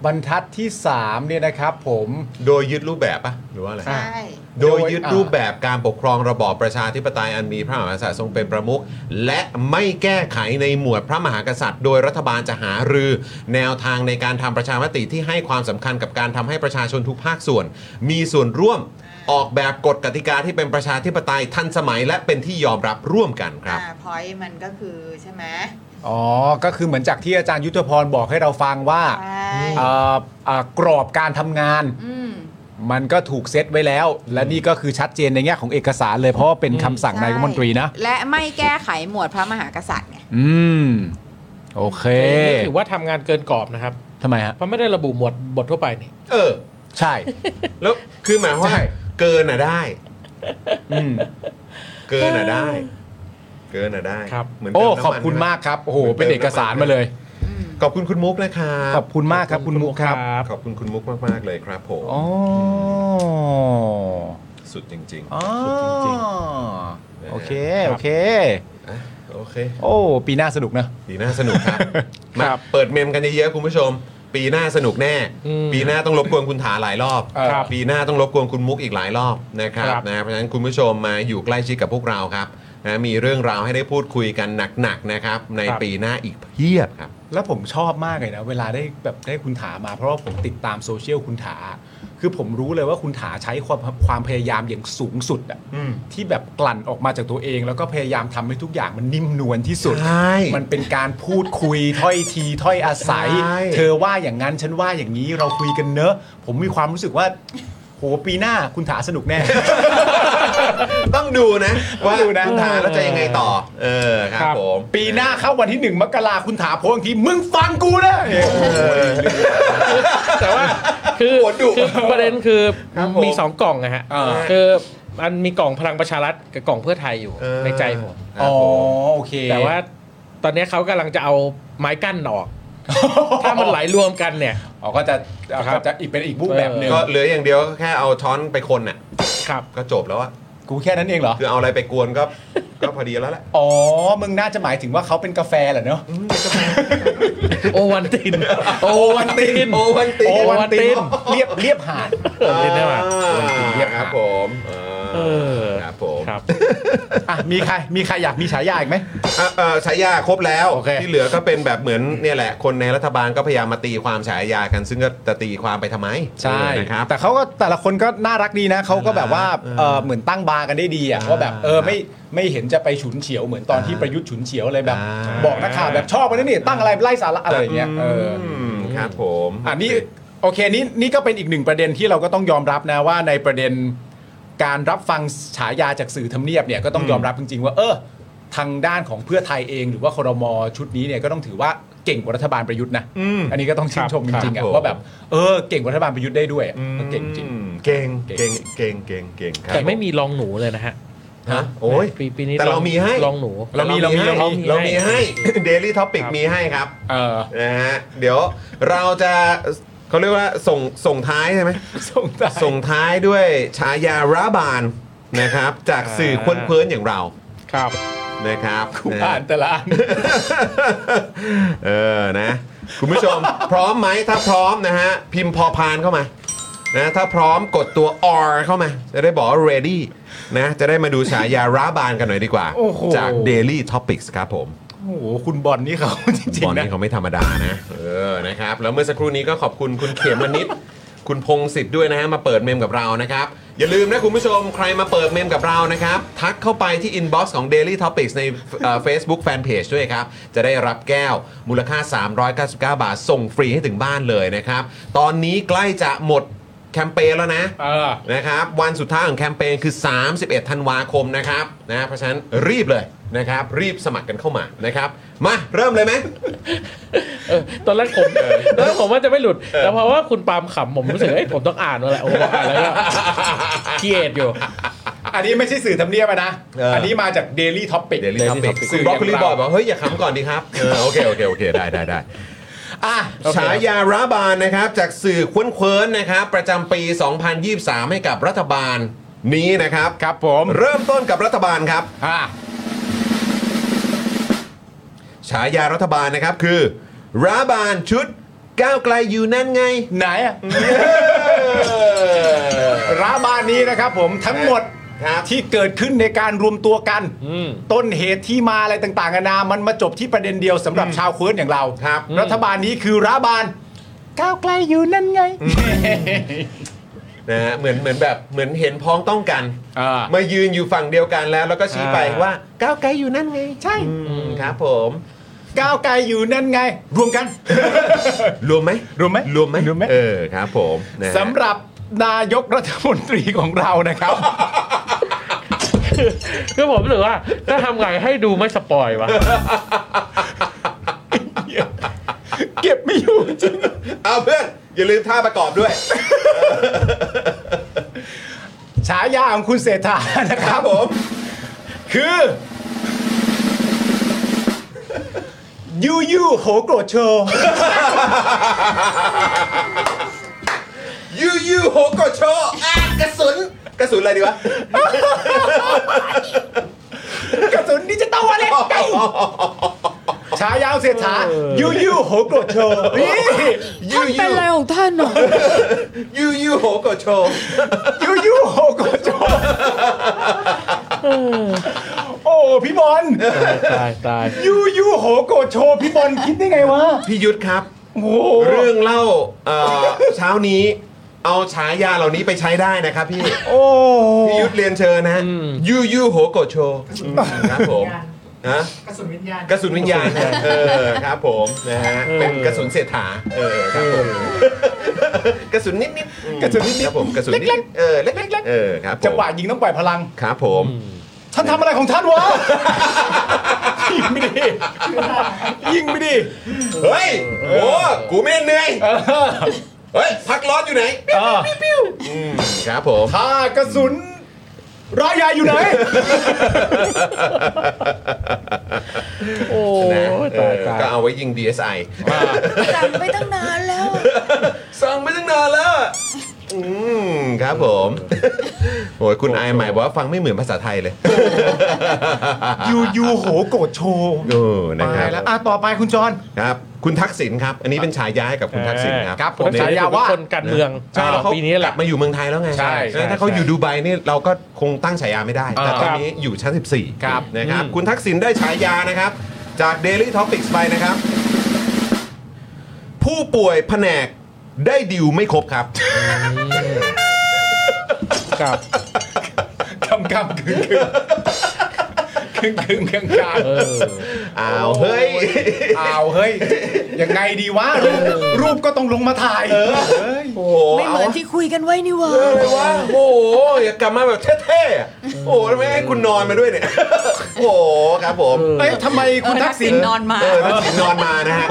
บรรทัดที่3เนี่ยนะครับผม โดยยึดรูปแบบปะหรือว่าอะไร ใช่ โดยยึดรูปแบบการปกครองระบอบประชาธิปไตยอันมีพระมหากษัตริย์ทรงเป็นประมุขและไม่แก้ไขในหมวดพระมหากษัตริย์ โดยรัฐบาลจะหารือ แนวทางในการทำประชามติที่ให้ความสำคัญกับการทำให้ประชาชนทุกภาคส่วน มีส่วนร่วมออกแบบกฎกติกาที่เป็นประชาธิปไตยทันสมัยและเป็นที่ยอมรับร่วมกันครับ อ่าพอยมันก็คือใช่ไหม อ๋อ ก็คือเหมือนจากที่อาจารย์ยุทธพรบอกให้เราฟังว่า ใช่ เอ่อเอ่อกรอบการทำงาน อืม มันก็ถูกเซตไว้แล้ว และนี่ก็คือชัดเจนในแง่ของเอกสารเลยเพราะว่าเป็นคำสั่งนายกรัฐมนตรีนะ และไม่แก้ไขหมวดพระมหากษัตริย์ไง อืม โอเค นี่ถือว่าทำงานเกินกรอบนะครับ ทำไมฮะ เพราะไม่ได้ระบุหมวดบททั่วไปนี่ เออ ใช่ แล้วคือหมายความว่า ใช่ เกินอ่ะได้ อืม เกินอ่ะได้ เกินอ่ะได้ ครับ เหมืนเติ โอ้ มน้ำมัน ขอบคุณ ใช่ไห มากครับ โอ้โห เหมือนเติ เป็ ม น น้ำมัน เอกสารมาเลย ขอบคุณคุณมุกนะครับ ขอบคุณมากครับคุณมุกครับ ขอบคุณคุณมุกมากๆเลยครับผม อ๋อ สุดจริง อ๋อ สุดจริง โอเค โอเค ๆอ่ะโอเค โอ้ ปีหน้าสนุกนะ ปีหน้าสนุกครับ มาเปิดเมมกันเยอะๆคุณผู้ชม ปีหน้าสนุกแน่ อืม ปีหน้าต้องรบกวนคุณถาหลายรอบ ครับ ปีหน้าต้องรบกวนคุณมุกอีกหลายรอบนะครับ ครับ นะเพราะฉะนั้นคุณผู้ชมมาอยู่ใกล้ชิดกับพวกเราครับนะมีเรื่องราวให้ได้พูดคุยกันหนักๆนะครับ ในปีหน้าอีกเพียบครับ แล้วผมชอบมากเลยนะ เวลาได้แบบได้คุณถามา เพราะว่าผมติดตามโซเชียลคุณถา คือผมรู้เลยว่าคุณถาใช้ความความพยายามอย่างสูงสุดอะที่แบบกลั่นออกมาจากตัวเอง แล้วก็พยายามทำให้ทุกอย่างมันนิ่มนวลที่สุด ใช่ มันเป็นการพูดคุย [laughs] ถ้อยทีถ้อยอาศัย ใช่ เธอว่าอย่างนั้นฉันว่าอย่างนี้เราคุยกันเนอะ ผมมีความรู้สึกว่าโหปีหน้าคุณถาสนุกแน่ ต้องดูนะ [laughs] ว่า ต้องดูนะ คุณถาแล้วจะยังไงต่อ เออครับ ครับ ผม ปีหน้าเข้าวันที่หนึ่งมกราคุณถาโพสต์อีกทีมึงฟังกูนะ แต่ว่าคือ โหดดุ คือประเด็นคือ ครับผม มีสองกล่องนะฮะ อ่า คือมันมีกล่องพลังประชารัฐกับกล่องเพื่อไทยอยู่ เออ ในใจผม อ๋อโอเค แต่ว่าตอนนี้เขากำลังจะเอาไม้กั้นออก ถ้ามันไหลรวมกันเนี่ย อ๋อก็จะ ครับ ก็จะอีกเป็นอีกรูปแบบหนึ่ง ก็เหลืออย่างเดียวก็แค่เอาช้อนไปคนน่ะ ครับ ก็จบแล้วอะ กูแค่นั้นเองเหรอ คือเอาอะไรไปกวนก็ ก็พอดีแล้วแหละ อ๋อ มึงน่าจะหมายถึงว่าเขาเป็นกาแฟเหรอเนอะ โอวันติน โอวันติน โอวันติน โอวันติน เรียบเรียบหาด เออเรียนได้ป่ะ เรียบครับผม เออ ครับผม ครับ อ่ะ มีใคร มีใครอยากมีฉายาอีกไหม อ่ะเอ่อฉายาครบแล้ว โอเค ที่เหลือก็เป็นแบบเหมือนเนี่ยแหละ คนในรัฐบาลก็พยายามมาตีความฉายากัน ซึ่งก็จะตีความไปทำไมนะครับ แต่เขาก็แต่ละคนก็น่ารักดีนะ เขาก็แบบว่า เออ เออเหมือนตั้งบาร์กันได้ดีอ่ะว่าแบบ เออ ไม่ไม่เห็นจะไปฉุนเฉียวเหมือนตอนที่ประยุทธ์ฉุนเฉียวอะไรแบบ อ่า บอกนักข่าวแบบชอบไปนะนี่ตั้งอะไรไล่สาระอะไรอย่างเงี้ย เออ มครับผม อันนี้โอเคนี่นี่ก็เป็นอีกหนึ่งประเด็นที่เราก็ต้องยอมรับนะว่าในประเด็นการรับฟังฉายาจากสื่อทำเนียบเนี่ยก็ต้องยอมรับจริง ๆ ว่าเออทางด้านของเพื่อไทยเองหรือว่าครมชุดนี้เนี่ยก็ต้องถือว่าเก่งกว่ารัฐบาลประยุทธ์นะอันนี้ก็ต้องชื่นชมจริงๆอะว่าแบบเออเก่งกว่ารัฐบาลประยุทธ์ได้ด้วยอะก็เก่งจริง อืมเก่ง เก่ เก่ง ง เก่งเก่งเก่งครับ แต่ไม่มีรองหนูเลยนะฮะ ฮะโอ้ย ปีปีนี้ แต่เรา อง มีให้ รองหนู เรามีเรามีเรามี เรามีให้ Daily Topic ครับ มีให้ครับ เออ นะฮะเดี๋ยวเราจะเขาเรียกว่าส่งส่งท้ายใช่ไหม ส่งได้ ส่งท้ายด้วยฉายาราบานนะครับ จากสื่อควนเพ้นอย่างเรา ครับ นะครับ กู นะ อ่านแต่ละอัน เออนะคุณผู้ชม พร้อมไหมถ้าพร้อมนะฮะพิมพ์พอพานเข้ามานะถ้าพร้อมกดตัว R เข้ามา จะได้บอกว่า ready นะจะได้มาดูฉายาราบานกันหน่อยดีกว่า โอ้โห จาก Daily Topics ครับผม โอ้โหคุณบอลนี่เขา [laughs] จริ บ ง อล ๆนะ นี่เขาไม่ธรรมดานะ เออ นะครับ แล้วเมื่อสักครู่นี้ก็ขอบคุณคุณเขมมนิด คุณพงศิษฐ์ด้วยนะฮะ มาเปิดเมมกับเรานะครับ อย่าลืมนะคุณผู้ชม ใครมาเปิดเมมกับเรานะครับ ทักเข้าไปที่อินบ็อกซ์ของ Daily Topics ในเอ่อ Facebook Fanpage ด้วยครับ จะได้รับแก้วมูลค่า 399 บาท ส่งฟรีให้ถึงบ้านเลยนะครับ ตอนนี้ใกล้จะหมดแคมเปญแล้วนะ เออ นะครับวันสุดท้ายของแคมเปญคือ 31 ธันวาคมนะครับนะเพราะฉะนั้นรีบเลยนะครับ รีบสมัครกันเข้ามานะครับ มาเริ่มเลยไหม เออตอนแรกผมตอนแรกผมว่าจะไม่หลุด แต่เพราะว่าคุณปาล์มขำผมรู้สึกเอ้ยผมต้องอ่านแล้วแหละโอ้โหอ่านแล้วก็เครียดอยู่ อันนี้ไม่ใช่สื่อทำเนียบอะนะ เอออั อันนี้มาจาก Daily Topic Daily Topic สื่อบ อ ล็อก ย่าง โคลีบอยเราบอกเฮ้ย อย่าขำก่อนดีครับเออโอเค โอเค โอเค ได้ได้ได้ อ่ะโอเค ฉายาราบานนะครับ จากสื่อควนเคว้นๆนะครับ ประจำปี 2023 ให้กับรัฐบาลนี้นะครับ ครับผม เริ่มต้นกับรัฐบาลครับ อ่ะ ฉายารัฐบาลนะครับคือรัฐบาลชุด ก้าวไกลอยู่นั่นไง ไหนอะร้านบ้านนี้นะครับผมทั้งหมด ครับ ที่เกิดขึ้นในการรวมตัวกัน ต้นเหตุที่มาอะไรต่างๆนานามันมาจบที่ประเด็นเดียวสำหรับชาวเคิร์นอย่างเรา ครับ รัฐบาลนี้คือร้านบ้าน ก้าวไกลอยู่นั่นไง [laughs] นะฮะเหมือนเหมือนแบบเหมือนเห็นพ้องต้องกัน อ่า มายืนอยู่ฝั่งเดียวกันแล้ว แล้วก็ชี้ไป อ่า ว่าก้าวไกลอยู่นั่นไง ใช่ อืมครับผม ก้าวไกลอยู่นั่นไง รวมกัน รวมไหม รวมไหม รวมไหม รวมไหม เออครับผมนะฮะ สำหรับนายกรัฐมนตรีของเรา [laughs] นะครับ คือผมรู้สึกว่าถ้าทำไงให้ดูไม่สปอยวะ เก็บไม่อยู่จริง เอาเพื่อนอย่าลืมท่าประกอบด้วย ฉายาของคุณเศรษฐานะครับผม คือ ยูยูโหโกรธโชว์ ยูยูโฮโกโชอ่ะกระสุนกระสุนอะไรดีวะ กระสุนดิจิตอลอะไรไกฉายาของเศรษฐายูยูโหโกรธโชว์นี่ ยูยู ท่านหรอ ยูยูโฮโกโช ยูยูโหโกรธโชว์โอ้พี่บอล ตายตาย ยูยูโหโกรธโชว์พี่บอลคิดได้ไงวะ พี่ยุทธครับ โอ้โห เรื่องเล่าเอ่อเช้านี้เอาฉายาเหล่านี้ไปใช้ได้นะครับพี่ โอ้ พี่ยุทธเรียนเชิญนะยูยูโหโกโชครับผมนะกระสุนวิญญาณกระสุนวิญญาณนะเออครับผมนะฮะเป็นกระสุนเสถาเออครับผมกระสุนนิดนิดๆ กระสุนนิด ครับผมกระสุนนิดๆเออเล็กๆเออครับผม จังหวะยิงต้องปล่อยพลัง ครับผม ท่านทำอะไรของท่านวะ ยิงไม่ดี ยิงไม่ดี เฮ้ยโอ้กูไม่ได้เหนื่อยเฮ้ยพักร้อนอยู่ไหนปิ้วปิ้วปิ้วอืมครับผม ถ้ากระสุนร้อยยาอยู่ไหน โอ้ นะ ย เอ ตาย อ ตาย ก็เอาไว้ยิง DSI จำไปตั้งนานแล้ว สั่งไม่ตั้งนานแล้วอะอืมครับผม [laughs] โอ้ยคุณไอายใหม่บอกว่าฟังไม่เหมือนภาษาไทยเลย [laughs] ยูยูโหโกรธโชว์ [laughs] โอ้นะครับ ตายแล้วอ่ะต่อไปคุณจอน ครับ คุณทักษิณครับ อันนี้เป็นฉายาให้กับคุณทักษิณครับ ครับ ผมฉายาว่าคนการเมือง ใช่แล้วเขา ปีนี้แหละ กบมาอยู่เมืองไทยแล้วไง ใช่ เออถ้าเขา ใช่ อยู่ดูไบนี่เราก็คงตั้งฉายาไม่ได้ แต่ อ่า ตอนนี้อยู่ชั้น 14 ครับ นะครับ คุณทักษิณได้ฉายานะครับ จาก Daily Topics ไปนะครับ ผู้ป่วยแผนกได้ดิวไม่ครบครับ กับ กำกำกึ่งกึ่งกึ่งกึ่งกลาง เออ อ้าวเฮ้ย อ้าวเฮ้ย ยังไงดีวะรูปรูปก็ต้องลงมาถ่ายเฮ้ย โอ้โห ไม่เหมือนที่คุยกันไว้นี่หว่า เอาเลยวะโอ้โหอยากกลับมาแบบเท่ๆอะโอ้โหทำไมให้คุณนอนมาด้วยเนี่ย โอ้โหครับผม เอ้ยทำไมคุณทักษิณ นอนมา เออทักษิณนอนมานะฮะ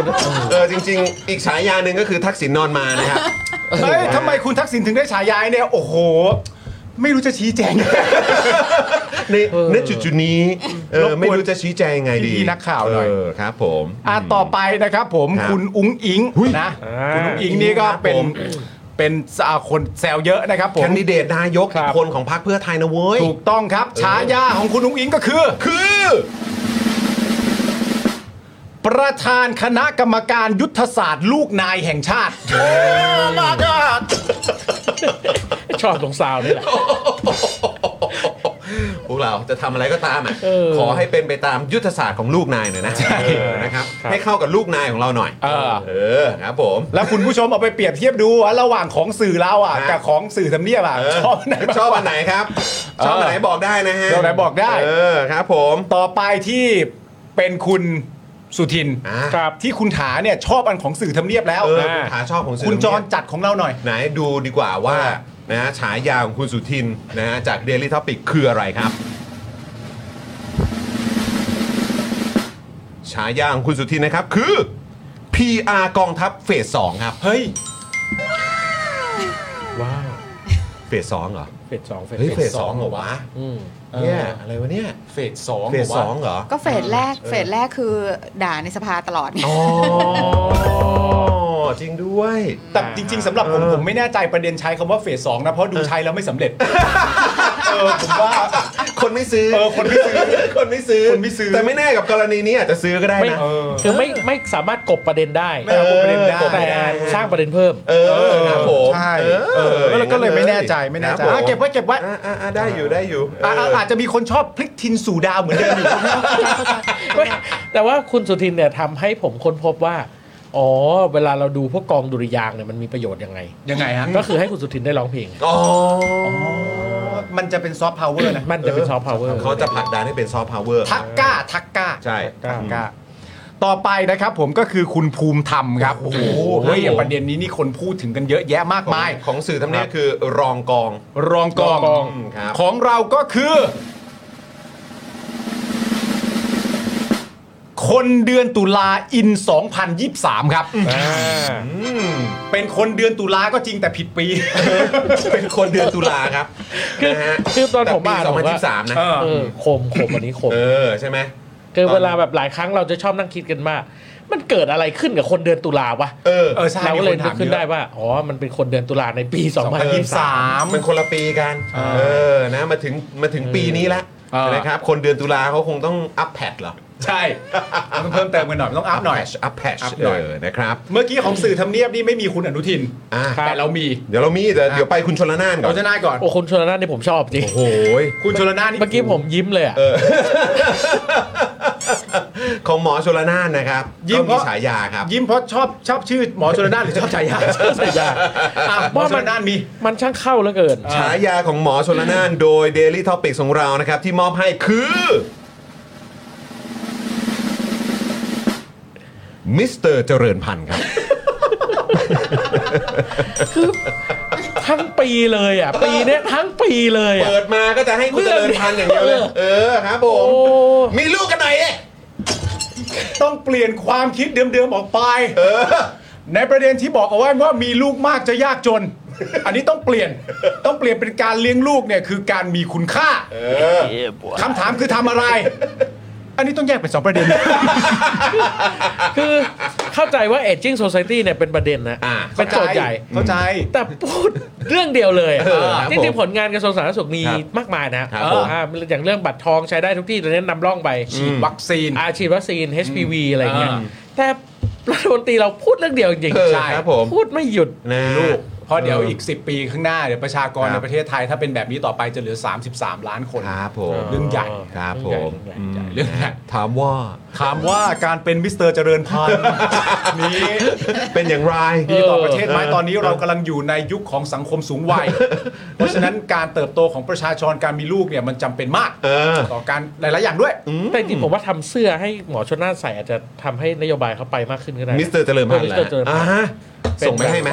เออจริง ๆ อีกฉายาหนึ่งก็คือทักษิณนอนมานะครับ เอ้ยทำไมคุณทักษิณถึงได้ฉายาเนี่ย โอ้โห ไม่รู้จะชี้แจง ในณจุดจุดๆนี้เออไม่รู้จะชี้แจงยังไงดี พี่ๆนักข่าวหน่อย เครับผม อ่ะต่อไปนะครับผม ครับ คุณอุ้งอิงนะคุณอุ้งอิงนี่ก็เป็น ครับผม เป็นอ่าคนแซวเยอะนะครับผ แค ม นดิเดตนายก ครับ คนของพรรคเพื่อไทยนะเว้ย ถูกต้องครับฉายาของคุณอุ้งอิงก็คือ คือ ประธานคณะกรรมการยุทธศาสตร์ลูกนายแห่งชาติมาก็ ชอบตรงซาวนี่แหละ [laughs] พวกเราจะทำอะไรก็ตามอ่ะขอให้เป็นไปตามยุทธศาสตร์ของลูกนายหน่อยนะเออนะครับ ครับ ให้เข้ากับลูกนายของเราหน่อย เออ เออครับผม แล้วคุณผู้ชมเอาไปเปรียบเทียบดูว่าระหว่างของสื่อเราอ่ะ ฮะ กับของสื่อทำเนียบอ่ะ เออ ชอบอันไหนมาก ชอบ กว่า อันไหนครับ ชอบอันไหนบอกได้นะฮะ ชอบอันไหนบอกได้ เออครับผม ต่อไปที่เป็นคุณสุทิน อ่ะ ครับ ที่คุณถาเนี่ยชอบอันของสื่อทำเนียบแล้ว เออคุณหาชอบของสื่ คุณจร เนี่ย จัดของเราหน่อย ไหนดูดีกว่าว่านะฮะฉายาของคุณสุทินนะฮะจาก Daily Topic คืออะไรครับ ฉายาของคุณสุทินนะครับคือ PR กองทัพเฟส2ครับ เฮ้ย ว้าว เฟสสองเหรอ เฟสสองเฟส เฮ้ยเฟ สอง สสองเหรอวะ อืม เนี่ยอะไรวะเนี่ย เฟสสอง เฟสสองเหรอ ก็เฟสแรก เฟสแรกคือด่าในสภาตลอดไง อ๋อ จริงด้วย แต่จริง ๆสำหรับผม เออ ผมไม่แน่ใจประเด็นใช้คำว่าเฟสสองนะ เพราะดูใช้แล้วไม่สำเร็จ เออผมว่า คนไม่ซื้อ เออคนไม่ซื้อ คนไม่ซื้อ คนไม่ซื้อ แต่ไม่แน่กับกรณีนี้อาจจะซื้อก็ได้ ไม่ นะ คือไม่ไม่สามารถกบประเด็นได้ ไม่เอาประเด็นได้ แต่สร้างประเด็นเพิ่ม เออครับผม ใช่ เออ เออแล้วก็เลยไม่แน่ใจไม่แน่ใจ ครับผม อ่ะเก็บไว้เก็บไว้ อ่ะอ่ะอ่ะได้อยู่ได้อยู่เอออ อ่ะอาจจะมีคนชอบพลิกทินสู่ด [laughs] าวเหมือนเดิมอีก ไม่แต่ว่าคุณสุทินเนี่ยทำให้ผมค้นพบว่า อ๋อ เวลาเราดูพวกกองดุริยางค์เนี่ยมันมีประโยชน์ยังไง ยังไงฮะ [laughs] ก็คือให้คุณสุทินได้ร้องเพลง อ๋อ มันจะเป็นซอฟต์พาวเวอร์นะ มันจะเป็นซอฟต์พาวเวอร์ เขาจะผลักดันให้เป็นซอฟต์พาวเวอร์ ทักก้าทักก้า ใช่ ทักก้า ต่อไปนะครับผมก็คือคุณภูมิธรรมครับ โอ้โหเฮ้ย ครับผม ประเด็นนี้นี่คนพูดถึงกันเยอะแยะมาก ของ มาย ของสื่อทำเนียบคือรองกอง รองกอง รองกองครับ ของเราก็คือ คนเดือนตุลาอิน 2023 ครับ เป็นคนเดือนตุลาก็จริงแต่ผิดปี [laughs] เป็นคนเดือนตุลาครับ คือ นะฮะ คือตอนผม แปี อ่านผมว่า 2013 นะ เออคมคมอันนี้คม เออใช่ไหม คือเวลาแบบหลายครั้งเราจะชอบนั่งคิดกันว่ามันเกิดอะไรขึ้นกับคนเดือนตุลาวะ เออ เออใช่ เราก็เลย มีคน นึ ถาก ม ขึ้น เยอะ ได้ว่าอ๋อมันเป็นคนเดือนตุลาในปี 2023 2023 มันคนละปีกัน เออนะมาถึงมาถึงปีนี้ละ เออ นะครับ คนเดือนตุลาเขาคงต้องอัพแพทเหรอ ใช่ต้องเพิ่มเติมกันหน่อยต้องอัพหน่อย อัพแพท up เอ หน่อย อนะครับ เมื่อกี้ของสื่อทำเนียบนี่ไม่มีคุณอนุทิน อ่ะ แต่เรามี เดี๋ยวเรามีแต่เดี๋ยวไปคุณชนละนานก่อ เรา น จะน่ายก่อน โอ้คุณชลนาเนี่ยผมชอบจริง โอ้ย [laughs] คุณชลนานี่ เมื่อกี้ผมยิ้มเลยอะ ของหมอชลนานนะครับ ยิ้ม ก็มีเพราะ ฉายาครับ ยิ้มเพราะชอบชอบชื่อหมอชลนานหรือชอบฉา [laughs] ยาชอบฉายาหมอชลนานมี มันช่างเข้าเหลือเกิน ฉายาของหมอชลนานโดย Daily Topics ของเรานะครับ ที่มอบให้คือมิสเตอร์เจริญพันธ์ครับ ทั้งปีเลยอ่ะ ปีเนี้ยทั้งปีเลยอ่ะ เปิดมาก็จะให้คุณเจริญพันธ์อย่างเดียวเลย เออครับผม โอ้ มีลูกกันหน่อยดิ ต้องเปลี่ยนความคิดเดิมๆออกไป ในประเด็นที่บอกเอาไว้ว่ามีลูกมากจะยากจน อันนี้ต้องเปลี่ยน ต้องเปลี่ยนเป็นการเลี้ยงลูกเนี่ยคือการมีคุณค่าคำถามคือทำอะไร อันนี้ต้องแยกเป็นสองประเด็น คือเข้าใจว่า Aging Society เนี่ยเป็นประเด็นนะ อ่า เป็นโจทย์ใหญ่ เข้าใจ แต่พูด [laughs] เรื่องเดียวเลย เออครับ จริงๆผลงานกระทรวงสาธารณสุขมี ครับ มากมายนะครับ ผม อ่าอย่างเรื่องบัตรทองใช้ได้ทุกที่ตอนนี้นำร่องไป ฉีดวัคซีน อาฉีดวัคซีน HPV อะไรเงี้ย อ่า แต่รัฐมนตรีเราพูดเรื่องเดียวจริง เออ ๆ ครับผม พูดไม่หยุด นะ ลูกเพราะเดี๋ยว ออ อีก 10 ปีข้างหน้าเดี๋ยวประชากร ครับ ในประเทศไทยถ้าเป็นแบบนี้ต่อไปจะเหลือ 33 ล้านคน ครับผม เรื่องใหญ่ ครับผ เรื่อง ม ใหญ่ อืม เรื่องใหญ่ ถามว่า ถามว่าการเป็นมิสเตอร์เจริญพัน [laughs] ธ์นี้ เป็นอย่างไร ดีต่อประเทศไหมตอนนี้เรากำลังอยู่ในยุคของสังคมสูงวัย เพราะฉะนั้นการเติบโตของประชาชนการมีลูกเนี่ยมันจำเป็นมาก เออ ต่อการหลาย ๆ อย่างด้วย แต่จริงๆผมว่าทำเสื้อให้หมอชนน่านใส่อาจจะทำให้นโยบายเขาไปมากขึ้นก็ได้ มิสเตอร์เจริญพันธ์ มิส แห เตอร์เจริญ ละ พัน อ่า ธ์ ฮะส่งไปให้ไหม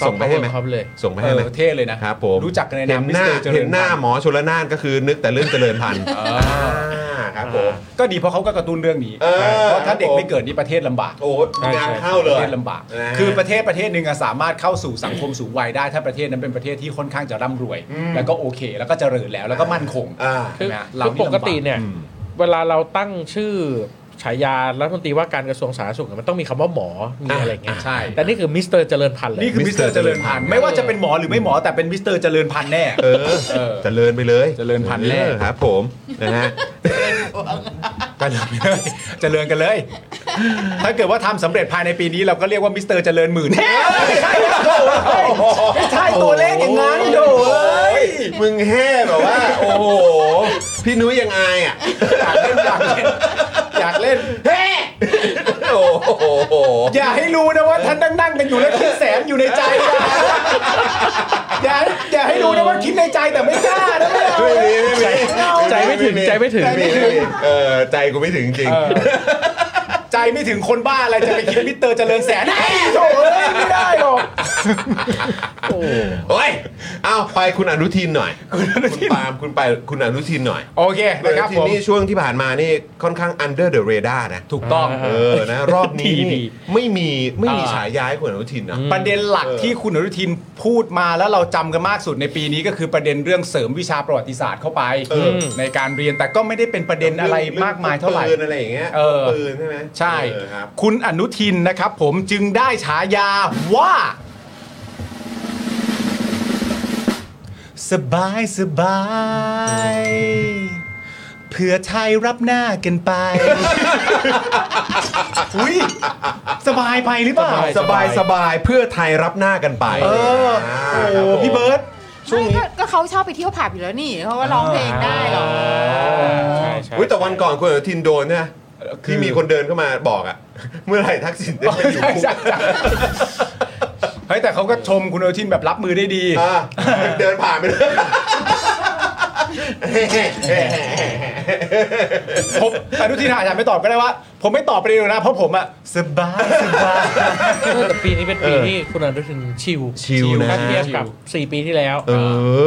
ซอฟต์ ส่งไปให้ไหม พาวเวอร์ครับเลย ส่งไปให้ไหม เออเท่เลยนะครับ ผม รู้จักกันในนาม เห็ห มิสเตอร์เจริญพันธ์ เห็นหน้าหมอชลนานก็คือนึกแต่เรื่องเจริญพันธ์าครับผม ก็ดีเพราะเขาก็กระตุ้นเรื่องนี้ เออ เพราะถ้าเด็กไม่เกิดนี่ประเทศลำบาก โอ้โหงานเข้าเล ป ย ระเทศลำบาก นะฮะ คือประเทศประเทศหนึ่งอะสามารถเข้าสู่สังคมสูงวัยได้ ถ้าประเทศนั้นเป็นประเทศที่ค่อนข้างจะร่ำรวย แล้วก็โอเค แล้วก็เจริญแล้ว แล้วก็มั่นคง อ่า คือ นะ คื เรา อปกติ นี่ลำบา เนี่ย เวลาเราตั้งชื่อฉายารัฐมนตรีว่าการกระทรวงสาธารณสุขเนี่ยมันต้องมีคำว่าหมอมีอะไรอย่างเงี้ย ใช่ แต่นี่คือมิสเตอร์เจริญพันธ์เลย นี่คือมิสเตอร์เจริญพันธ์ไม่ว่าจะเป็นหมอหรือไม่หมอแต่เป็นมิสเตอร์เจริญพันธ์แน่ เออเจริญไปเลย เจริญพันธุ์แรก เออครับผมนะฮะ เจริญไปเลยเจริญกันเลย ถ้าเกิดว่าทำสำเร็จภายในปีนี้เราก็เรียกว่ามิสเตอร์เจริญหมื่นไม่ใช่ไม่ใช่ตัวเลขอย่างนั้นโถ่เอ้ย มึงแห่แบบว่า โอ้โห พี่นุ้ยยังอายอ่ะ อยากเล่นอยากเล่นอยากเล่น โอ้โห อย่าให้รู้นะว่าท่านนั่งนั่งๆกันอยู่แล้วคิดแสนอยู่ในใจนะอย่าอย่าให้รู้นะว่าคิดในใจแต่ไม่กล้านะไม่เอา ไม่มีไม่มี ใจไม่ถึงใจไม่ถึง ใจไม่ถึงเออใจกูไม่ถึงจริง เออ ใจไม่ถึงคนบ้าอะไรจะไปคิดมิสเตอร์เจริญแสนไอ้โถ่เอ้ยไม่ได้หรอก โอ้ยเอาไปคุณอนุทินหน่อย คุณปาล์มคุณไปคุณอนุทินหน่อย โอเคนะครับ อ ผม นี่ช่วงที่ผ่านมานี่ค่อนข้าง under the radar นะ ถูกต้อง เออ นะ รอบนี้ ดีดี นี่ไม่มีไม่มี อ่า ฉายาให้คุณอนุทินนะ ประเด็นหลักที่คุณอนุทินพูดมาแล้วเราจำกันมากสุดในปีนี้ก็คือประเด็นเรื่องเสริมวิชาประวัติศาสตร์เข้าไป เออ ในการเรียนแต่ก็ไม่ได้เป็นประเด็นอะไรมากมายเท่าไหร่ ปืนอะไรอย่างเงี้ย เออ ปืนใช่ไหม ใช่ เออครับ คุณอนุทินนะครับผมจึงได้ฉายาว่า สบายสบาย เพื่อไทยรับหน้ากันไป อุ้ยสบายไปหรือเปล่า สบายสบายเพื่อไทยรับหน้ากันไป เออ า โอ้พี่เบิร์ต ช่วง ไม่ นี้ ก็ก็เขาชอบไปเที่ยวผับอยู่แล้วนี่เขาว่าร้องเพลงได้หรอ ใช่ใช่ อุ้ยแต่วันก่อนคุณอนุทินโดนนะที่มีคนเดินเข้ามาบอกอะ [laughs] เมื่อไหร่ทักษิณจะไปอยู่คุก เฮ้ยแต่เขาก็ชมคุณอนุทินแบบรับมือได้ดี อ่าเดินผ่านไปเลย [laughs] ผมอนุทินอาจจะไม่ตอบก็ได้ว่า ผมไม่ตอบประเด็นหรอกนะ เพราะผมอะสบายสบาย เออแต่ปีนี้เป็นปีที่คุณอนุทินชิล ชิลนะ ถ้าเทียบกับ 4 ปีที่แล้ว เอ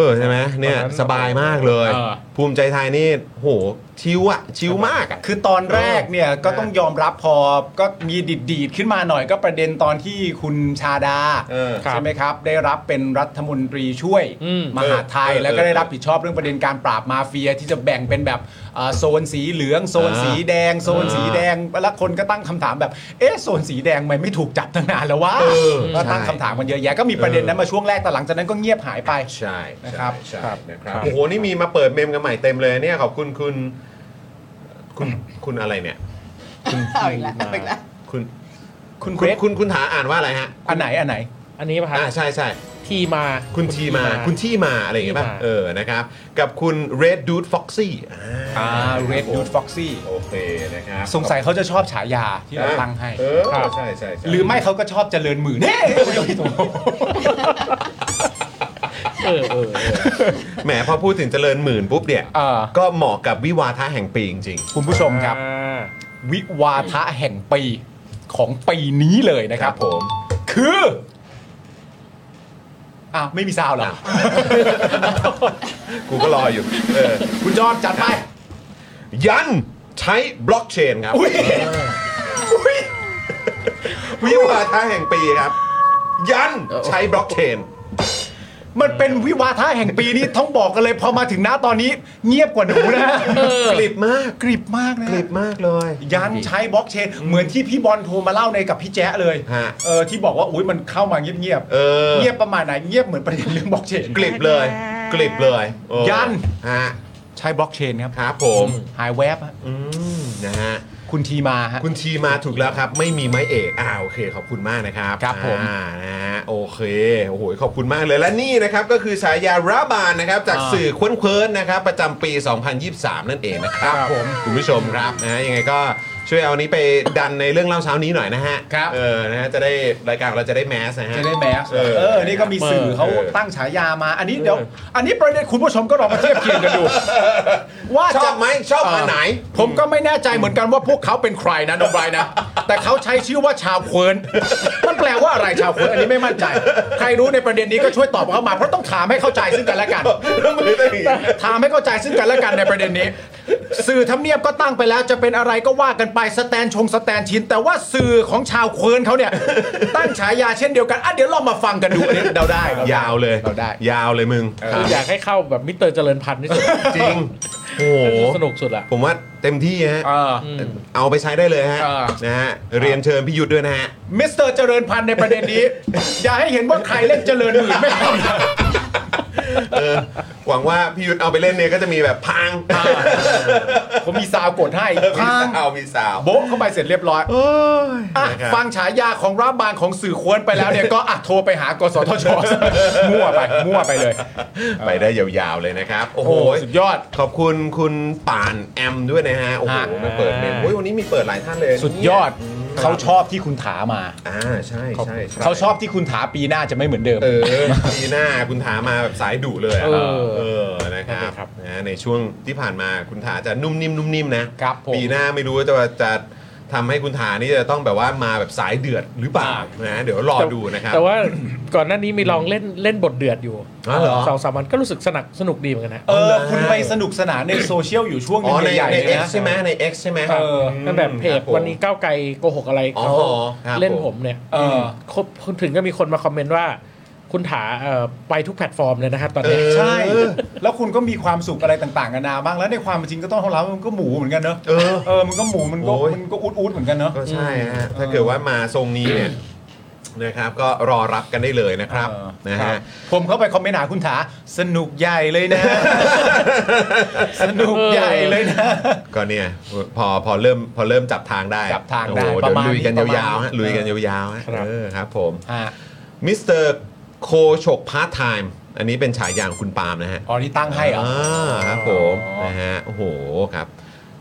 อใช่ไหมเนี่ยสบายมากเลย เออ ภูมิใจไทยนี่โหชิวอะชิวมากอะ คือตอนแรกเนี่ยก็ต้องยอมรับพอก็มีดิดดีดๆขึ้นมาหน่อยก็ประเด็นตอนที่คุณชาดา เออ ใช่ไหมครับ ได้รับเป็นรัฐมนตรีช่วย อืม มหาดไทย เออเออ แล้วก็ได้รับผิดชอบเรื่องประเด็นการปราบมาเฟียที่จะแบ่งเป็นแบบเอ่อโซนสีเหลือง โซน อ่า สีแดง โซนสีแดงแล้วคนก็ตั้งคำถามแบบ เอ๊ะโซนสีแดงทำไมไม่ถูกจับตั้งนานแล้ววะ เออ ก็ตั้ง ใช่ คำถามกันเยอะแยะก็มีประเด็นนั้นมาช่วงแรกแต่หลังจากนั้นก็เงียบหายไป ใช่ใช่ นะครับ ใช่นะครับโอ้โหนี่มีมาเปิดเมมกันใหม่เต็มเลยเนี่ยขอบคุณคุณคุณคุณอะไรเนี่ย เอาอีกแล้วเอาอีกแล้ว คุณ คุณเก คุณ รซ คุณคุณถาอ่านว่าอะไรฮะ อันไหนอันไหน อันนี้ป่ะฮะ อ่าใช่ใช่ ทีมา คุณทีมาคุณที่มาอะไรอย่างเงี้ยป่ะ ที่มา เออนะครับ กับคุณ Red Dude Foxy อ่า Red Dude Foxy โอเคนะครับ สงสัยเขาจะชอบฉายาที่เรา อ่ะ ตั้งให้ เออใช่ใช่ใช่ หรือไม่เขาก็ชอบเจริญหมื่นเน่ เออเออเออ แหมพอพูดถึงเจริญหมื่นปุ๊บเนี่ย เออ ก็เหมาะกับวิวาทะแห่งปีจริง คุณผู้ชมครับ วิวาทะแห่งปีของปีนี้เลยนะครับ ครับผ ผม ม คืออ้าวไม่มีซาวด์เหรอ ๆกูก็รออยู่เออ คุณจอมจัดไป ยันใช้บล็อกเชนครับ อุ้ยอุ้ย วิวาทะแห่งปีครับ ยันใช้บล็อกเชน มันเป็นวิวาทะแห่งปีนี้ต้องบอกกันเลย พอมาถึงหน้าตอนนี้ เงียบกว่าหนูนะ กริบมาก กริบมากนะ กริบมากเลย ยันใช้บล็อกเชน เหมือนที่พี่บอลโทรมาเล่าในกับพี่แจ๊ะเลย ฮะ เออที่บอกว่าอุ้ยมันเข้ามาเงียบๆ เออ เงียบประมาณไหนเงียบเหมือนประเด็นเรื่องบล็อกเชน กริบเลยกริบเลยโอ้ ยัน ฮะ ใช้บล็อกเชนครับ ครับผม หายแวบฮะ อืมนะฮะ คุณทีมาฮะ คุณทีมาถูกแล้วครับ ไม่มีไม้เอกอ่าโอเค ขอบคุณมากนะครับ ครับผม อ่านะฮะโอเคโอ้โหขอบคุณมากเลยและนี่นะครับก็คือฉายาราบานนะครับ จากสื่อควนเคว้นๆนะครับ ประจำปี 2023 นั่นเองนะครับผมคุณผู้ชมครับนะฮะยังไงก็ช่วยเอาอันนี้ไปดันในเรื่องเล่าเช้านี้หน่อยนะฮะ ครับ เออนะฮะจะได้รายการของเราจะได้แมสนะฮะ จะได้แมส เออ เออ นี่ก็มีสื่อเขาตั้งฉายามา อันนี้เดี๋ยว อันนี้ประเด็นคุณผู้ชมก็ลองมาเทียบเคียงกันดู ว่า ช จะ อบไหมชอบอันไหน ผมก็ไม่แน่ใจเหมือนกันว่าพวกเขาเป็นใครนะน้องไบรท์นะ แต่เขาใช้ชื่อว่าชาวเควิร์นมันแปลว่าอะไรชาวเควิร์นอันนี้ไม่มั่นใจ ใครรู้ในประเด็นนี้ก็ช่วยตอบเข้ามาเพราะต้องถามให้เข้าใจซึ่งกันและกัน แล้วมือได้อย่างนี้ ถามให้เข้าใจซึ่งกันและกันในประเด็นนี้ สื่อทำเนียบก็ตั้งไปแล้วจะเป็นอะไรก็ว่ากันไปสแตนชงสแตนชิน แต่ว่าสื่อของชาวเควิร์นเขาเนี่ย ตั้งฉายาเช่นเดียวกันอ่ะเดี๋ยวเรามาฟังกันดูอันนี้เราได้รได้ ยาวเลย เราได้ ยาวเลยมึง คืออยากให้เข้าแบบมิสเตอร์เจริญพันธุ์ที่สุด จริง โอ้โห สนุกสุดละ ผมว่าเต็มที่ฮะ เออ เอาไปใช้ได้เลยฮะ เออ นะฮะ เรียนเชิญพี่ยุทธด้วยนะฮะ มิสเตอร์เจริญพันธุ์ในประเด็นนี้ อย่าให้เห็นว่าใครเล่นเจริญหมื่นไม่เอา เออ หวังว่าพี่ยุทธเอาไปเล่นเนี่ยก็จะมีแบบพัง ผมมีซาวกดให้พมีัง สาวมีสาว โบ๊ะเข้าไปเสร็จเรียบร้อยอ่ะ นะครับ ฟังฉายาของรัฐบาลของสื่อควรไปแล้วเนี่ยก็อ่ะโทรไปหากสทชมั่วไปมั่วไปเลย ไปได้ยาวๆเลยนะครับ โอ้โห โอ้โหสุดยอด ขอบคุณคุณป่านแอมด้วยนะฮะ โอ้โหมาเปิดเมนโอ้ยวันนี้มีเปิดหลายท่านเลย สุดยอดเขาชอบที่คุณถามา อ่าใช่ใช่ใช่ เขาชอบที่คุณถาปีหน้าจะไม่เหมือนเดิม เออ ปีหน้าคุณถามาแบบสายดุเลยอะ เออ เออนะครับ ครับ นะในช่วงที่ผ่านมาคุณถาจะนุ่มนิ่มนุ่มนิ่มนะครับ ผม ปีหน้าไม่รู้ว่าจะจะทำให้คุณถานี่จะต้องแบบว่ามาแบบสายเดือดหรือเปล่านะเดี๋ยวรอดูนะครับ แต่ว่าก่อนหน้านี้มีลองเล่นเล่นบทเดือดอยู่ อ๋อเหรอ สองสามวันก็รู้สึกสนักสนุกดีเหมือนกันนะ เออ คุณไปสนุกสนานในโซเชียลอยู่ช่วงห อ๋ นึ อง ใน ใหญ่ ใน ๆ X นะ ใช่ไหมใน X ใช่ไหมครับ เออ นั่นแบบเพจ ครับผม วันนี้ก้าวไกลโกหกอะไร อ๋อ เขา ครับ เล่น ผม ผมเนี่ย เออ คนคนถึงก็มีคนมาคอมเมนต์ว่า คุณถาเอ่อไปทุกแพลตฟอร์มเลยนะครับตอนนี้ ใช่ แล้วคุณก็มีความสุขอะไรต่างๆกันานาบ้างแล้วในความเป็นจริงก็ต้องทำร้ายมันก็หมูเหมือนกันเนอะ เออ เออมันก็หมูมันก็ โอ้ย มันก็อูดๆเหมือนกันเนอะ ก็ใช่ฮะถ้าเกิดว่ามาทรงนี้เนี่ย [coughs] นะครับ ก็รอรับกันได้เลยนะครับ เออ นะฮะ ผมเข้าไปคอมเมนต์หาคุณถาสนุกใหญ่เลย [laughs] นะ สนุกใหญ่เลยนะ ก็เนี่ยพอพอเริ่มพอเริ่มจับทางได้ จับทางได้ โอ้ปโหเดี๋ย ระ ว มาณ ลุยกัน นี้ประมาณ ยาวๆฮะ นี้ ลุยกันยาวๆฮะเออครับผม อ่ะ มิสเตอร์โคฉกพาร์ทไทม์อันนี้เป็นฉายาของคุณปาล์มนะฮะ อ๋อนี่ตั้งให้เหรอ าครับผมนะฮะโอ้โหครับ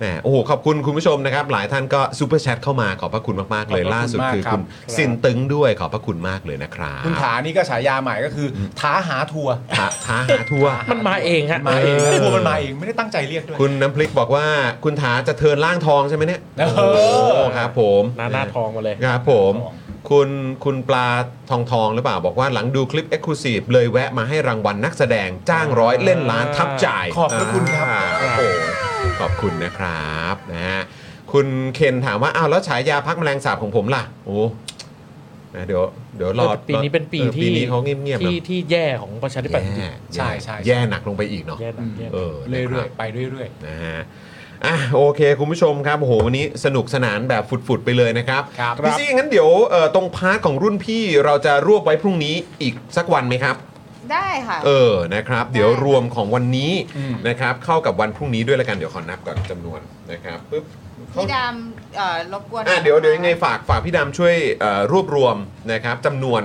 แหมโอ้โหขอบคุณคุณผู้ชมนะครับ หลายท่านก็ซูเปอร์แชทเข้ามาขอบพระคุณมาก ๆ เลย ขอบพระคุณ ล่าสุดคืมาอกครับ คุณสินตึงด้วยขอบพระคุณมากเลยนะครับ คุณถานี่ก็ฉายาใหม่ก็คือถาหาทัวร์ ท้าท้าหาทัวร์ มันมาเองฮะ มาเอง เออ ทัวร์มันมาเองไม่ได้ตั้งใจเรียกด้วย คุณน้ำพริกบอกว่าคุณถาจะเทิร์นล่างทองใช่ไหมเนี่ย เออ โอ้โหครับผม หน้าหน้าทองมาเลย ครับผม คุณคุณปลาทองทองหรือเปล่า บอกว่าหลังดูคลิป e x c l u s i v e เลยแวะมาให้รางวัลนักแสดงจ้างร้อยเล่นล้านทับจ่าย ขอบพระคุณครับ อ่าโอ้โหขอบคุณนะครับนะฮะคุณเคนถามว่า อ้าว แล้วฉายาพักแมลงสาบของผมล่ะ โอ้นะเดี๋ยวเดี๋ยวรอ เออแต่ปีนี้เป็นปี ออ ที่ ปีนี้เขาเงียบๆ ที่ เนอะ ที่แย่ของประชาธิปัตย์จริ แย่ ง ใช่ใช่ แย่หนักลงไปอีกเนาะ ๆแย่หนักแย่หนัก เออ เรื่อย ๆ ๆไปเรื่อย นะฮะ อ่ะโอเค คุณผู้ชมครับโอ้โหวันนี้สนุกสนานแบบฝุดๆไปเลยนะครับ ครับ พี่ซี่งั้นเดี๋ยวเอ่อตรงพาร์ทของรุ่นพี่เราจะรวบไว้พรุ่งนี้อีกสักวันไหมครับ ได้ค่ะ เออนะครับ เดี๋ยวรวมของวันนี้นะครับเข้ากับวันพรุ่งนี้ด้วยละกันเดี๋ยวขอนับก่อนจำนวนนะครับปึ๊บ พี่ดำเอ่อรบกวน อ่ะเดี๋ยวเดี๋ยวยังไงฝากฝากพี่ดำช่วยเอ่อรวบรวมนะครับจำนวน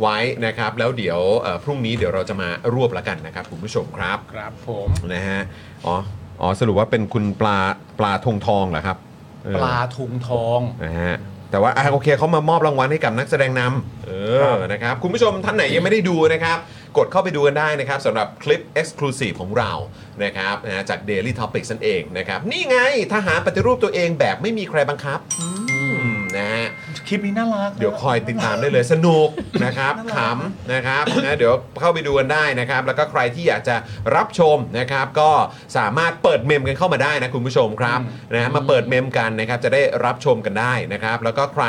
ไว้นะครับ แล้วเดี๋ยวเอ่อพรุ่งนี้เดี๋ยวเราจะมารวบละกันนะครับคุณผู้ชมครับ ๆ ครับผม นะฮะ อ๋อ อ๋อ สรุปว่าเป็นคุณปลาปลาทงทองเหรอครับเออ ปลาทุงทอง นะฮะ แต่ว่าอ่ะโอเคเขามามอบรางวัลให้กับนักแสดงนำเออ นะครับ คุณผู้ชมท่านไหนยังไม่ได้ดูนะครับ กดเข้าไปดูกันได้นะครับสำหรับคลิป Exclusive ของเรา นะครับนะฮะจาก Daily Topics นั่นเองนะครับ นี่ไงทหารปฏิรูปตัวเองแบบไม่มีใครบังคับ อืม นะฮะ คลิปนี้น่ารักนะ เดี๋ยวคอยติดตามได้เลยสนุกนะครับขำนะครับนะเดี๋ยวเข้าไปดูกันได้นะครับ แล้วก็ใครที่อยากจะรับชมนะครับ ก็สามารถเปิดเมมกันเข้ามาได้นะคุณผู้ชมครับนะฮะมาเปิดเมมกันนะครับจะได้รับชมกันได้นะครับ แล้วก็ใคร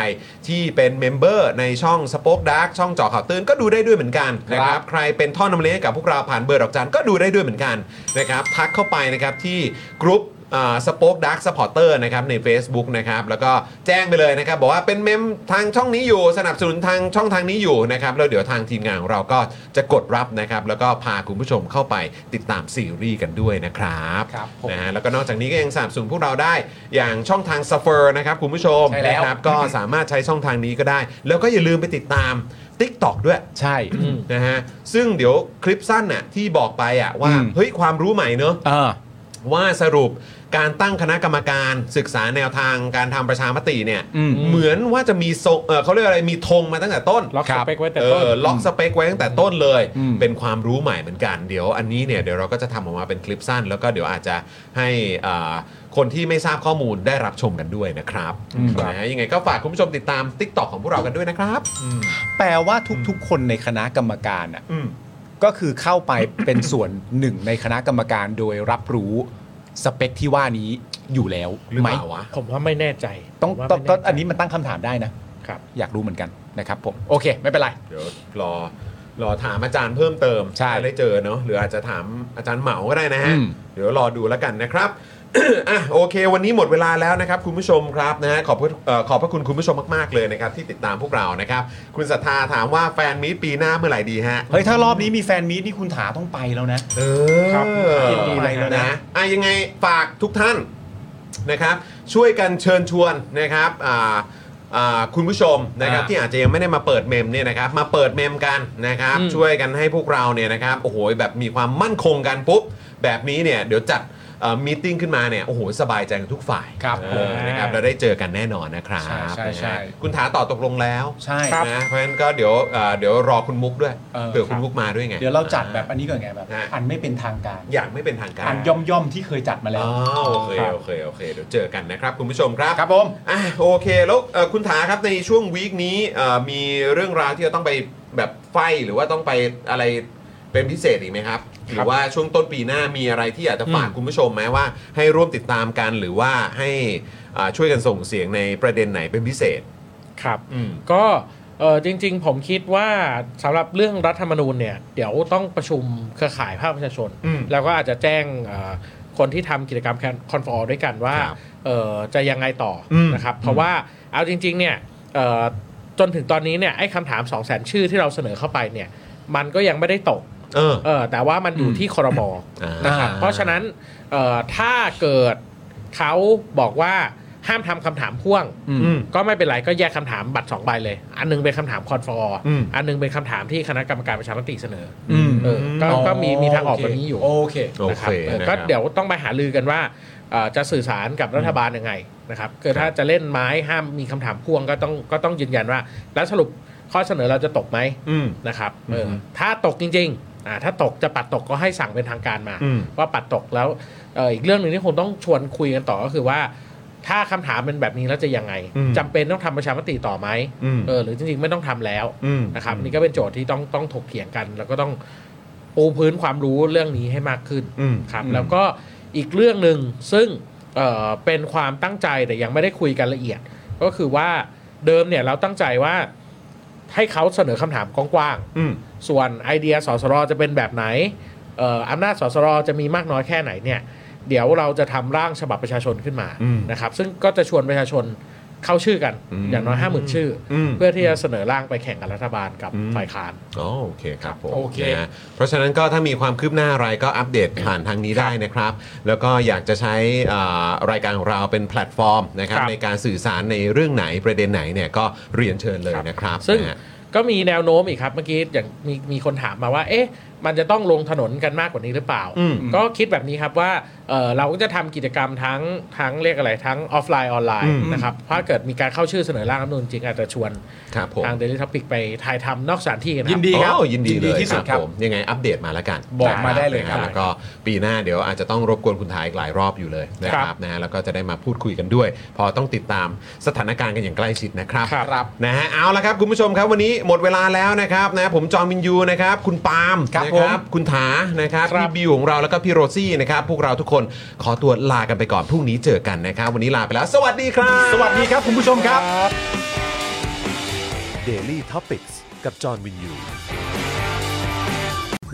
ที่เป็นเมมเบอร์ในช่องสป็อคดักช่องเจอข่าวตื่นก็ดูได้ด้วยเหมือนกันนะครับ ใครเป็นท่อนำเลี้ยงให้กับพวกเราผ่านเบอร์ดอกจันก็ดูได้ด้วยเหมือนกันนะครับทักเข้าไปนะครับที่กรุ๊ป สป็อคดักสปอร์เตอร์นะครับใน Facebook นะครับแล้วก็แจ้งไปเลยนะครับบอกว่าเป็นเมมทางช่องนี้อยู่สนับสนุนทางช่องทางนี้อยู่นะครับแล้วเดี๋ยวทางทีมงานของเราก็จะกดรับนะครับแล้วก็พาคุณผู้ชมเข้าไปติดตามซีรีส์กันด้วยนะครับ ครับผม นะฮะแล้วก็นอกจากนี้ก็ยังสนับสนุนพวกเราได้อย่างช่องทาง s u f f e r นะครับคุณผู้ชม ใช่แล้ว นะครับก็สามารถใช้ช่องทางนี้ก็ได้ แล้วก็อย่าลืมไปติดตาม TikTok ด้วย ใช่ นะฮะซึ่งเดี๋ยวคลิปสั้นน่ะที่บอกไปอ่ะว่า อืม เฮ้ยความรู้ใหม่เนอะ เออ ว่าสรุปการตั้งคณะกรรมการศึกษาแนวทางการทำประชามติเนี่ย อืม เหมือนว่าจะมีทรงเอ่อเขาเรียกอะไรมีธงมาตั้งแต่ต้น ล็อกสเปคไว้แต่ต้น เออล็อกสเปคไว้ตั้งแต่ต้นเลย อืม เป็นความรู้ใหม่เหมือนกันเดี๋ยวอันนี้เนี่ยเดี๋ยวเราก็จะทำออกมาเป็นคลิปสั้น แล้วก็เดี๋ยวอาจจะให้อ่าคนที่ไม่ทราบข้อมูลได้รับชมกันด้วยนะครับนะฮะยังไงก็ฝากคุณผู้ชมติดตาม Tik t o อกของพวกเรากันด้วยนะครับ แปลว่าทุกๆ คนในคณะกรรมการอ่ะ อืม ก็คือเข้าไป เป็นส่วนหนึ่งในคณะกรรมการโดยรับรู้สเปคที่ว่านี้อยู่แล้ว หรือ ไหม เปล่าวะ ผมว่าไม่แน่ใจ ต้อง ผมว่า ต้อง ไม่ ก็ แใจ อันนี้มันตั้งคำถามได้นะ ครับ อยากรู้เหมือนกันนะครับผม โอเค ไม่เป็นไร เดี๋ยวรอรอถามอาจารย์เพิ่มเติม ใช่ จะได้เจอเนาะหรืออาจจะถามอาจารย์เหมาก็ได้นะฮะ อืม เดี๋ยวรอดูแล้วกันนะครับ [coughs] อ่ะโอเค วันนี้หมดเวลาแล้วนะครับ คุณผู้ชมครับนะฮะขอบพระเอ่อขอบพระคุณคุณผู้ชมมาก ๆ เลยนะครับ ที่ติดตามพวกเรานะครับ คุณศรัทธาถามว่าแฟนมีตปีหน้าเมื่อไหร่ดีฮะ เฮ้ย ถ้ารอบนี้มีแฟนมีตนี่คุณถาต้องไปแล้วนะ เออ ครับยินดี ไป เลยนะ แล้วนะอ่ะยังไงฝากทุกท่านนะครับ ช่วยกันเชิญชวนนะครับอ่าอ่าคุณผู้ชมนะครับที่อาจจะยังไม่ได้มาเปิดเมมเนี่ยนะครับมาเปิดเมมกันนะครับช่วยกันให้พวกเราเนี่ยนะครับโอ้โหแบบมีความมั่นคงกันปุ๊บแบบนี้เนี่ยเดี๋ยวจัดมีติ้งขึ้นมาเนี่ยโอ้โหสบายใจกันทุกฝ่าย ครับ เออนะครับเราได้เจอกันแน่นอนนะครับ ใช่ใช่ใช่ นะฮะคุณถาต่อตกลงแล้ว ใช่ นะเพราะฉะนั้นก็เดี๋ยวเอ่อเดี๋ยวรอคุณมุกด้วย เออ เผื่อคุณมุกมาด้วยไง เดี๋ยวเราจัดแบบอันนี้ก่อนไงแบบ ฮะ อันไม่เป็นทางการ อย่างไม่เป็นทางการ อันย่อมย่อมๆที่เคยจัดมาแล้ว อ๋อโอเคโอเคโอเคเดี๋ยวเจอกันนะครับ คุณผู้ชมครับ ครับผม อ่ะโอเคแล้วเอ่อคุณถาครับในช่วงวีคนี้เอ่อมีเรื่องราวที่จะต้องไปแบบไฟหรือว่าต้องไปอะไรเป็นพิเศษอีกไหมครับ หรือว่าช่วงต้นปีหน้ามีอะไรที่อยากจะฝากคุณผู้ชมไหมว่า ให้ร่วมติดตามกันหรือว่าให้อ่าช่วยกันส่งเสียงในประเด็นไหนเป็นพิเศษ ครับ อืม ก็เออจริง ๆ ผมคิดว่าสำหรับเรื่องรัฐธรรมนูญเนี่ย เดี๋ยวต้องประชุมเครือข่ายภาคประชาชน อืม แล้วก็อาจจะแจ้งเอ่อคนที่ทำกิจกรรมคอนฟอร์ด้วยกันว่า ครับ เอ่อจะยังไงต่ออ ม นะครับ เพราะว่าเอาจริง ๆ เนี่ยเอ่อ จนถึงตอนนี้เนี่ยไอ้คำถาม2 0 0 0 0 0 ชื่อที่เราเสนอเข้าไปเนี่ย มันก็ยังไม่ได้ตก เออ เออแต่ว่ามันอยู่ที่คอรมอ อ่า นะครับเพราะฉะนั้นเอ่อถ้าเกิดเขาบอกว่าห้ามทำคำถามพ่วง ก็ไม่เป็นไรก็แยกคำถามบัตรสองใบเลย อันหนึงเป็นคำถามคอนฟอร์ อืม อันหนึงเป็นคำถามที่คณะกรรมการประชามติเสนออ ม เออก็ก็มีมีทางออกแบบนี้อยู่ โอเค โอ นะค เครับ เออ นะครับ ก็เดี๋ยวต้องไปหาลือกันว่าเอ่อจะสื่อสารกับรัฐบาลยังไงนะครับคือถ้าจะเล่นไม้ห้ามมีคำถามพ่วงก็ต้องก็ต้องยืนยันว่า แล้วสรุปข้อเสนอเราจะตกไหม อืม นะครับเอออถ้าตกจริงๆอ่าถ้าตกจะปัดตกก็ให้สั่งเป็นทางการมา อืม ว่าปัดตกแล้วเอ่ออีกเรื่องหนึ่งที่คงต้องชวนคุยกันต่อก็คือว่า ถ้าคำถามเป็นแบบนี้แล้วจะยังไง อืม จำเป็นต้องทำประชามติต่อไหม อืม เออหรือจริงๆไม่ต้องทำแล้ว อืม นะครับนี่ก็เป็นโจทย์ที่ต้องต้องถกเถียงกัน แล้วก็ต้องปูพื้นความรู้เรื่องนี้ให้มากขึ้น อืม ครับแล้วก็อีกเรื่องหนึ่งซึ่งเอ่อเป็นความตั้งใจแต่ยังไม่ได้คุยกันละเอียด ก็คือว่าเดิมเนี่ยเราตั้งใจว่าให้เขาเสนอคำถามกว้างๆ อืม ส่วนไอเดียสสรจะเป็นแบบไหนเอ่ออำนาจสสรจะมีมากน้อยแค่ไหนเนี่ย เดี๋ยวเราจะทำร่างฉบับประชาชนขึ้นมา อืม นะครับ ซึ่งก็จะชวนประชาชนเข้าชื่อกัน อืม อย่างน้อยห้าหมื่นชื่ออ ม เพื่อที่จะเสนอร่างไปแข่งกับรัฐบาลกับ อืม ฝ่ายค้าน อ๋อโอเคครับผม โอเค นะฮะเพราะฉะนั้นก็ถ้ามีความคืบหน้าอะไรก็อัปเดตผ่านทางนี้ได้นะครับ แล้วก็อยากจะใช้อ่ารายการของเราเป็นแพลตฟอร์มนะครับ ครับ ในการสื่อสารในเรื่องไหนประเด็นไหนเนี่ยก็เรียนเชิญเลยนะครับ ซึ่ง นะฮะ ก็มีแนวโน้มอีกครับเมื่อกี้อย่างมีมีคนถามมาว่า เอ๊ะ มันจะต้องลงถนนกันมากกว่านี้หรือเปล่า อืม ก็คิดแบบนี้ครับว่าเอ่อเราก็จะทำกิจกรรมทั้งทั้งเรียกอะไรทั้งออฟไลน์ออนไลน์ อืม นะครับถ้าเกิดมีการเข้าชื่อเสนอร่างรัฐธรรมนูญจริงอาจจะชวน ครับผม ทาง Daily Topic ไปถ่ายทำนอกสถานที่กันะค ยิ รับ นดีครับ โอ้ยินดี ยิน เล ดี ย ที่สุดครับ ผมยังไงอัปเดตมาแล้วกัน บอกมาได้เลยครับ นะแล้วก็ปีหน้าเดี๋ยวอาจจะต้องรบกวนคุณทายอีกหลายรอบอยู่เลยนะค ครั รับบ นะฮะแล้วก็จะได้มาพูดคุยกันด้วย พอต้องติดตามสถานการณ์กันอย่างใกล้ชิดนะครับ ครับ นะฮะเอาละครับคุณผู้ชมครับวันนี้หมดเวลาแล้วนะครับนะผมจอห์นวินยูนะครับคุณปาล์ม ครับ นะ ผม คุณถานะครับ ครับ พี่บิวของเราแล้วก็พี่โรซี่นะครับพวกเราทุกคนขอตัวลากันไปก่อนพรุ่งนี้เจอกันนะครับ วันนี้ลาไปแล้ว สวัสดีครับ สวัสดีครับคุณผู้ชมครับ Daily Topics กับจอห์นวินยู